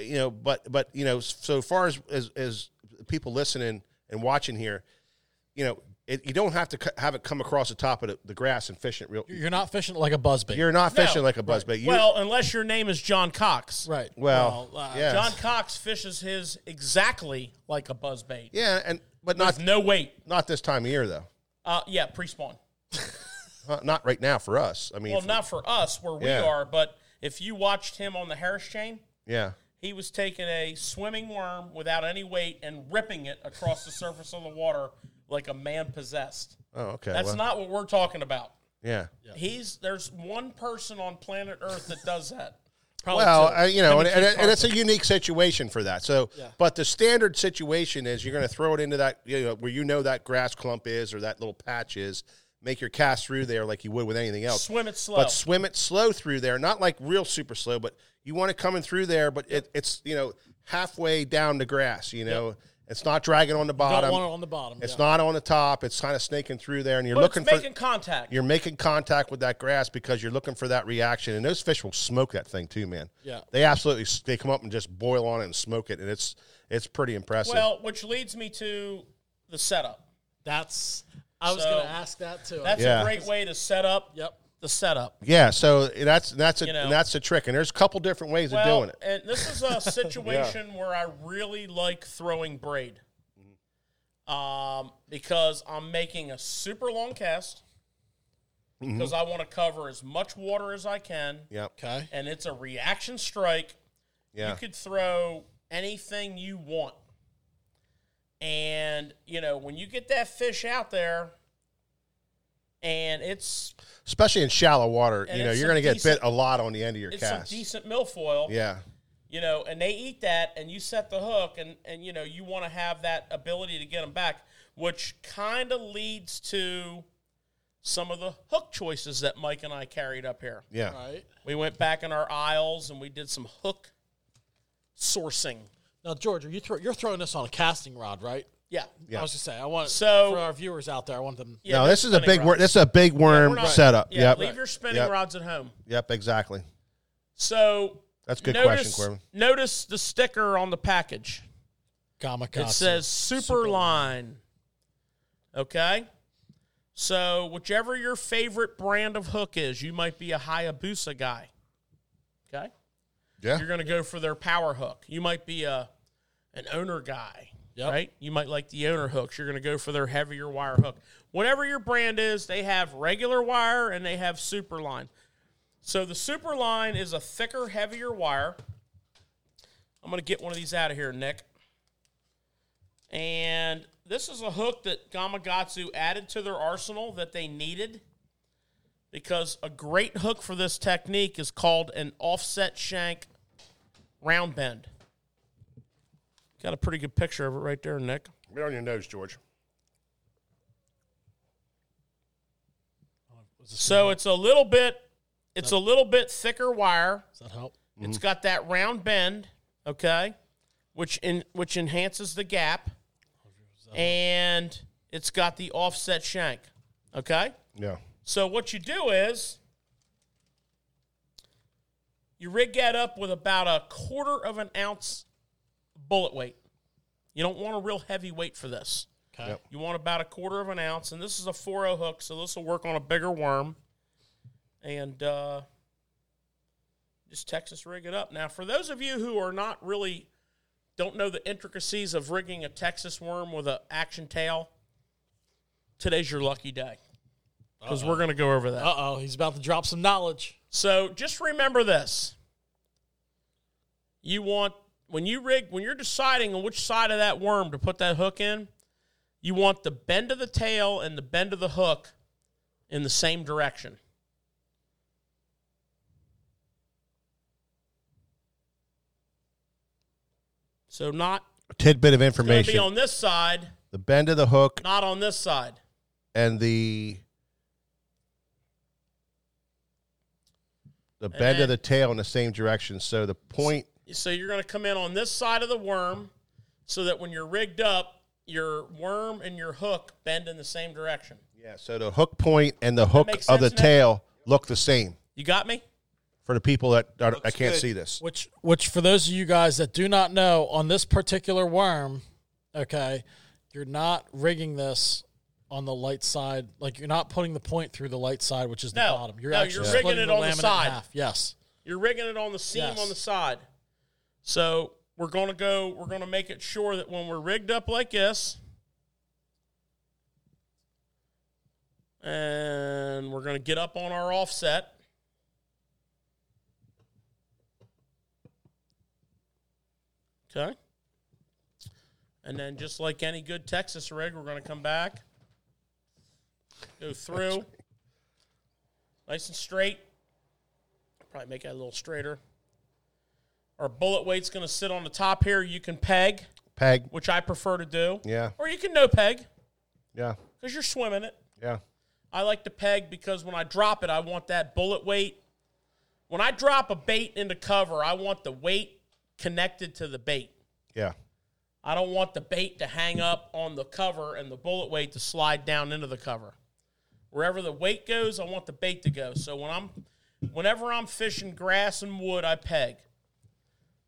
Speaker 1: you know. But but you know, so far as as, as people listening and watching here, you know, it, you don't have to c- have it come across the top of the, the grass and fish it real.
Speaker 2: You're not fishing like a buzzbait.
Speaker 1: You're not
Speaker 4: No.
Speaker 1: fishing like a buzzbait. You,
Speaker 4: well, unless your name is John Cox,
Speaker 2: right.
Speaker 1: well,
Speaker 2: uh,
Speaker 1: yeah.
Speaker 4: John Cox fishes his exactly like a buzzbait.
Speaker 1: yeah, and but not
Speaker 4: No weight.
Speaker 1: not this time of year though.
Speaker 4: Uh, yeah, pre-spawn.
Speaker 1: Uh, Not right now for us. I mean,
Speaker 4: Well,
Speaker 1: for-
Speaker 4: not for us where we
Speaker 1: Yeah.
Speaker 4: are, but if you watched him on the Harris chain,
Speaker 1: yeah.
Speaker 4: he was taking a swimming worm without any weight and ripping it across the surface of the water like a man possessed.
Speaker 1: Oh, okay.
Speaker 4: That's
Speaker 1: well,
Speaker 4: not what we're talking about.
Speaker 1: yeah.
Speaker 4: He's there's one person on planet Earth that does that.
Speaker 2: Probably
Speaker 1: Well,
Speaker 2: two.
Speaker 1: uh, you know, and,
Speaker 4: Timothy
Speaker 1: and, it- and it's a unique situation for that. So, but the standard situation is you're going to throw it into that, you know, where you know that grass clump is or that little patch is, make your cast through there like you would with anything else.
Speaker 4: Swim it slow.
Speaker 1: But swim it slow through there, not like real super slow, but you want it coming through there, but it, it's, you know, halfway down the grass, you know, it's not dragging on the
Speaker 2: don't
Speaker 1: bottom.
Speaker 2: want it on the bottom.
Speaker 1: it's
Speaker 2: yeah.
Speaker 1: not on the top. It's kind of snaking through there, and you're
Speaker 4: but
Speaker 1: looking
Speaker 4: it's
Speaker 1: for
Speaker 4: making contact.
Speaker 1: you're making contact with that grass because you're looking for that reaction and those fish will smoke that thing too man
Speaker 2: Yeah.
Speaker 1: they absolutely they come up and just boil on it and smoke it and it's it's pretty impressive
Speaker 4: Well, which leads me to the setup.
Speaker 2: That's. I was
Speaker 4: So-
Speaker 2: going to ask that too.
Speaker 4: That's
Speaker 1: Yeah.
Speaker 4: a great way to set up
Speaker 2: Yep.
Speaker 4: the setup.
Speaker 1: yeah so that's that's a,
Speaker 4: You know.
Speaker 1: and that's the trick and there's a couple different ways
Speaker 4: Well,
Speaker 1: of doing it
Speaker 4: and
Speaker 1: (laughs)
Speaker 4: this is a situation where I really like throwing braid, um, because I'm making a super long cast because I want to cover as much water as I can,
Speaker 1: Mm-hmm. yeah
Speaker 2: Okay.
Speaker 4: and it's a reaction strike.
Speaker 1: yeah
Speaker 4: You could throw anything you want. And, you know, when you get that fish out there and it's
Speaker 1: especially in shallow water
Speaker 4: And
Speaker 1: you know
Speaker 4: it's
Speaker 1: you're
Speaker 4: a
Speaker 1: going to get bit
Speaker 4: decent-
Speaker 1: a lot on the end of your
Speaker 4: it's
Speaker 1: cast
Speaker 4: a decent milfoil,
Speaker 1: yeah
Speaker 4: you know, and they eat that and you set the hook and and you know, you want to have that ability to get them back, which kind of leads to some of the hook choices that Mike and I carried up here.
Speaker 1: yeah
Speaker 2: Right.
Speaker 4: We went back in our aisles and we did some hook sourcing.
Speaker 2: Now, George, are you throw, you're throwing this on a casting rod, right?
Speaker 4: Yeah.
Speaker 1: Yeah.
Speaker 2: I was just saying. I want
Speaker 4: So-
Speaker 2: for our viewers out there, I want them.
Speaker 4: yeah
Speaker 1: no this is a
Speaker 4: spinning
Speaker 1: big
Speaker 4: rods.
Speaker 1: worm this is a big worm
Speaker 4: We're not-
Speaker 1: setup
Speaker 4: Yeah,
Speaker 1: yep
Speaker 4: leave your spinning
Speaker 1: Yep.
Speaker 4: rods at home.
Speaker 1: yep exactly
Speaker 4: So
Speaker 1: that's a good
Speaker 4: notice,
Speaker 1: question Corbin.
Speaker 4: Notice the sticker on the package.
Speaker 2: Kamikaze.
Speaker 4: It says Super, Line. Okay. So whichever your favorite brand of hook is, you might be a Hayabusa guy. Okay.
Speaker 1: yeah
Speaker 4: You're going to go for their power hook. You might be a an owner guy.
Speaker 2: Yep.
Speaker 4: Right? You might like the owner hooks. You're going to go for their heavier wire hook. Whatever your brand is, they have regular wire and they have super line. So the super line is a thicker, heavier wire. I'm going to get one of these out of here, Nick. And this is a hook that Gamagatsu added to their arsenal that they needed because a great hook for this technique is called an offset shank round bend. Got a pretty good picture of it right there, Nick.
Speaker 1: Get on your nose george
Speaker 4: So it's a little bit it's a little bit thicker wire.
Speaker 2: Does that help?
Speaker 4: It's got that round bend, okay, which in which enhances the gap, and it's got the offset shank, okay.
Speaker 1: yeah
Speaker 4: So what you do is you rig that up with about a quarter of an ounce bullet weight. You don't want a real heavy weight for this.
Speaker 2: Okay.
Speaker 1: Yep.
Speaker 4: You want about a quarter of an ounce, and this is a 4.0 hook, so this will work on a bigger worm. And uh, just Texas rig it up. Now, for those of you who are not really don't know the intricacies of rigging a Texas worm with an action tail, today's your lucky day because we're going to go over that.
Speaker 2: Uh oh, he's about to drop some knowledge.
Speaker 4: So just remember this. You want when you rig when you're deciding on which side of that worm to put that hook in, you want the bend of the tail and the bend of the hook in the same direction. So not
Speaker 1: Tidbit of
Speaker 4: going to be
Speaker 1: information:
Speaker 4: on this side,
Speaker 1: the bend of the hook
Speaker 4: not on this side.
Speaker 1: and the the bend
Speaker 4: then-
Speaker 1: of the tail in the same direction. So the point
Speaker 4: so you're going to come in on this side of the worm so that when you're rigged up your worm and your hook bend in the same direction
Speaker 1: Yeah, so the hook point and the hook
Speaker 4: makes
Speaker 1: of the
Speaker 4: sense now?
Speaker 1: tail look the same
Speaker 4: you got me
Speaker 1: for the people that are, I can't
Speaker 3: good.
Speaker 1: see this.
Speaker 2: Which, which for those of you guys that do not know, on this particular worm, okay, you're not rigging this on the light side. Like you're not putting the point through the light side, which is the
Speaker 4: No.
Speaker 2: bottom. You're
Speaker 4: No,
Speaker 2: actually
Speaker 4: you're rigging
Speaker 2: splitting
Speaker 4: it on the
Speaker 2: laminate in
Speaker 4: side.
Speaker 2: half. Yes.
Speaker 4: you're rigging it on the seam
Speaker 2: Yes.
Speaker 4: on the side so we're going to go we're going to make it sure that when we're rigged up like this and we're going to get up on our offset okay and then just like any good texas rig we're going to come back go through nice and straight probably make that a little straighter. Our bullet weight's going to sit on the top here. You can peg,
Speaker 1: Peg.
Speaker 4: which I prefer to do,
Speaker 1: Yeah,
Speaker 4: or you can no peg
Speaker 1: yeah,
Speaker 4: because you're swimming it.
Speaker 1: yeah.
Speaker 4: I like to peg because when I drop it, I want that bullet weight. When I drop a bait into cover, I want the weight connected to the bait.
Speaker 1: Yeah.
Speaker 4: I don't want the bait to hang up on the cover and the bullet weight to slide down into the cover. Wherever the weight goes, I want the bait to go. So when I'm whenever I'm fishing grass and wood, I peg.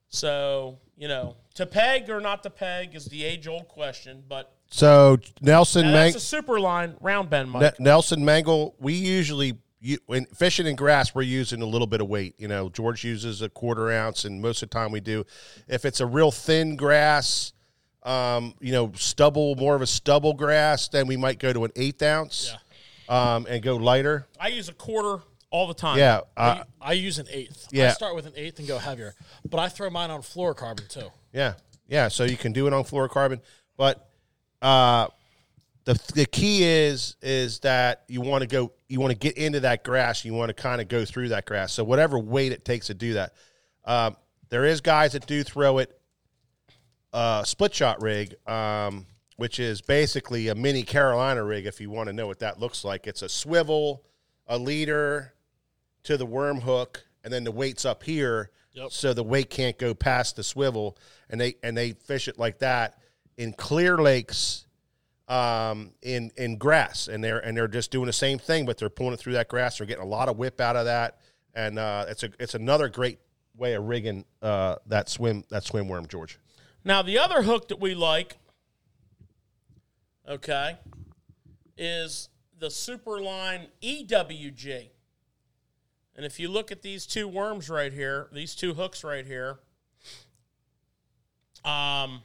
Speaker 4: So, you know, to peg or not to peg is the age old question, but
Speaker 1: So Nelson
Speaker 4: now
Speaker 1: Mang-
Speaker 4: that's a super line round bend, Mike.
Speaker 1: Ne- Nelson Mangle, we usually you, when fishing and grass, we're using a little bit of weight. You know, George uses a quarter ounce, and most of the time we do. If it's a real thin grass, um, you know, stubble, more of a stubble grass, then we might go to an eighth ounce, um, and go lighter.
Speaker 4: I use a quarter all the time.
Speaker 1: Yeah, uh,
Speaker 2: I use an eighth. I
Speaker 1: Yeah.
Speaker 2: start with an eighth and go heavier, but I throw mine on fluorocarbon too.
Speaker 1: Yeah, yeah. So you can do it on fluorocarbon, but uh, the the key is is that you want to go, you want to get into that grass, you want to kind of go through that grass. So whatever weight it takes to do that, um, there is guys that do throw it uh, split shot rig, um, which is basically a mini Carolina rig. If you want to know what that looks like, it's a swivel, a leader to the worm hook, and then the weight's up here, so the weight can't go past the swivel, and they and they fish it like that in clear lakes, um, in in grass, and they're and they're just doing the same thing, but they're pulling it through that grass. They're getting a lot of whip out of that, and uh, it's a it's another great way of rigging uh, that swim that swim worm, George.
Speaker 4: Now the other hook that we like, okay, is the Superline EWG. And if you look at these two worms right here, these two hooks right here, um,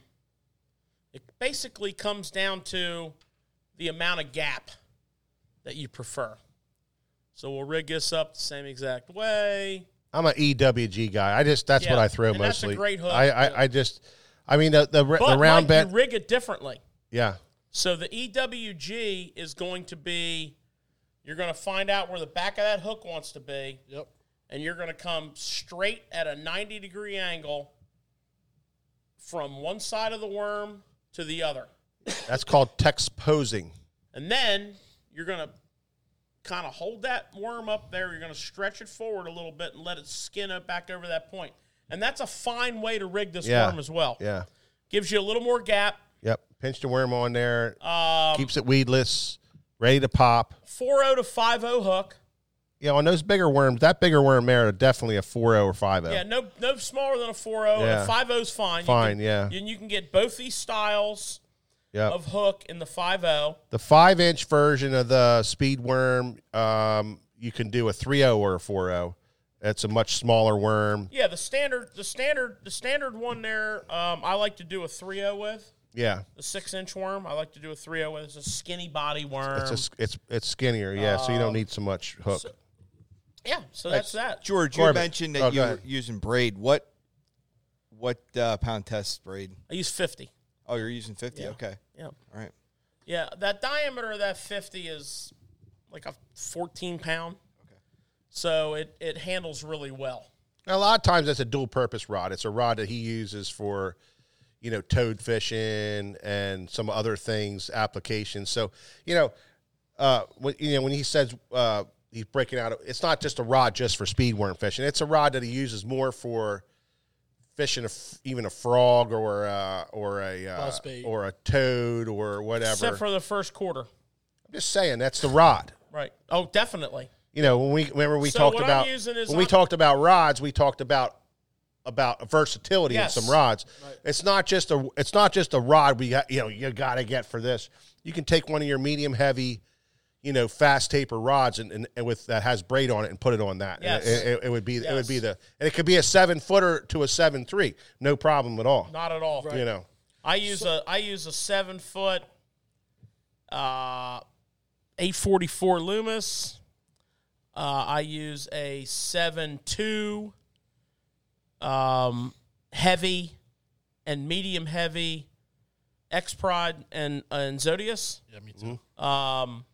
Speaker 4: it basically comes down to the amount of gap that you prefer. So we'll rig this up the same exact way.
Speaker 1: I'm an EWG guy. I just that's
Speaker 4: Yeah,
Speaker 1: what I throw
Speaker 4: and that's a
Speaker 1: mostly.
Speaker 4: great hook.
Speaker 1: I, I I just I mean the the,
Speaker 4: But
Speaker 1: the round
Speaker 4: Mike,
Speaker 1: bend.
Speaker 4: you rig it differently.
Speaker 1: yeah,
Speaker 4: So the EWG is going to be, you're going to find out where the back of that hook wants to be,
Speaker 2: Yep.
Speaker 4: and you're going to come straight at a 90 degree angle from one side of the worm to the other.
Speaker 1: that's called text posing.
Speaker 4: And then you're going to kind of hold that worm up there. You're going to stretch it forward a little bit and let it skin up back over that point. And that's a fine way to rig this
Speaker 1: Yeah.
Speaker 4: worm as well.
Speaker 1: Yeah.
Speaker 4: Gives you a little more gap.
Speaker 1: Yep. Pinch the worm on there.
Speaker 4: Um,
Speaker 1: keeps it weedless, ready to pop.
Speaker 4: 4.0 to 5.0 hook.
Speaker 1: Yeah, on those bigger worms, that bigger worm there are definitely a 4.0 or 5.0.
Speaker 4: Yeah, no, no smaller than a 4.0.
Speaker 1: Yeah.
Speaker 4: A 5.0 is fine. You
Speaker 1: Fine,
Speaker 4: can-
Speaker 1: yeah.
Speaker 4: And you, can get both these styles.
Speaker 1: Yep.
Speaker 4: of hook in the oh. 5.0.
Speaker 1: The five inch version of the speed worm, um, you can do a 3.0 or a 4.0. That's a much smaller worm.
Speaker 4: Yeah, the standard, the standard, the standard one there. Um, I like to do a 3.0 with
Speaker 1: Yeah.
Speaker 4: the six inch worm. I like to do a 3.0 with. It's a skinny body worm.
Speaker 1: It's, a, s- it's it's skinnier, yeah, so you
Speaker 4: Um,
Speaker 1: don't need so much hook.
Speaker 4: yeah, so that's that.
Speaker 3: George,
Speaker 1: Corbett.
Speaker 3: you mentioned that
Speaker 1: Oh, go
Speaker 3: you were
Speaker 1: ahead.
Speaker 3: using braid. What what uh, pound test braid?
Speaker 4: I use 50.
Speaker 3: Oh, you're using fifty. Okay,
Speaker 4: Yeah.
Speaker 3: all right.
Speaker 4: Yeah, that diameter of that 50 is like a 14 pound. So it, it handles really well.
Speaker 1: Now, a lot of times that's a dual purpose rod. It's a rod that he uses for, you know, toad fishing and some other things applications. So, you know, uh, when, you know when he says uh, he's breaking out, it's not just a rod just for speed worm fishing. It's a rod that he uses more for fishing a f- even a frog or uh, or a uh,
Speaker 2: Buzzbait.
Speaker 1: or a toad or whatever.
Speaker 4: Except for the first quarter.
Speaker 1: I'm just saying that's the rod.
Speaker 4: Right. Oh, definitely.
Speaker 1: you know when we remember we
Speaker 4: So
Speaker 1: talked
Speaker 4: what I'm
Speaker 1: about
Speaker 4: using is
Speaker 1: when we
Speaker 4: I'm-
Speaker 1: talked about rods we talked about about versatility
Speaker 4: Yes.
Speaker 1: in some rods it's not just a it's not just a rod we got you know you got to get for this you can take one of your medium heavy you know fast taper rods and, and, and with that has braid on it and put it on that And
Speaker 4: Yes.
Speaker 1: it, it- it would be it would be
Speaker 4: Yes.
Speaker 1: the and it could be a seven footer to a seven three no problem at all
Speaker 4: Not at all.
Speaker 1: you know
Speaker 4: I use a I use a seven foot uh eight forty four Loomis. Uh, I use a seven two um heavy and medium heavy X Pride and and Zodius.
Speaker 2: Yeah, me too.
Speaker 4: Um,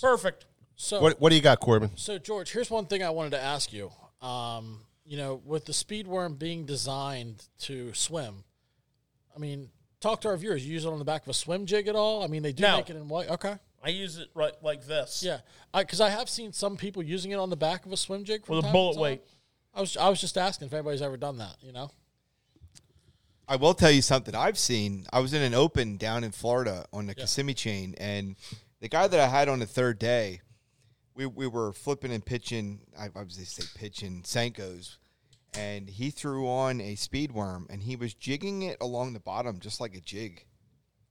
Speaker 4: perfect.
Speaker 2: So,
Speaker 1: what, what do you got corbin
Speaker 2: so George, here's one thing I wanted to ask you. Um, you know, with the speed worm being designed to swim, I mean, talk to our viewers. You use it on the back of a swim jig at all? I mean, they do
Speaker 4: No.
Speaker 2: make it in white. Okay,
Speaker 4: I use it right like this.
Speaker 2: yeah, because I, have seen some people using it on the back of a swim jig from
Speaker 4: With a
Speaker 2: time to
Speaker 4: bullet
Speaker 2: time.
Speaker 4: weight.
Speaker 2: I was I was just asking if anybody's ever done that. You know,
Speaker 3: I will tell you something I've seen. I was in an open down in Florida on the Kissimmee chain, and the guy that I had on the third day, we, we were flipping and pitching. I, I was going to say pitching Sankos, and he threw on a speed worm, and he was jigging it along the bottom just like a jig,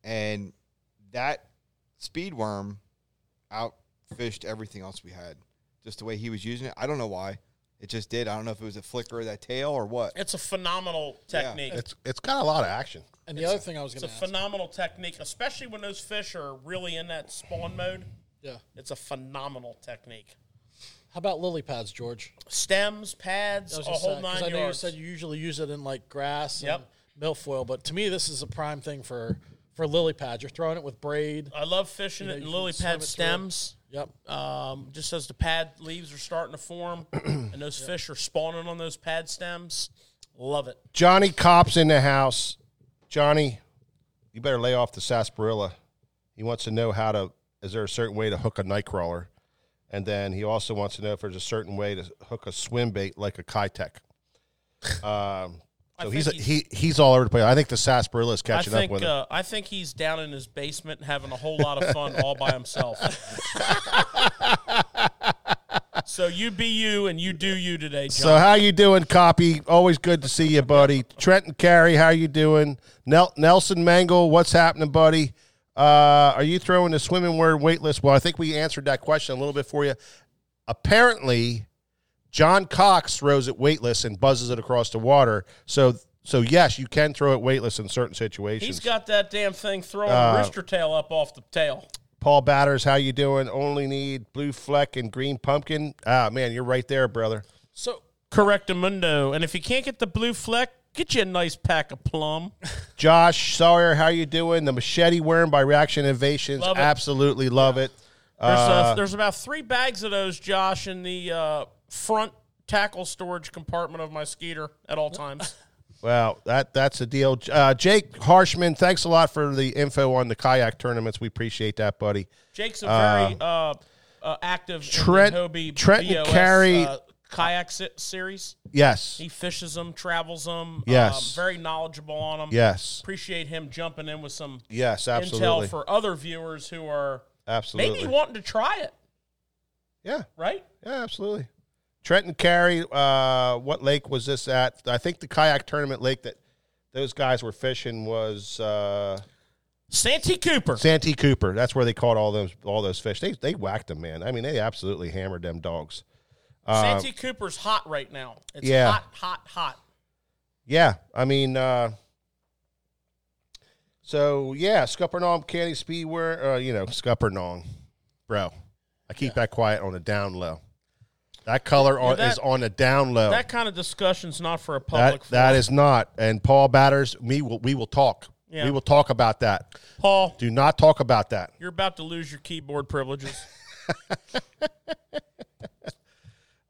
Speaker 3: and that speed worm outfished everything else we had. Just the way he was using it, I don't know why. It just did. I don't know if it was a flicker of that tail or what.
Speaker 4: It's a phenomenal technique.
Speaker 1: it's it's got a lot of action
Speaker 2: and the other thing I was
Speaker 4: It's a
Speaker 2: going to ask,
Speaker 4: phenomenal technique, especially when those fish are really in that spawn mode.
Speaker 2: yeah,
Speaker 4: It's a phenomenal technique.
Speaker 2: how about lily pads, George?
Speaker 4: Stems, pads,
Speaker 2: I
Speaker 4: a
Speaker 2: was gonna
Speaker 4: whole
Speaker 2: say, 'cause
Speaker 4: nine
Speaker 2: I know
Speaker 4: yards.
Speaker 2: you said you usually use it in like grass and
Speaker 4: Yep.
Speaker 2: milfoil, but to me this is a prime thing for for lily pads. You're throwing it with braid.
Speaker 4: I love fishing it
Speaker 2: you
Speaker 4: in
Speaker 2: can
Speaker 4: lily
Speaker 2: swim
Speaker 4: pad
Speaker 2: it
Speaker 4: stems.
Speaker 2: Yep.
Speaker 4: Um, just as the pad leaves are starting
Speaker 2: (clears throat)
Speaker 4: to form, and those fish are spawning on those pad stems. Love it.
Speaker 1: Johnny Cops in the house. Johnny, you better lay off the sarsaparilla. He wants to know how to. Is there a certain way to hook a night crawler? And then he also wants to know if there's a certain way to hook a swim bait like a
Speaker 4: (laughs)
Speaker 1: Kitech. Um, so he's,
Speaker 4: think
Speaker 1: he he's all over the place. I think the sarsaparilla is
Speaker 4: I
Speaker 1: catching up
Speaker 4: think
Speaker 1: with him.
Speaker 4: uh, I think he's down in his basement having a whole lot of fun all
Speaker 1: (laughs)
Speaker 4: by himself. so you be you and you do you today, John.
Speaker 1: So how you doing, Copy? Always good to see you, buddy. Trent and Carey, how you doing? Nel- Nelson Mangle, what's happening, buddy? Uh, are you throwing the swimming word waitlist? Well, I think we answered that question a little bit for you. Apparently, John Cox throws it weightless and buzzes it across the water. So, so yes, you can throw it weightless in certain situations.
Speaker 4: He's got that damn thing throwing
Speaker 1: Uh,
Speaker 4: a rooster tail up off the tail.
Speaker 1: Paul Batters, how you doing? Only need blue fleck and green pumpkin. Ah, man, you're right there, brother.
Speaker 2: So
Speaker 4: Correctamundo. And if you can't get the blue fleck, get you a nice pack of plum.
Speaker 1: Josh Sawyer, how you doing? The machete worm by Reaction Innovations.
Speaker 4: Love it.
Speaker 1: Absolutely love it.
Speaker 4: There's, uh, there's about three bags of those, Josh, in the uh, front tackle storage compartment of my Skeeter at all times.
Speaker 1: Well, that that's the deal. Uh, Jake Harshman, thanks a lot for the info on the kayak tournaments. We appreciate that, buddy.
Speaker 4: Jake's a very uh, uh, active
Speaker 1: Trent-
Speaker 4: Hobie
Speaker 1: Trent and
Speaker 4: BOS,
Speaker 1: Carey-
Speaker 4: uh, kayak si- series.
Speaker 1: Yes,
Speaker 4: He fishes them, travels them.
Speaker 1: Yes.
Speaker 4: very knowledgeable on them.
Speaker 1: yes,
Speaker 4: Appreciate him jumping in with some
Speaker 1: yes, absolutely,
Speaker 4: intel for other viewers who are
Speaker 1: absolutely.
Speaker 4: maybe wanting to try it.
Speaker 1: yeah,
Speaker 4: right?
Speaker 1: yeah, absolutely. Trenton Carey, uh, what lake was this at? I think the kayak tournament lake that those guys were fishing was. Uh,
Speaker 4: Santee Cooper.
Speaker 1: Santee Cooper. That's where they caught all those all those fish. They they whacked them, man. I mean, they absolutely hammered them dogs. Uh,
Speaker 4: Santee Cooper's hot right now. It's
Speaker 1: yeah.
Speaker 4: hot, hot, hot.
Speaker 1: Yeah, I mean, uh, so yeah, Scuppernong County Speedway. Uh, you know, Scuppernong, bro. I keep that quiet on the down low. That color on,
Speaker 4: that-
Speaker 1: is on the down low.
Speaker 4: That kind of discussion's not for a
Speaker 1: Oh. That,
Speaker 4: public.
Speaker 1: that
Speaker 4: forum.
Speaker 1: is not. And Paul Batters, me will we will talk.
Speaker 4: Yeah.
Speaker 1: We will talk about that.
Speaker 4: Paul.
Speaker 1: Do not talk about that.
Speaker 4: You're about to lose your keyboard
Speaker 1: (laughs)
Speaker 4: privileges.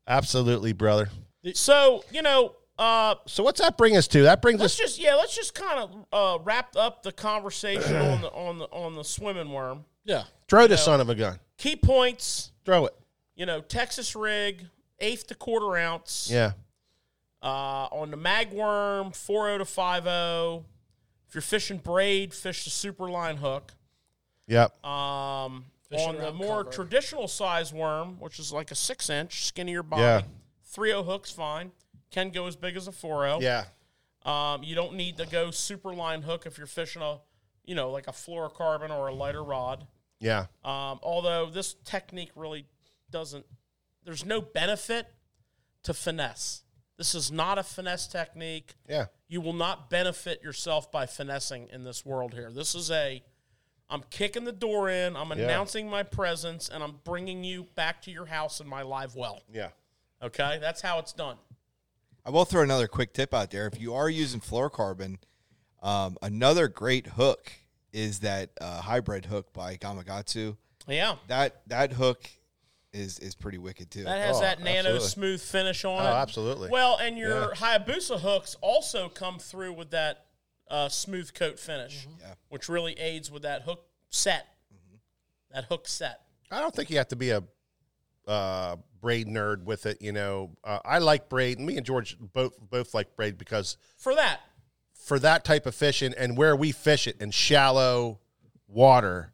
Speaker 1: Absolutely, brother.
Speaker 4: so you know, uh,
Speaker 1: So what's that bring us to? That brings
Speaker 4: let's
Speaker 1: us.
Speaker 4: just yeah, let's just kind of uh, wrap up the conversation on the on the on the swimming worm.
Speaker 2: Yeah.
Speaker 1: Throw the son of a gun.
Speaker 4: Key points.
Speaker 1: Throw it.
Speaker 4: You know, Texas rig eighth to quarter ounce.
Speaker 1: Yeah.
Speaker 4: Uh, on the magworm, 40 to 50. If you're fishing braid, fish the super line hook.
Speaker 1: Yep.
Speaker 4: Um,
Speaker 2: Fish it
Speaker 4: on the
Speaker 2: around
Speaker 4: more
Speaker 2: cover.
Speaker 4: traditional size worm, which is like a six inch, skinnier body,
Speaker 1: Yeah.
Speaker 4: 3.0 hook's fine. Can go as big as a 4.0.
Speaker 1: Yeah.
Speaker 4: Um, you don't need to go super line hook if you're fishing a, you know, like a fluorocarbon or a lighter rod.
Speaker 1: Yeah.
Speaker 4: Um, although this technique really doesn't, there's no benefit to finesse. This is not a finesse technique.
Speaker 1: Yeah.
Speaker 4: You will not benefit yourself by finessing in this world here. This is a, I'm kicking the door in, I'm announcing my presence, and I'm bringing you back to your house in my live well.
Speaker 1: Yeah.
Speaker 4: Okay? That's how it's done.
Speaker 3: I will throw another quick tip out there. If you are using fluorocarbon, um, another great hook is that uh, hybrid hook by Gamagatsu.
Speaker 4: Yeah.
Speaker 3: That that hook is is pretty wicked too.
Speaker 4: That has
Speaker 1: Oh,
Speaker 4: that nano
Speaker 1: absolutely.
Speaker 4: smooth finish on
Speaker 1: Oh,
Speaker 4: it.
Speaker 1: absolutely.
Speaker 4: Well, and your Hayabusa hooks also come through with that uh, smooth coat finish,
Speaker 1: Mm-hmm.
Speaker 3: Yeah.
Speaker 4: which really aids with that hook set. That hook set.
Speaker 1: I don't think you have to be a uh, braid nerd with it. You know, uh, I like braid. Me and George both both like braid because
Speaker 4: For that,
Speaker 1: for that type of fishing and where we fish it in shallow water,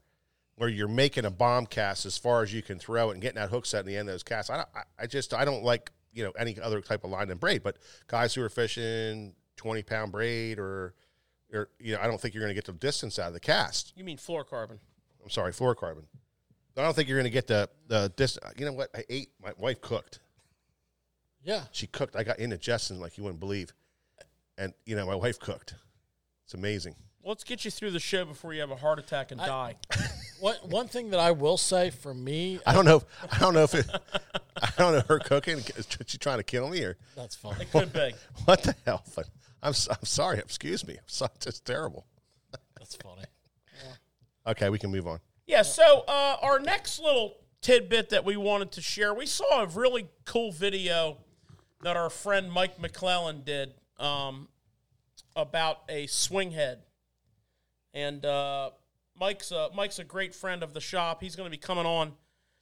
Speaker 1: where you're making a bomb cast as far as you can throw it and getting that hook set in the end of those casts. I don't, I, I just I don't like you know any other type of line than braid. But guys who are fishing twenty pound braid or or you know I don't think you're going to get the distance out of the cast.
Speaker 4: you mean fluorocarbon.
Speaker 1: I'm sorry, fluorocarbon. I don't think you're going to get the the dis. You know what? I ate. My wife cooked.
Speaker 2: Yeah.
Speaker 1: She cooked. I got indigestion like you wouldn't believe. And you know, my wife cooked. It's amazing.
Speaker 4: Let's get you through the show before you have a heart attack and die.
Speaker 2: One one thing that I will say for me,
Speaker 1: I don't know. If, I don't know if it. (laughs) I don't know her cooking. Is she trying to kill me or
Speaker 2: that's funny.
Speaker 4: Could be.
Speaker 1: what the hell? But I'm so- I'm sorry. Excuse me. I'm so, just terrible.
Speaker 2: That's funny.
Speaker 1: Okay, we can move on.
Speaker 4: Yeah, so uh, our next little tidbit that we wanted to share, we saw a really cool video that our friend Mike McClellan did um, about a swing head. And uh, Mike's, a, Mike's a great friend of the shop. He's going to be coming on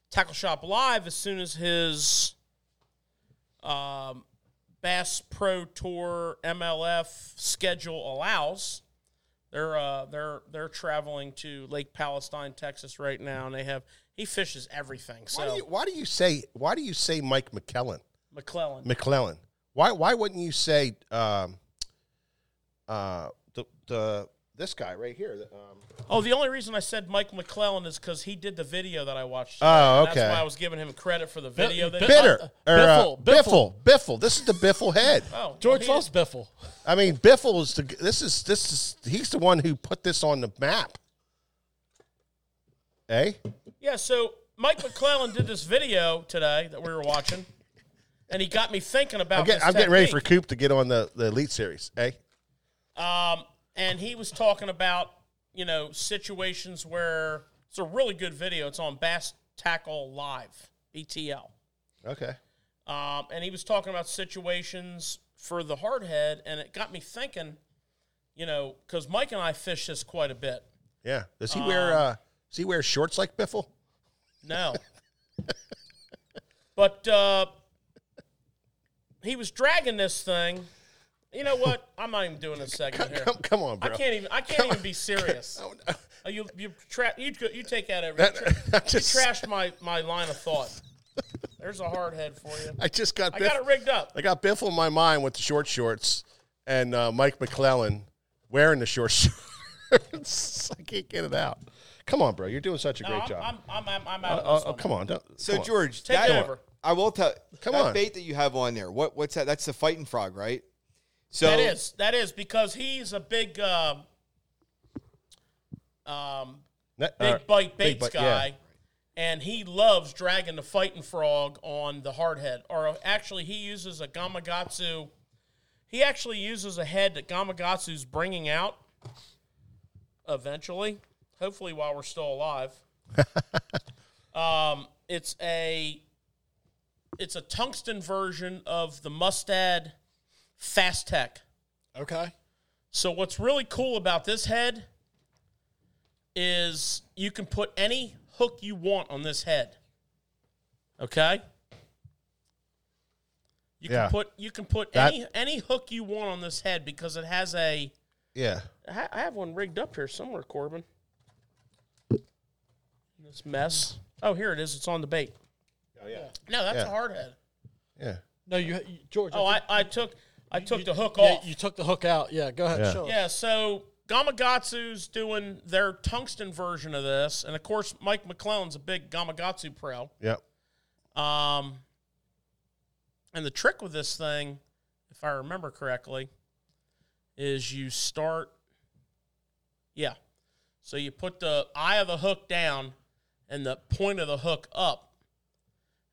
Speaker 4: Tackle Shop Live as soon as his um, Bass Pro Tour MLF schedule allows. They're uh they're they're traveling to Lake Palestine, Texas right now, and they have he fishes everything. So
Speaker 1: Why do you, why do you say why do you say Mike McKellen
Speaker 4: McClellan,
Speaker 1: McClellan? Why why wouldn't you say um, uh, the the this guy right here? the, Um,
Speaker 4: Oh, the only reason I said Mike McClellan is because he did the video that I watched.
Speaker 1: Oh,
Speaker 4: That's
Speaker 1: okay.
Speaker 4: why I was giving him credit for the video. That,
Speaker 1: Bitter
Speaker 2: Uh,
Speaker 1: or uh,
Speaker 2: Biffle, Biffle.
Speaker 1: Biffle Biffle. This is the Biffle head.
Speaker 4: oh,
Speaker 2: George
Speaker 4: well,
Speaker 2: loves
Speaker 4: he-
Speaker 2: Biffle.
Speaker 1: I mean, Biffle is the. This is this is. He's the one who put this on the map. Eh?
Speaker 4: Yeah, so Mike McClellan did this video today that we were watching, and he got me thinking about.
Speaker 1: I'm, get,
Speaker 4: this
Speaker 1: I'm getting ready for
Speaker 4: technique.
Speaker 1: Coop to get on the, the Elite Series. Eh?
Speaker 4: Um, and he was talking about you know situations where it's a really good video. It's on Bass Tackle Live BTL.
Speaker 1: Okay.
Speaker 4: Um, and he was talking about situations for the hardhead, and it got me thinking, you know, because Mike and I fish this quite a bit.
Speaker 1: Yeah. Does he wear?
Speaker 4: Um,
Speaker 1: Uh, does he wear shorts like Biffle?
Speaker 4: No. (laughs) but uh, he was dragging this thing. You know what? I'm not even doing this segment here.
Speaker 1: Come, come on,
Speaker 4: I
Speaker 1: bro. (laughs)
Speaker 4: can't even. I can't even be serious.
Speaker 1: Oh, no.
Speaker 4: Oh, You you tra- you go- you take that over.
Speaker 1: That-
Speaker 4: You tra-
Speaker 1: I'm just-
Speaker 4: you trashed my my line of thought. There's a hard head for you.
Speaker 1: I just got.
Speaker 4: I
Speaker 1: Biff,
Speaker 4: got it rigged up.
Speaker 1: I got Biffle in my mind with the short (laughs) shorts (laughs) and uh, Mike McClellan wearing the short shorts. It's- I can't get it out. Come on, bro. You're doing such a
Speaker 4: No,
Speaker 1: great
Speaker 4: I'm,
Speaker 1: job.
Speaker 4: I'm, I'm, I'm, I'm out
Speaker 1: Uh,
Speaker 4: of this
Speaker 1: uh,
Speaker 4: one.
Speaker 1: come on. Don't,
Speaker 3: So
Speaker 1: come on.
Speaker 3: George,
Speaker 4: Take
Speaker 3: that-
Speaker 4: it over.
Speaker 3: I will tell.
Speaker 1: Come
Speaker 3: that
Speaker 1: on.
Speaker 3: bait that you have on there. What what's that? That's the fighting frog, right? So
Speaker 4: That is that is because he's a big um, um,
Speaker 1: Ne-
Speaker 4: big
Speaker 1: uh,
Speaker 4: bite baits
Speaker 1: bite- yeah.
Speaker 4: guy, and he loves dragging the fighting frog on the hard head. Or uh, actually, he uses a gamagatsu. He actually uses a head that gamagatsu's bringing out eventually. Hopefully, while we're
Speaker 1: (laughs)
Speaker 4: still alive. um, it's a it's a tungsten version of the Mustad Fast Tech.
Speaker 2: Okay.
Speaker 4: So what's really cool about this head is you can put any hook you want on this head. Okay? You
Speaker 1: Yeah.
Speaker 4: can put you can put
Speaker 1: That-
Speaker 4: any any hook you want on this head because it has a
Speaker 1: Yeah.
Speaker 4: I ha- I have one rigged up here somewhere, Corbin. This mess. Oh, here it is. It's on the bait.
Speaker 1: Oh, yeah.
Speaker 4: No, that's
Speaker 1: Yeah.
Speaker 4: a hard head.
Speaker 1: Yeah.
Speaker 2: No, you, you George.
Speaker 4: Oh,
Speaker 2: I
Speaker 4: I, I took I took the hook
Speaker 2: yeah,
Speaker 4: off.
Speaker 2: you took the hook out. Yeah, go ahead.
Speaker 1: Yeah.
Speaker 2: Show us.
Speaker 4: Yeah, so Gamagatsu's doing their tungsten version of this, and of course Mike McClellan's a big Gamagatsu pro.
Speaker 1: Yep.
Speaker 4: Um, and the trick with this thing, if I remember correctly, is you start. Yeah, so you put the eye of the hook down and the point of the hook up,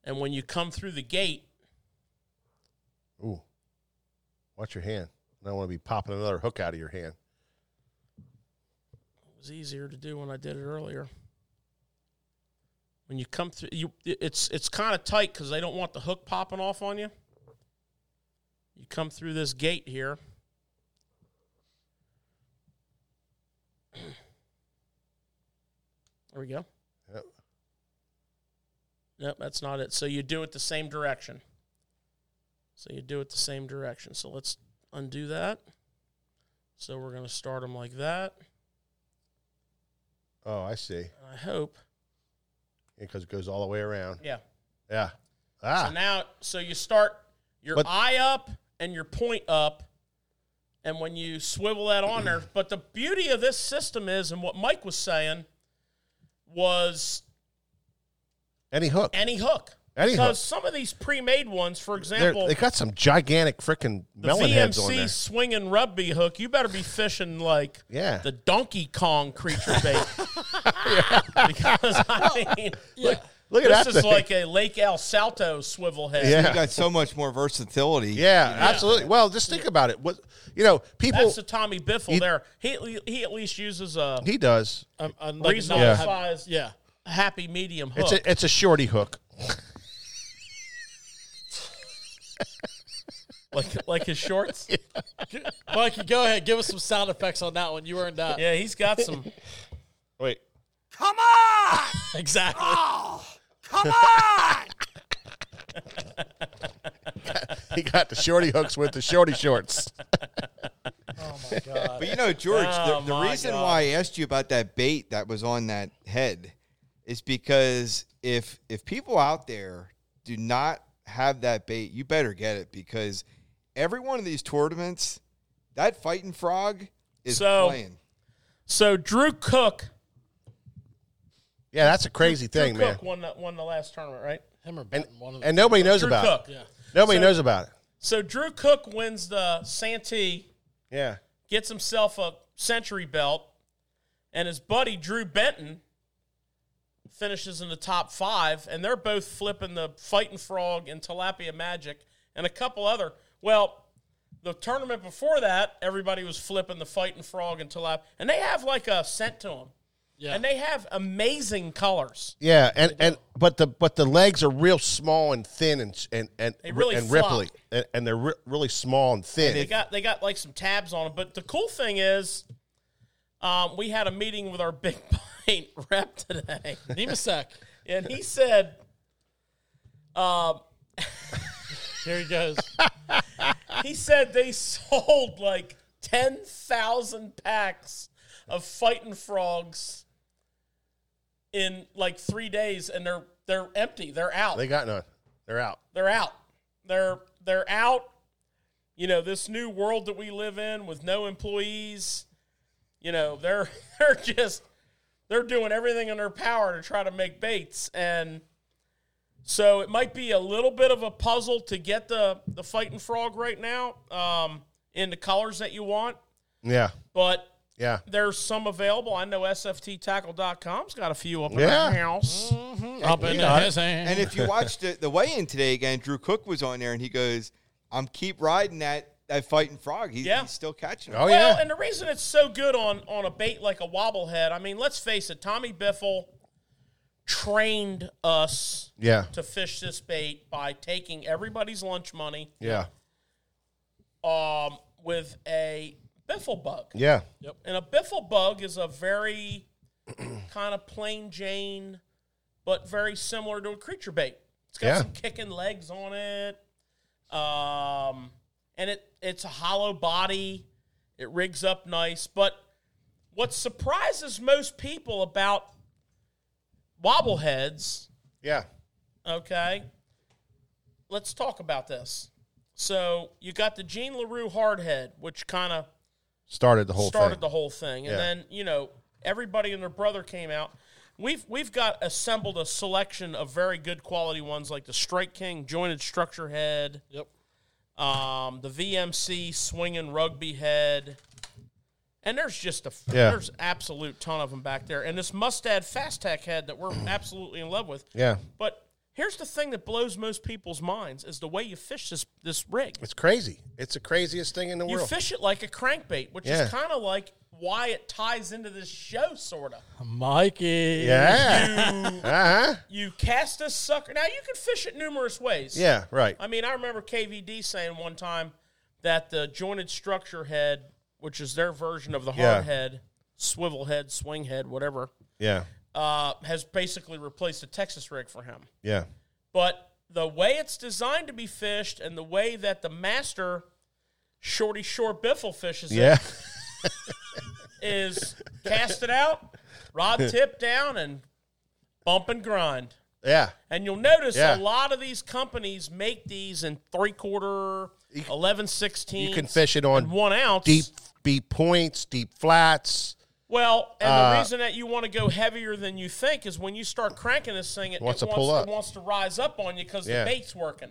Speaker 4: and when you come through the gate,
Speaker 1: Ooh. Watch your hand. I don't want to be popping another hook out of your hand.
Speaker 4: It was easier to do when I did it earlier. When you come through, you it's it's kind of tight because they don't want the hook popping off on you. You come through this gate here. (clears throat) There we go.
Speaker 1: Yep.
Speaker 4: Nope, that's not it. So you do it the same direction. So you do it the same direction. So let's undo that. So we're going to start them like that.
Speaker 1: Oh, I see.
Speaker 4: And I hope.
Speaker 1: Because it goes all the way around.
Speaker 4: Yeah.
Speaker 1: Yeah. Ah.
Speaker 4: So now, so you start your
Speaker 1: But-
Speaker 4: eye up and your point up, and when you swivel that on there. But the beauty of this system is, and what Mike was saying was
Speaker 1: any hook.
Speaker 4: any hook.
Speaker 1: Any hook.
Speaker 4: because some of these pre-made ones, for
Speaker 1: They're-
Speaker 4: example,
Speaker 1: they got some gigantic freaking
Speaker 4: the
Speaker 1: melon heads on there.
Speaker 4: VMC swinging rugby hook, you better be fishing like
Speaker 1: Yeah.
Speaker 4: the Donkey Kong creature
Speaker 1: (laughs)
Speaker 4: bait. (laughs) because I mean,
Speaker 2: Yeah.
Speaker 1: Look at
Speaker 4: this
Speaker 1: that.
Speaker 4: is
Speaker 1: thing.
Speaker 4: like a Lake El Salto swivel head.
Speaker 1: yeah.
Speaker 3: you got so much more versatility.
Speaker 1: (laughs) Yeah, absolutely. Well, just think about it. What you know, people
Speaker 4: That's the Tommy Biffle there. He he at least uses a
Speaker 1: he does.
Speaker 2: Um, um, like
Speaker 4: reasonable
Speaker 2: another-
Speaker 1: Yeah.
Speaker 4: size
Speaker 2: Yeah.
Speaker 4: happy medium hook.
Speaker 1: It's a it's a shorty hook.
Speaker 4: (laughs) like like
Speaker 1: (laughs)
Speaker 4: his shorts.
Speaker 2: Mikey, go ahead. Give us some sound effects on that one. You earned that.
Speaker 4: Yeah, he's got
Speaker 1: (laughs)
Speaker 4: some.
Speaker 1: Wait.
Speaker 2: Exactly.
Speaker 1: He got the shorty hooks with the shorty shorts.
Speaker 2: Oh my god.
Speaker 3: But you know, George,
Speaker 4: Oh,
Speaker 3: the, the
Speaker 4: my
Speaker 3: reason
Speaker 4: God.
Speaker 3: why I asked you about that bait that was on that head is because if if people out there do not have that bait, you better get it because every one of these tournaments, that fighting frog is
Speaker 4: So-
Speaker 3: playing.
Speaker 4: So Drew Cook,
Speaker 1: Yeah, that's a crazy thing,
Speaker 4: Drew
Speaker 1: man.
Speaker 4: Cook won the, won the last tournament, right?
Speaker 2: Him or Benton, one of them.
Speaker 1: And nobody knows
Speaker 4: Drew
Speaker 1: about
Speaker 4: Cook.
Speaker 1: it.
Speaker 2: Yeah.
Speaker 1: Nobody knows about it.
Speaker 4: So Drew Cook wins the Santee,
Speaker 1: Yeah.
Speaker 4: gets himself a century belt, and his buddy Drew Benton finishes in the top five, and they're both flipping the Fighting Frog and Tilapia Magic and a couple other. Well, the tournament before that, everybody was flipping the Fighting Frog and Tilapia, and they have like a scent to them.
Speaker 2: Yeah.
Speaker 4: and they have amazing colors.
Speaker 1: Yeah, and, and but the but the legs are real small and thin and and and,
Speaker 4: They really
Speaker 1: and
Speaker 4: flop.
Speaker 1: ripply and, and they're re- really small and thin.
Speaker 4: They got they got like some tabs on them. But the cool thing is, um, we had a meeting with our (laughs) big paint rep today,
Speaker 2: Nemisek.
Speaker 4: and he said, um, (laughs)
Speaker 2: Here he goes.
Speaker 4: he said they sold like ten thousand packs of fighting frogs in like three days, and they're they're empty. They're out.
Speaker 1: they got none. They're out.
Speaker 4: they're out. They're they're out. You know, this new world that we live in with no employees. you know they're (laughs) they're just they're doing everything in their power to try to make baits and so it might be a little bit of a puzzle to get the the fighting frog right now um, in the colors that you want
Speaker 1: Yeah.
Speaker 4: but
Speaker 1: Yeah.
Speaker 4: there's some available i know sfttackle.com's got a few up in
Speaker 1: Yeah.
Speaker 4: the house
Speaker 2: Up in his hand.
Speaker 3: And
Speaker 4: (laughs)
Speaker 3: if you watched the, the weigh-in today again, Drew Cook was on there, and he goes, "I'm keep riding that that fighting frog. He's,
Speaker 4: Yeah.
Speaker 3: he's still catching him."
Speaker 1: Oh
Speaker 4: well,
Speaker 1: yeah.
Speaker 4: and the reason it's so good on on a bait like a wobblehead, I mean, let's face it, Tommy Biffle trained us
Speaker 1: yeah.
Speaker 4: to fish this bait by taking everybody's lunch money
Speaker 1: Yeah.
Speaker 4: um, with a biffle bug.
Speaker 1: Yeah.
Speaker 4: And a biffle bug is a very (clears throat) kind of plain Jane, but very similar to a creature bait. It's got
Speaker 1: Yeah.
Speaker 4: some kicking legs on it. Um, and it it's a hollow body. It rigs up nice. But what surprises most people about wobbleheads
Speaker 1: Yeah.
Speaker 4: Okay. Let's talk about this. So you got the Jean LaRue hardhead, which kind of
Speaker 1: Started the whole
Speaker 4: started
Speaker 1: thing.
Speaker 4: the whole thing. And
Speaker 1: Yeah.
Speaker 4: then, you know, everybody and their brother came out. We've we've got assembled a selection of very good quality ones like the Strike King jointed structure head,
Speaker 2: yep.
Speaker 4: um, the VMC swinging rugby head. And there's just a f-
Speaker 1: Yeah.
Speaker 4: there's absolute ton of them back there. And this Mustad Fast Tack head that we're
Speaker 1: (clears throat)
Speaker 4: absolutely in love with.
Speaker 1: yeah.
Speaker 4: But here's the thing that blows most people's minds is the way you fish this this rig.
Speaker 1: It's crazy. It's the craziest thing in the
Speaker 4: You
Speaker 1: world.
Speaker 4: fish it like a crankbait, which
Speaker 1: Yeah.
Speaker 4: is kind of like why it ties into this show, sort of.
Speaker 2: Mikey.
Speaker 1: yeah. (laughs) uh huh.
Speaker 4: You cast this sucker. Now you can fish it numerous ways.
Speaker 1: Yeah. Right.
Speaker 4: I mean, I remember KVD saying one time that the jointed structure head, which is their version of the hard
Speaker 1: Yeah.
Speaker 4: head, swivel head, swing head, whatever,
Speaker 1: Yeah.
Speaker 4: uh, has basically replaced the Texas rig for him.
Speaker 1: Yeah.
Speaker 4: But the way it's designed to be fished and the way that the master shorty short biffle fishes
Speaker 1: Yeah.
Speaker 4: it is cast it out,
Speaker 1: (laughs)
Speaker 4: rod tip down, and bump and grind.
Speaker 1: Yeah.
Speaker 4: And you'll notice
Speaker 1: Yeah.
Speaker 4: a lot of these companies make these in three quarter, eleven sixteen.
Speaker 1: You can fish it on
Speaker 4: one ounce.
Speaker 1: deep deep points, deep flats.
Speaker 4: Well, and
Speaker 1: uh,
Speaker 4: the reason that you want to go heavier than you think is when you start cranking this thing, it,
Speaker 1: Wants
Speaker 4: it
Speaker 1: to pull up.
Speaker 4: it wants to rise up on you because
Speaker 1: Yeah.
Speaker 4: the bait's working.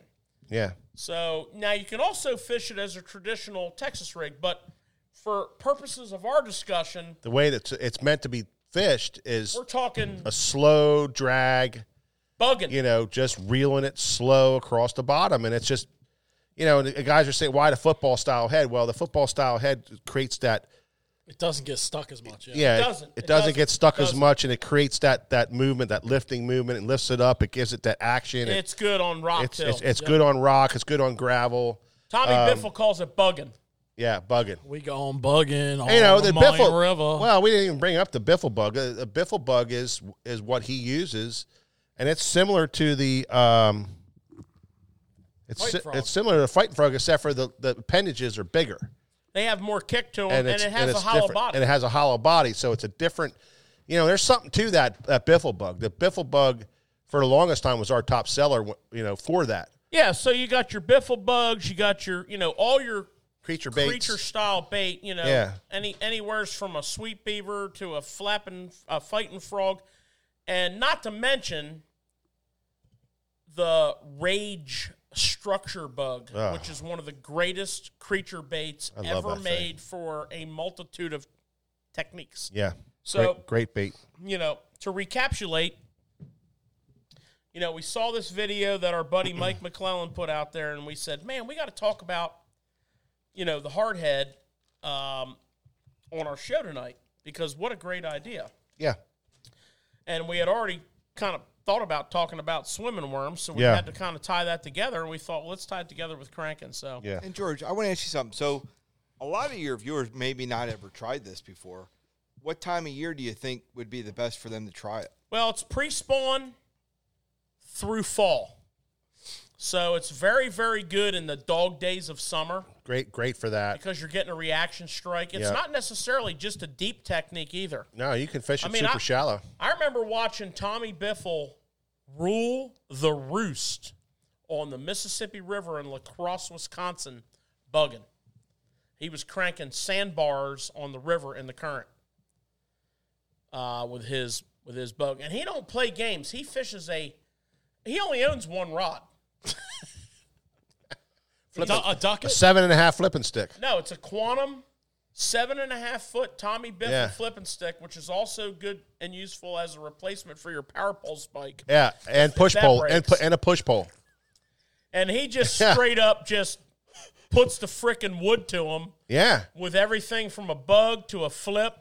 Speaker 1: Yeah.
Speaker 4: So now you can also fish it as a traditional Texas rig, but for purposes of our discussion,
Speaker 1: The way that it's meant to be fished is
Speaker 4: we're talking
Speaker 1: a slow drag,
Speaker 4: bugging.
Speaker 1: you know, just reeling it slow across the bottom. And it's just, you know, the guys are saying, why the football style head? Well, the football style head creates that,
Speaker 2: It doesn't get stuck as much. Yeah.
Speaker 1: yeah, it
Speaker 4: doesn't.
Speaker 1: It,
Speaker 4: It
Speaker 1: doesn't,
Speaker 4: doesn't.
Speaker 1: get stuck
Speaker 4: It
Speaker 1: as
Speaker 4: doesn't.
Speaker 1: much. And it creates that, that movement, that lifting movement. It lifts it up. It gives it that action. It-
Speaker 4: It's good on rock
Speaker 1: it's,
Speaker 4: till.
Speaker 1: it's, it's good on rock. It's good on gravel.
Speaker 4: Tommy
Speaker 1: Um,
Speaker 4: Biffle calls it bugging.
Speaker 1: Yeah. Bugging.
Speaker 2: We gone bugging on
Speaker 1: you know the
Speaker 2: the, Main
Speaker 1: biffle
Speaker 2: River.
Speaker 1: Well, we didn't even bring up the biffle bug. Uh, The biffle bug is is what he uses, and it's similar to the um. It's si-
Speaker 2: frog.
Speaker 1: it's similar to the fighting frog, except for the, the appendages are bigger
Speaker 4: They have more kick to them,
Speaker 1: and,
Speaker 4: and,
Speaker 1: it's,
Speaker 4: it has
Speaker 1: and
Speaker 4: a
Speaker 1: it's
Speaker 4: hollow
Speaker 1: different.
Speaker 4: body.
Speaker 1: and it has a hollow body, so it's a different. You know, there's something to that that biffle bug. The biffle bug for the longest time was our top seller. You know, for that
Speaker 4: yeah, so you got your Biffle bugs, you got your, you know, all your
Speaker 1: creature baits.
Speaker 4: creature style bait, you know,
Speaker 1: Yeah.
Speaker 4: any anywhere's from a sweet beaver to a flapping, a fighting frog, and not to mention the rage structure bug,
Speaker 1: Ugh.
Speaker 4: which is one of the greatest creature baits
Speaker 1: I love
Speaker 4: ever
Speaker 1: that thing.
Speaker 4: made for a multitude of techniques.
Speaker 1: Yeah.
Speaker 4: So-
Speaker 1: great, great bait.
Speaker 4: You know, to recapitulate, you know, we saw this video that our
Speaker 1: (clears throat)
Speaker 4: buddy Mike McClellan put out there, and we said, man, we got to talk about, you know, the hardhead um, on our show tonight because what a great idea.
Speaker 1: Yeah.
Speaker 4: And we had already kind of thought about talking about swimming worms, so we
Speaker 1: Yeah.
Speaker 4: had to kind of tie that together, and we thought, well, let's tie it together with cranking. So,
Speaker 1: Yeah.
Speaker 3: And George, I want to ask you something. So, a lot of your viewers maybe not ever tried this before. What time of year do you think would be the best for them to try it?
Speaker 4: well, it's pre spawn through fall. So it's very, very good in the dog days of summer.
Speaker 1: Great, great for that.
Speaker 4: because you're getting a reaction strike. It's
Speaker 1: Yeah.
Speaker 4: not necessarily just a deep technique either.
Speaker 1: No, you can fish it
Speaker 4: I mean,
Speaker 1: super
Speaker 4: I-
Speaker 1: shallow.
Speaker 4: I remember watching Tommy Biffle rule the roost on the Mississippi River in La Crosse, Wisconsin, bugging. He was cranking sandbars on the river in the current. uh, with his with his boat, and he don't play games. He fishes a. He only owns one rod. (laughs)
Speaker 2: A, du- a ducket?
Speaker 1: Seven and a half flipping stick.
Speaker 4: No, it's a quantum seven and a half foot Tommy Biffin
Speaker 1: Yeah.
Speaker 4: flipping stick, which is also good and useful as a replacement for your power pole spike.
Speaker 1: Yeah, and push
Speaker 4: that
Speaker 1: pole and, pu-
Speaker 4: breaks.
Speaker 1: and a push pole.
Speaker 4: And he
Speaker 1: (laughs)
Speaker 4: just
Speaker 1: Yeah.
Speaker 4: straight up just puts the frickin' wood to him
Speaker 1: Yeah,
Speaker 4: with everything from a bug to a flip.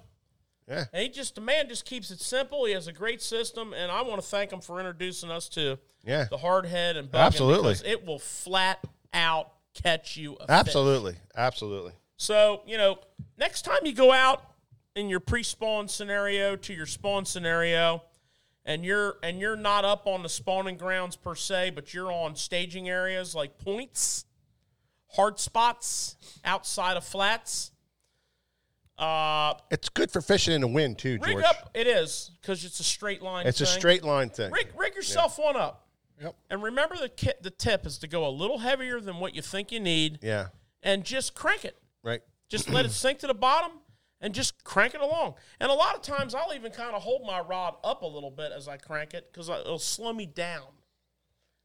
Speaker 1: Yeah.
Speaker 4: And he just the man just keeps it simple. He has a great system, and I want to thank him for introducing us to
Speaker 1: Yeah.
Speaker 4: the hard head and bugging
Speaker 1: Absolutely.
Speaker 4: because it will flat out catch you a fish.
Speaker 1: absolutely, absolutely.
Speaker 4: So, you know, next time you go out in your pre-spawn scenario to your spawn scenario and you're and you're not up on the spawning grounds per se, but you're on staging areas like points, hard spots outside of flats. Uh
Speaker 1: It's good for fishing in the wind too,
Speaker 4: rig
Speaker 1: George.
Speaker 4: up it is cuz it's a straight line
Speaker 1: It's a
Speaker 4: thing.
Speaker 1: straight line thing.
Speaker 4: rig rig yourself one up.
Speaker 1: Yep.
Speaker 4: And remember the ki- the tip is to go a little heavier than what you think you need
Speaker 1: Yeah,
Speaker 4: and just crank it.
Speaker 1: right.
Speaker 4: Just let it
Speaker 1: (clears throat)
Speaker 4: sink to the bottom and just crank it along. And a lot of times I'll even kind of hold my rod up a little bit as I crank it because it'll slow me down.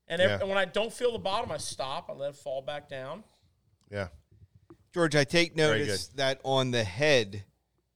Speaker 4: And, ev-
Speaker 1: Yeah.
Speaker 4: and when I don't feel the bottom, I stop. I let it fall back down.
Speaker 1: Yeah,
Speaker 3: George, I take
Speaker 1: Very
Speaker 3: notice that on the head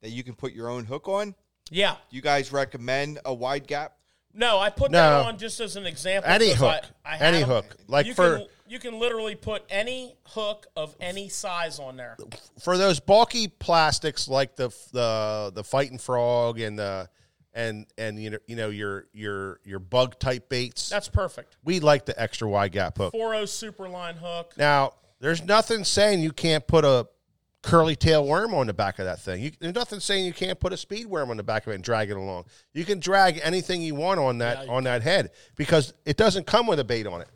Speaker 3: that you can put your own hook on.
Speaker 4: Yeah.
Speaker 3: You guys recommend a wide gap?
Speaker 4: No, I put
Speaker 1: No.
Speaker 4: that on just as an example.
Speaker 1: any
Speaker 4: 'cause I-
Speaker 1: hook,
Speaker 4: I had
Speaker 1: any
Speaker 4: them.
Speaker 1: hook. Like
Speaker 4: you
Speaker 1: for
Speaker 4: can, you can literally put any hook of any size on there.
Speaker 1: for those bulky plastics like the the the fighting frog and the and and you know you know your your your bug type baits.
Speaker 4: That's perfect.
Speaker 1: we like the extra wide gap hook.
Speaker 4: 4.0 super line hook.
Speaker 1: Now, there's nothing saying you can't put a curly tail worm on the back of that thing. You, there's nothing saying you can't put a speed worm on the back of it and drag it along. You can drag anything you want on that on that head because it doesn't come with a bait on it.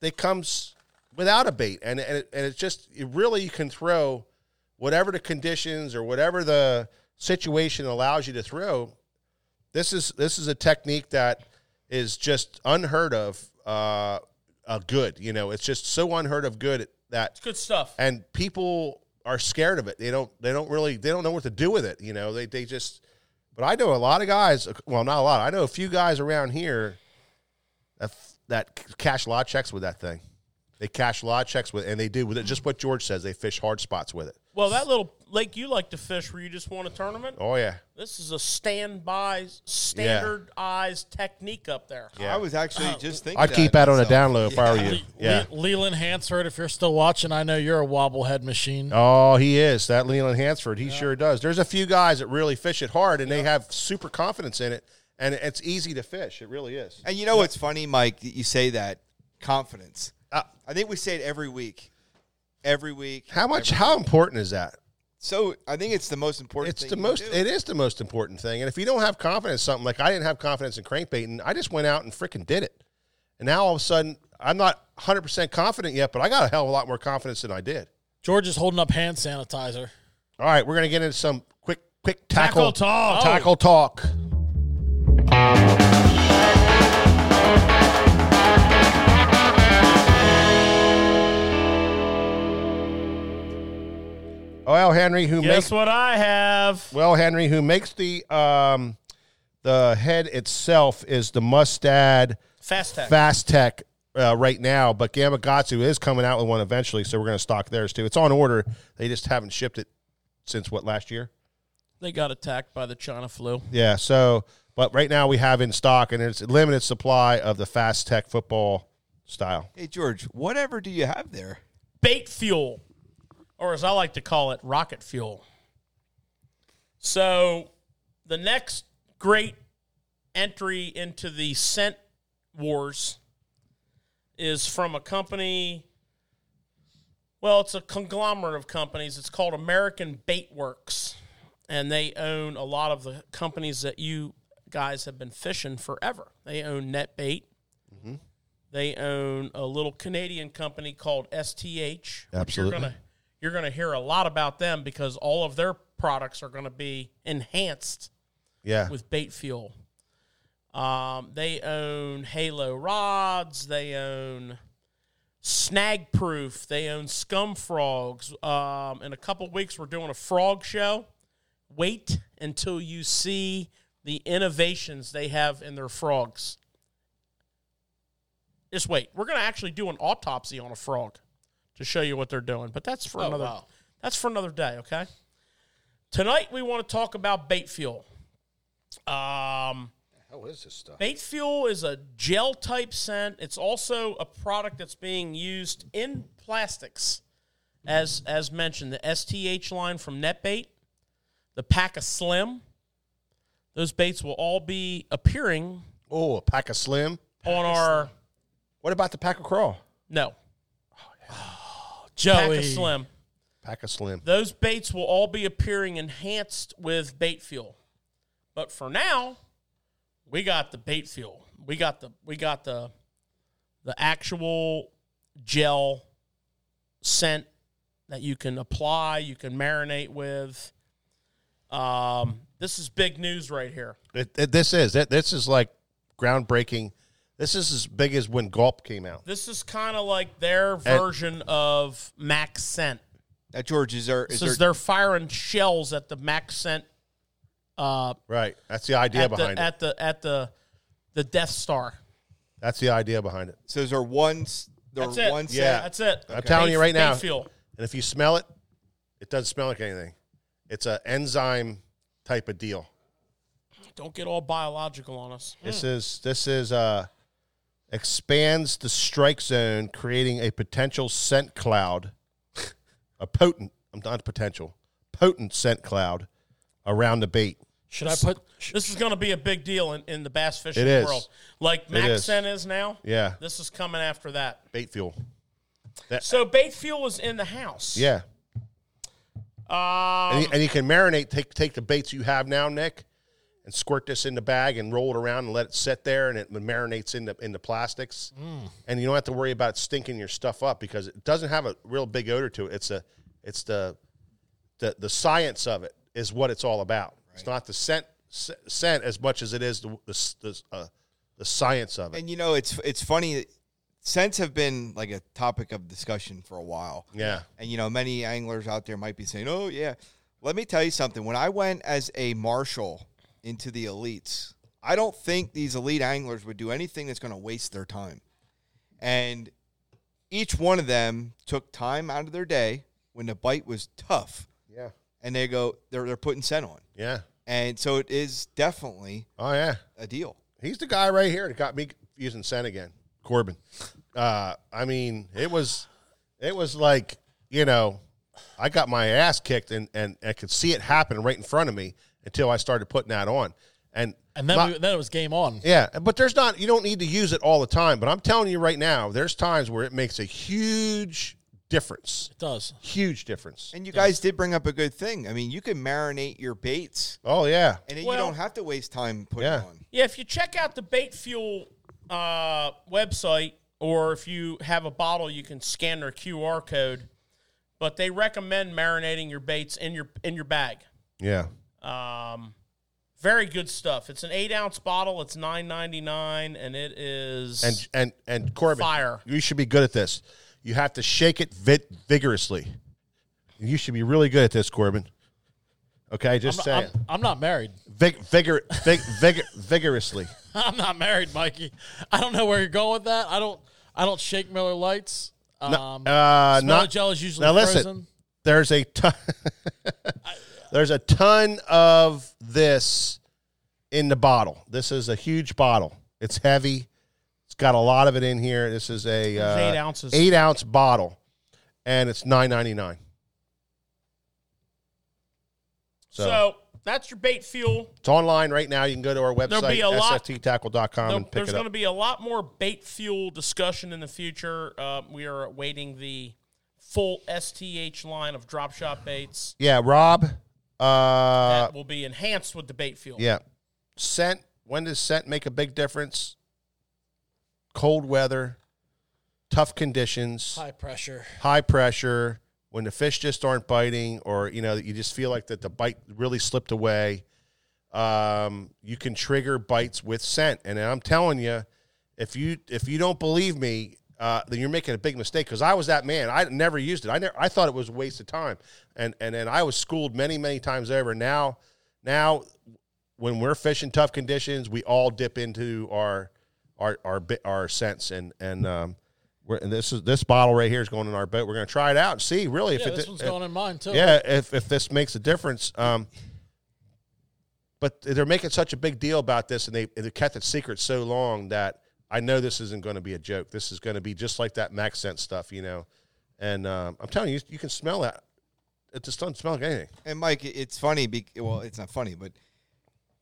Speaker 1: It comes without a bait, and and it, and it's just it really you can throw whatever the conditions or whatever the situation allows you to throw this is this is a technique that is just unheard of uh, uh good you know it's just so unheard of good that
Speaker 4: Good stuff.
Speaker 1: and people are scared of it they don't they don't really they don't know what to do with it you know they they just but i know a lot of guys well not a lot i know a few guys around here that that cash law checks with that thing they cash law checks with and they do with it just what george says they fish hard spots with it
Speaker 4: Well, that little lake you like to fish where you just won a tournament.
Speaker 1: oh yeah
Speaker 4: This is a standby, standardized technique up there.
Speaker 1: Yeah.
Speaker 3: I was actually just thinking.
Speaker 1: i'd keep that on a down low if i were you
Speaker 3: (laughs)
Speaker 2: Le-
Speaker 1: yeah
Speaker 2: Le- Leland Hansford, if you're still watching, I know you're a wobblehead machine.
Speaker 1: Oh, he is that Leland Hansford. He sure does. There's a few guys that really fish it hard, and they have super confidence in it, and it's easy to fish. It really is.
Speaker 3: And you know what's funny, Mike? That you say that confidence.
Speaker 1: Uh.
Speaker 3: I think we say it every week. Every week.
Speaker 1: How much? How important is that?
Speaker 3: So I think it's the most important.
Speaker 1: It's
Speaker 3: thing
Speaker 1: the
Speaker 3: you
Speaker 1: most.
Speaker 3: do.
Speaker 1: It is the most important thing. And if you don't have confidence, in something like I didn't have confidence in crankbaiting, I just went out and freaking did it, and now all of a sudden I'm not 100 percent confident yet, but I got a hell of a lot more confidence than I did.
Speaker 2: George is holding up hand sanitizer.
Speaker 1: All right, we're gonna get into some quick, quick tackle, Oh.
Speaker 2: Tackle talk.
Speaker 1: Tackle talk. Well, Henry, who
Speaker 4: Guess
Speaker 1: makes
Speaker 4: what I have?
Speaker 1: well, Henry, who makes the um, the head itself is the Mustad
Speaker 4: Fast tech.
Speaker 1: Fast Tech uh, right now, but Gamagatsu is coming out with one eventually, so we're going to stock theirs too. It's on order. They just haven't shipped it since what last year?
Speaker 4: They got attacked by the China flu.
Speaker 1: Yeah. So, but right now we have in stock, and it's a limited supply of the Fast Tech football style.
Speaker 3: Hey George, whatever do you have there?
Speaker 4: Bait fuel, or as I like to call it, rocket fuel. So, the next great entry into the scent wars is from a company. Well, it's a conglomerate of companies. It's called American Bait Works, and they own a lot of the companies that you guys have been fishing forever. They own Net Bait. They own a little Canadian company called STH. which You're
Speaker 1: Absolutely.
Speaker 4: gonna, you're gonna hear a lot about them because all of their products are gonna be enhanced
Speaker 1: Yeah.
Speaker 4: with bait fuel. Um, they own Halo rods. They own Snag Proof. They own Scum Frogs. Um, in a couple weeks, we're doing a frog show. Wait until you see the innovations they have in their frogs. Just wait. We're going to actually do an autopsy on a frog to show you what they're doing, but that's for
Speaker 2: Oh,
Speaker 4: another
Speaker 2: wow.
Speaker 4: that's for another day, okay? Tonight we want to talk about bait fuel. Um
Speaker 5: How is this stuff?
Speaker 4: Bait fuel is a gel type scent. It's also a product that's being used in plastics, as as mentioned. The STH line from NetBait, the Pack of Slim. Those baits will all be appearing
Speaker 1: Oh, a pack of slim.
Speaker 4: on our
Speaker 1: What about the pack of crawl?
Speaker 4: no
Speaker 2: Joey.
Speaker 4: Pack of Slim.
Speaker 1: Pack of slim.
Speaker 4: Those baits will all be appearing enhanced with bait fuel. But for now, we got the bait fuel. We got the we got the the actual gel scent that you can apply, you can marinate with. Um, this is big news right here.
Speaker 1: It, it- this is that. This is like groundbreaking. This is as big as when Gulp came out.
Speaker 4: This is kind of like their version of Max Scent.
Speaker 3: That George is there. Is
Speaker 4: This
Speaker 3: there
Speaker 4: is they're firing shells at the Max Scent uh,
Speaker 1: Right. That's the idea
Speaker 4: at
Speaker 1: behind
Speaker 4: the,
Speaker 1: it.
Speaker 4: at the at the the Death Star.
Speaker 1: That's the idea behind it.
Speaker 3: so is there one? s- There
Speaker 4: That's it.
Speaker 3: one. set-
Speaker 1: Yeah.
Speaker 4: That's it.
Speaker 1: I'm telling you right
Speaker 4: Bait-
Speaker 1: now.
Speaker 4: bait fuel.
Speaker 1: And if you smell it, it doesn't smell like anything. It's an enzyme type of deal.
Speaker 4: Don't get all biological on us.
Speaker 1: This is this is uh expands the strike zone, creating a potential scent cloud, (laughs) a potent. I'm not potential, potent scent cloud around the bait.
Speaker 2: Should I put? sh-
Speaker 4: This is going to be a big deal in, in the bass fishing
Speaker 1: It is.
Speaker 4: world. Like
Speaker 1: is.
Speaker 4: Maxen is. now.
Speaker 1: Yeah,
Speaker 4: This is coming after that.
Speaker 1: bait fuel.
Speaker 4: So bait fuel is in the house.
Speaker 1: Yeah,
Speaker 4: Uh,
Speaker 1: and, you, and you can marinate. Take take the baits you have now, Nick, and squirt this in the bag and roll it around and let it sit there, and it marinates in the in the plastics. And you don't have to worry about stinking your stuff up because it doesn't have a real big odor to it. It's a it's the the the science of it is what it's all about. It's not the scent s- scent as much as it is the the s- the, uh, the science of it.
Speaker 3: And you know, it's it's funny. that Scents have been like a topic of discussion for a while.
Speaker 1: Yeah,
Speaker 3: And you know, many anglers out there might be saying, "Oh yeah." Let me tell you something. When I went as a marshal into the elites, I don't think these elite anglers would do anything that's going to waste their time. And each one of them took time out of their day when the bite was tough,
Speaker 1: yeah,
Speaker 3: and they go, they're they're putting scent on,
Speaker 1: yeah.
Speaker 3: and so it is definitely
Speaker 1: Oh yeah.
Speaker 3: a deal.
Speaker 1: He's the guy right here that got me using scent again, Corbin. Uh, I mean, it was, it was like you know, I got my ass kicked and and I could see it happen right in front of me until I started putting that on, and
Speaker 2: And then
Speaker 1: my-
Speaker 2: we, then it was game on.
Speaker 1: yeah, but there's not you don't need to use it all the time. But I'm telling you right now, there's times where it makes a huge difference,
Speaker 2: It does.
Speaker 1: huge difference.
Speaker 3: And you guys did bring up a good thing. I mean, you can marinate your baits,
Speaker 1: Oh yeah,
Speaker 3: and then
Speaker 4: Well-
Speaker 3: you don't have to waste time putting
Speaker 1: Yeah.
Speaker 3: it on.
Speaker 4: Yeah, if you check out the Bait Fuel uh, website, or if you have a bottle, you can scan their QR code. But they recommend marinating your baits in your in your bag.
Speaker 1: yeah.
Speaker 4: Um, very good stuff. It's an eight ounce bottle. It's nine ninety nine, and it is
Speaker 1: And and and Corbin,
Speaker 4: Fire.
Speaker 1: You should be good at this. You have to shake it vit- vigorously. You should be really good at this, Corbin. Okay, just
Speaker 2: I'm,
Speaker 1: saying,
Speaker 2: I'm- I'm not married. (laughs)
Speaker 1: Vig- vigor, vig- vigor, vigorously.
Speaker 2: I'm not married, Mikey. I don't know where you're going with that. I don't. I don't shake Miller Lights. Um,
Speaker 1: Uh,
Speaker 2: Miller
Speaker 1: not
Speaker 2: Gel is usually
Speaker 1: now. Listen,
Speaker 2: frozen.
Speaker 1: there's a ton. (laughs) there's a ton of this in the bottle. This is a huge bottle. It's heavy. It's got a lot of it in here. This is a uh,
Speaker 4: eight ounces.
Speaker 1: eight ounce bottle, and it's nine ninety nine.
Speaker 4: so. that's your bait fuel.
Speaker 1: It's online right now. You can go to our
Speaker 4: There'll
Speaker 1: website,
Speaker 4: be a lot-
Speaker 1: sfttackle.com,
Speaker 4: There-
Speaker 1: and pick
Speaker 4: there's
Speaker 1: it
Speaker 4: going
Speaker 1: up.
Speaker 4: to be a lot more bait fuel discussion in the future. Uh, we are awaiting the full STH line of drop shot baits.
Speaker 1: yeah, Rob. Uh,
Speaker 4: that will be enhanced with the bait fuel.
Speaker 1: yeah. Scent. When does scent make a big difference? Cold weather, tough conditions,
Speaker 2: High pressure.
Speaker 1: high pressure, when the fish just aren't biting, or you know, you just feel like that the bite really slipped away. Um, you can trigger bites with scent, and I'm telling you, if you if you don't believe me, uh, then you're making a big mistake. Because I was that man. I never used it. I never. I thought it was a waste of time, and and then I was schooled many many times over. Now, now when we're fishing tough conditions, we all dip into our our our bi- our scents and and um, we're, and this is this bottle right here is going in our boat. We're going to try it out and see really if
Speaker 2: Yeah,
Speaker 1: it
Speaker 2: this
Speaker 1: di-
Speaker 2: one's
Speaker 1: if-
Speaker 2: going in mine too.
Speaker 1: yeah, if if this makes a difference. Um, but they're making such a big deal about this, and they they kept it secret so long that I know this isn't going to be a joke. This is going to be just like that Max scent stuff, you know. And um, I'm telling you, you can smell that. It just doesn't smell like anything.
Speaker 3: And Mike, it- it's funny. Be- well, it's not funny, but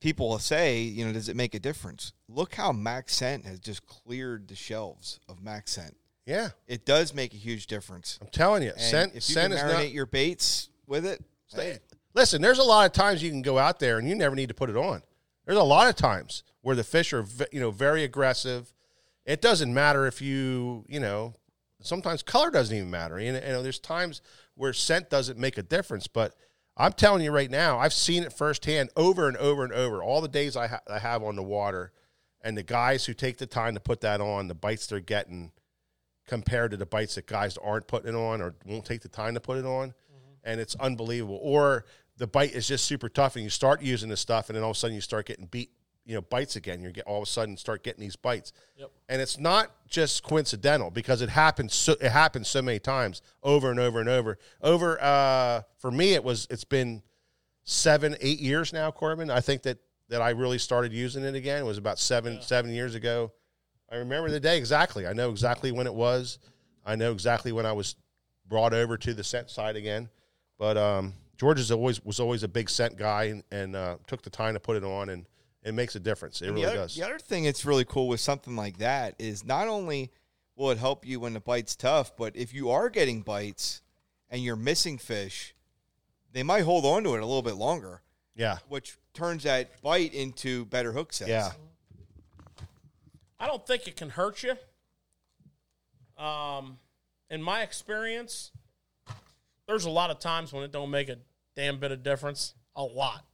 Speaker 3: people will say, you know, does it make a difference? Look how Maxent has just cleared the shelves of Maxent.
Speaker 1: Yeah,
Speaker 3: It does make a huge difference.
Speaker 1: I'm telling you,
Speaker 3: And
Speaker 1: scent
Speaker 3: if you
Speaker 1: scent
Speaker 3: can
Speaker 1: is
Speaker 3: marinate
Speaker 1: not.
Speaker 3: your baits with it, eh,
Speaker 1: Listen, there's a lot of times you can go out there and you never need to put it on. There's a lot of times where the fish are, ve- you know, very aggressive. It doesn't matter if you, you know, sometimes color doesn't even matter. You know, you know, there's times where scent doesn't make a difference. But I'm telling you right now, I've seen it firsthand over and over and over. All the days I, ha- I have on the water, and the guys who take the time to put that on, the bites they're getting compared to the bites that guys aren't putting it on or won't take the time to put it on. And it's unbelievable. Or the bite is just super tough and you start using this stuff and then all of a sudden you start getting beat, you know, bites again. You're get, all of a sudden start getting these bites.
Speaker 2: Yep.
Speaker 1: And it's not just coincidental because it happens so it happens so many times over and over and over. Over uh for me it was it's been seven, eight years now, Corbin. I think that that I really started using it again. It was about seven, seven years ago. I remember the day exactly. I know exactly when it was. I know exactly when I was brought over to the scent side again. But um, George is always was always a big scent guy and, and uh, took the time to put it on, and it makes a difference. It
Speaker 3: And
Speaker 1: really
Speaker 3: the other,
Speaker 1: does.
Speaker 3: The other thing that's really cool with something like that is not only will it help you when the bite's tough, but if you are getting bites and you're missing fish, they might hold on to it a little bit longer,
Speaker 1: Yeah,
Speaker 3: which turns that bite into better hook sets.
Speaker 1: yeah.
Speaker 4: I don't think it can hurt you. Um, in my experience, there's a lot of times when it don't make a damn bit of difference. A lot.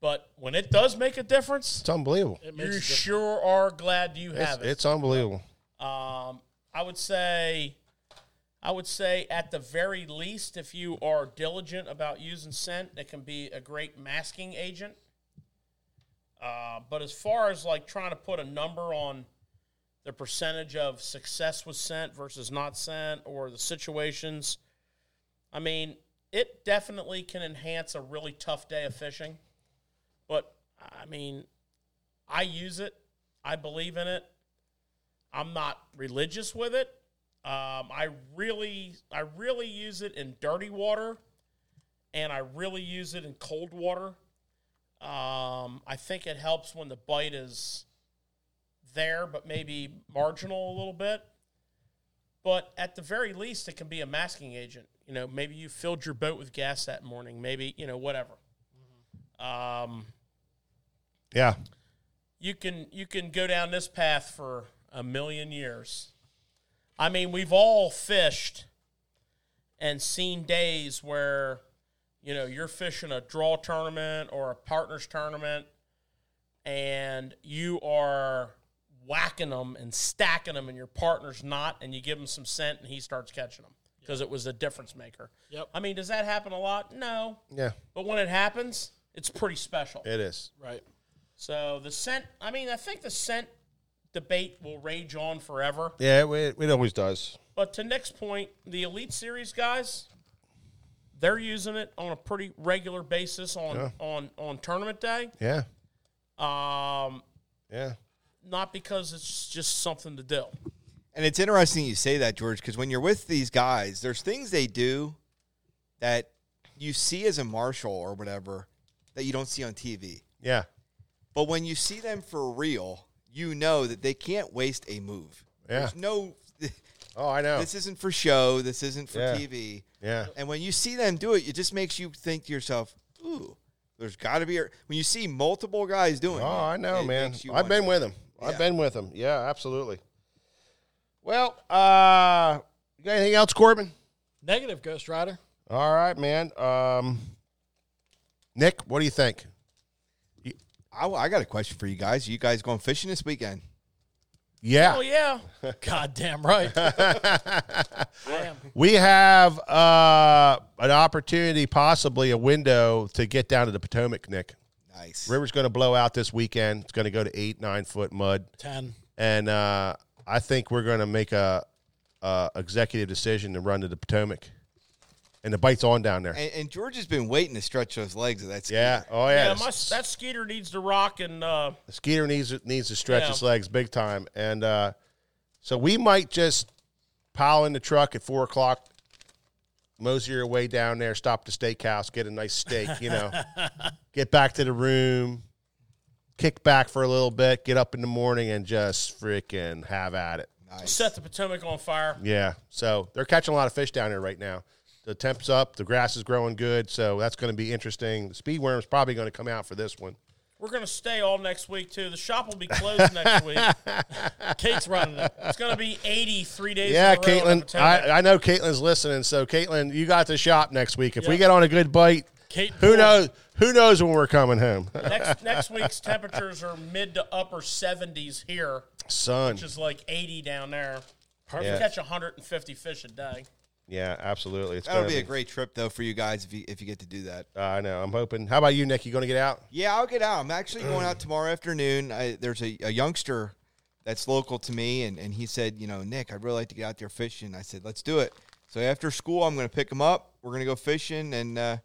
Speaker 4: But when it does make a difference,
Speaker 1: It's unbelievable.
Speaker 2: It makes a
Speaker 4: you
Speaker 2: difference.
Speaker 4: sure are glad you
Speaker 1: It's,
Speaker 4: have it.
Speaker 1: it's unbelievable.
Speaker 4: Um, I would say, I would say at the very least, if you are diligent about using scent, it can be a great masking agent. Uh, but as far as like trying to put a number on the percentage of success with scent versus not scent or the situations, I mean, it definitely can enhance a really tough day of fishing. But I mean, I use it. I believe in it. I'm not religious with it. Um, I really, I really use it in dirty water, and I really use it in cold water. Um, I think it helps when the bite is there, but maybe marginal a little bit. But at the very least, it can be a masking agent. You know, maybe you filled your boat with gas that morning. Maybe you know whatever. Um,
Speaker 1: Yeah,
Speaker 4: you can you can go down this path for a million years. I mean, we've all fished and seen days where you know you're fishing a draw tournament or a partners tournament and you are whacking them and stacking them and your partner's not and you give him some scent and he starts catching them because it was a difference maker.
Speaker 2: Yep.
Speaker 4: I mean, does that happen a lot? No.
Speaker 1: yeah.
Speaker 4: But when it happens, it's pretty special.
Speaker 1: It is.
Speaker 2: Right.
Speaker 4: So the scent, I mean, I think the scent debate will rage on forever.
Speaker 1: Yeah, it, it always does.
Speaker 4: But to Nick's point, the Elite Series guys, they're using it on a pretty regular basis on
Speaker 1: Yeah.
Speaker 4: on on tournament day.
Speaker 1: Yeah,
Speaker 4: Um,
Speaker 1: yeah.
Speaker 4: not because it's just something to do.
Speaker 3: And it's interesting you say that, George, because when you're with these guys, there's things they do that you see as a marshal or whatever that you don't see on TV.
Speaker 1: Yeah,
Speaker 3: But when you see them for real, you know that they can't waste a move.
Speaker 1: Yeah.
Speaker 3: There's no
Speaker 1: Oh, I know.
Speaker 3: this isn't for show, this isn't for
Speaker 1: Yeah.
Speaker 3: TV.
Speaker 1: yeah,
Speaker 3: And when you see them do it, it just makes you think to yourself, "Ooh, there's got to be a-" when you see multiple guys doing it.
Speaker 1: Oh, I know,
Speaker 3: it
Speaker 1: man.
Speaker 3: makes you
Speaker 1: I've been
Speaker 3: wonder.
Speaker 1: with him. I've
Speaker 3: Yeah.
Speaker 1: been with him. Yeah, absolutely. Well, uh, you got anything else, Corbin?
Speaker 2: Negative Ghost Rider. (laughs)
Speaker 1: All right, man. Um, Nick, what do you think?
Speaker 3: I, I got a question for you guys. you guys going fishing this weekend?
Speaker 4: Oh
Speaker 1: Yeah,
Speaker 4: yeah,
Speaker 2: God damn right.
Speaker 1: (laughs)
Speaker 2: I am.
Speaker 1: we have uh, an opportunity, possibly a window, to get down to the Potomac, Nick.
Speaker 3: Nice.
Speaker 1: River's going to blow out this weekend. It's going to go to eight, nine foot mud,
Speaker 2: Ten.
Speaker 1: and uh, I think we're going to make a, a executive decision to run to the Potomac, and the bite's on down there.
Speaker 3: And, and George has been waiting to stretch those legs of that. ski.
Speaker 1: yeah. Oh yeah.
Speaker 4: Yeah,
Speaker 1: the
Speaker 4: my, that Skeeter needs to rock and uh,
Speaker 1: Skeeter needs needs to stretch
Speaker 4: Yeah.
Speaker 1: his legs big time, and uh, so we might just pile in the truck at four o'clock, mosey your way down there, stop at the steakhouse, get a nice steak, you
Speaker 4: (laughs)
Speaker 1: know, get back to the room, kick back for a little bit, get up in the morning, and just freaking have at it.
Speaker 3: Nice.
Speaker 4: set the Potomac on fire.
Speaker 1: Yeah, so they're catching a lot of fish down there right now. The temp's up, the grass is growing good, so that's going to be interesting. The speedworm's probably going to come out for this one.
Speaker 4: We're going to stay all next week, too. The shop will be closed
Speaker 1: (laughs)
Speaker 4: next week.
Speaker 2: Kate's running it.
Speaker 4: It's going to be 80 three days
Speaker 1: Yeah,
Speaker 4: in a row in the
Speaker 1: Caitlin.
Speaker 4: Potomac.
Speaker 1: I, I know Caitlin's listening. So, Caitlin, you got the shop next week. If we get on a good bite,
Speaker 2: Kate
Speaker 1: who
Speaker 2: Poole.
Speaker 1: knows? Who knows when we're coming home? (laughs)
Speaker 4: next, next week's temperatures are mid to upper 70s here,
Speaker 1: Son.
Speaker 4: which is like 80 down there.
Speaker 1: Yeah.
Speaker 4: You catch 150 fish a day.
Speaker 1: Yeah, absolutely. It's
Speaker 3: That'll
Speaker 1: gonna
Speaker 3: be a great trip though for you guys if you if you get to do that.
Speaker 1: I know. I'm hoping. How about you, Nick? You going to get out?
Speaker 3: Yeah, I'll get out. I'm actually going out tomorrow afternoon. I, there's a, a youngster that's local to me, and, and he said, you know, Nick, I'd really like to get out there fishing. I said, let's do it. So after school, I'm going to pick him up. We're going to go fishing and uh,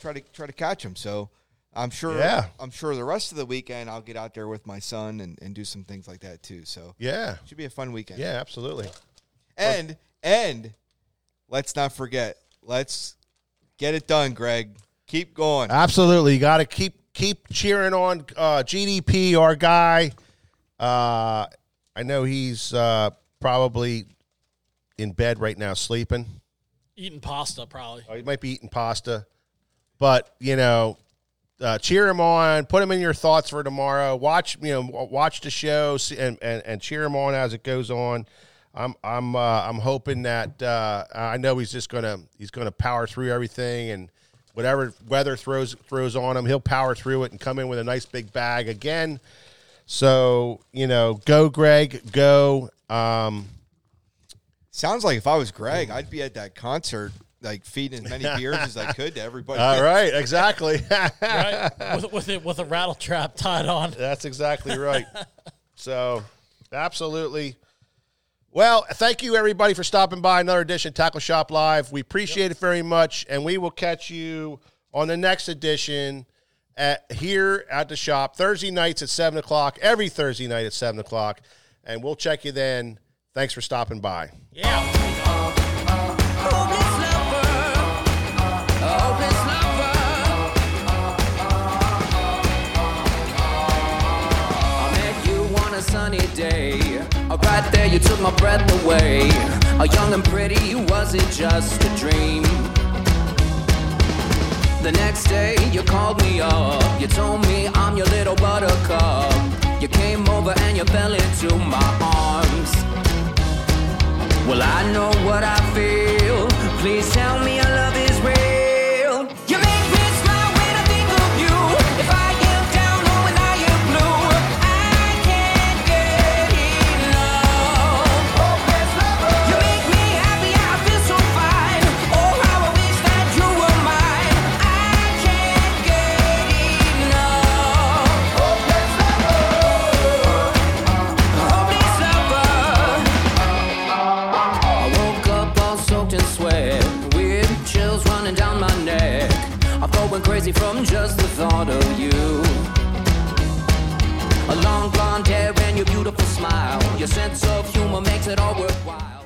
Speaker 3: try to try to catch him. So I'm sure.
Speaker 1: Yeah.
Speaker 3: I'm sure the rest of the weekend I'll get out there with my son and, and do some things like that too. So
Speaker 1: Yeah.
Speaker 3: should be a fun weekend.
Speaker 1: Yeah, absolutely.
Speaker 3: And and let's not forget. Let's get it done, Greg. Keep going.
Speaker 1: Absolutely. You got to keep keep cheering on uh, GDP, our guy. Uh, I know he's uh, probably in bed right now sleeping.
Speaker 2: Eating pasta, probably.
Speaker 1: Oh, he might be eating pasta, but you know, uh, cheer him on. Put him in your thoughts for tomorrow. Watch you know, w- watch the show see- and and, and cheer him on as it goes on. I'm I'm uh, I'm hoping that uh, I know he's just gonna he's gonna power through everything and whatever weather throws throws on him, he'll power through it and come in with a nice big bag again. So you know, go Greg, go. Um,
Speaker 3: Sounds like if I was Greg, I'd be at that concert, like feeding as many beers as I could to everybody.
Speaker 1: all (laughs) right, exactly. (laughs)
Speaker 2: Right? with, with it with a rattle trap tied on.
Speaker 1: That's exactly right. so, absolutely. Well, thank you everybody for stopping by another edition of Tackle Shop Live. We appreciate it very much, and we will catch you on the next edition at here at the shop Thursday nights at seven o'clock. Every Thursday night at seven o'clock, and we'll check you then. Thanks for stopping by.
Speaker 4: Yeah.
Speaker 5: Hopeless lover, hopeless lover. I met you on a sunny day. Oh, Right there, you took my breath away. Oh, young and pretty, was it just a dream? The next day, you called me up. You told me I'm your little buttercup. You came over and you fell into my arms. Well, I know what I feel. Please tell me your love is real. You make me smile when I think of you. If I am down or when I am blue, I can't get enough. Oh, You make me happy, I feel so fine. Oh, how I wish that you were mine. I can't get enough. Oh, Hopeless Oh, lover. I woke up all soaked in sweat, weird chills running down my neck. I'm going crazy from just the thought of you. A long blonde hair and your beautiful smile, your sense of humor makes it all worthwhile.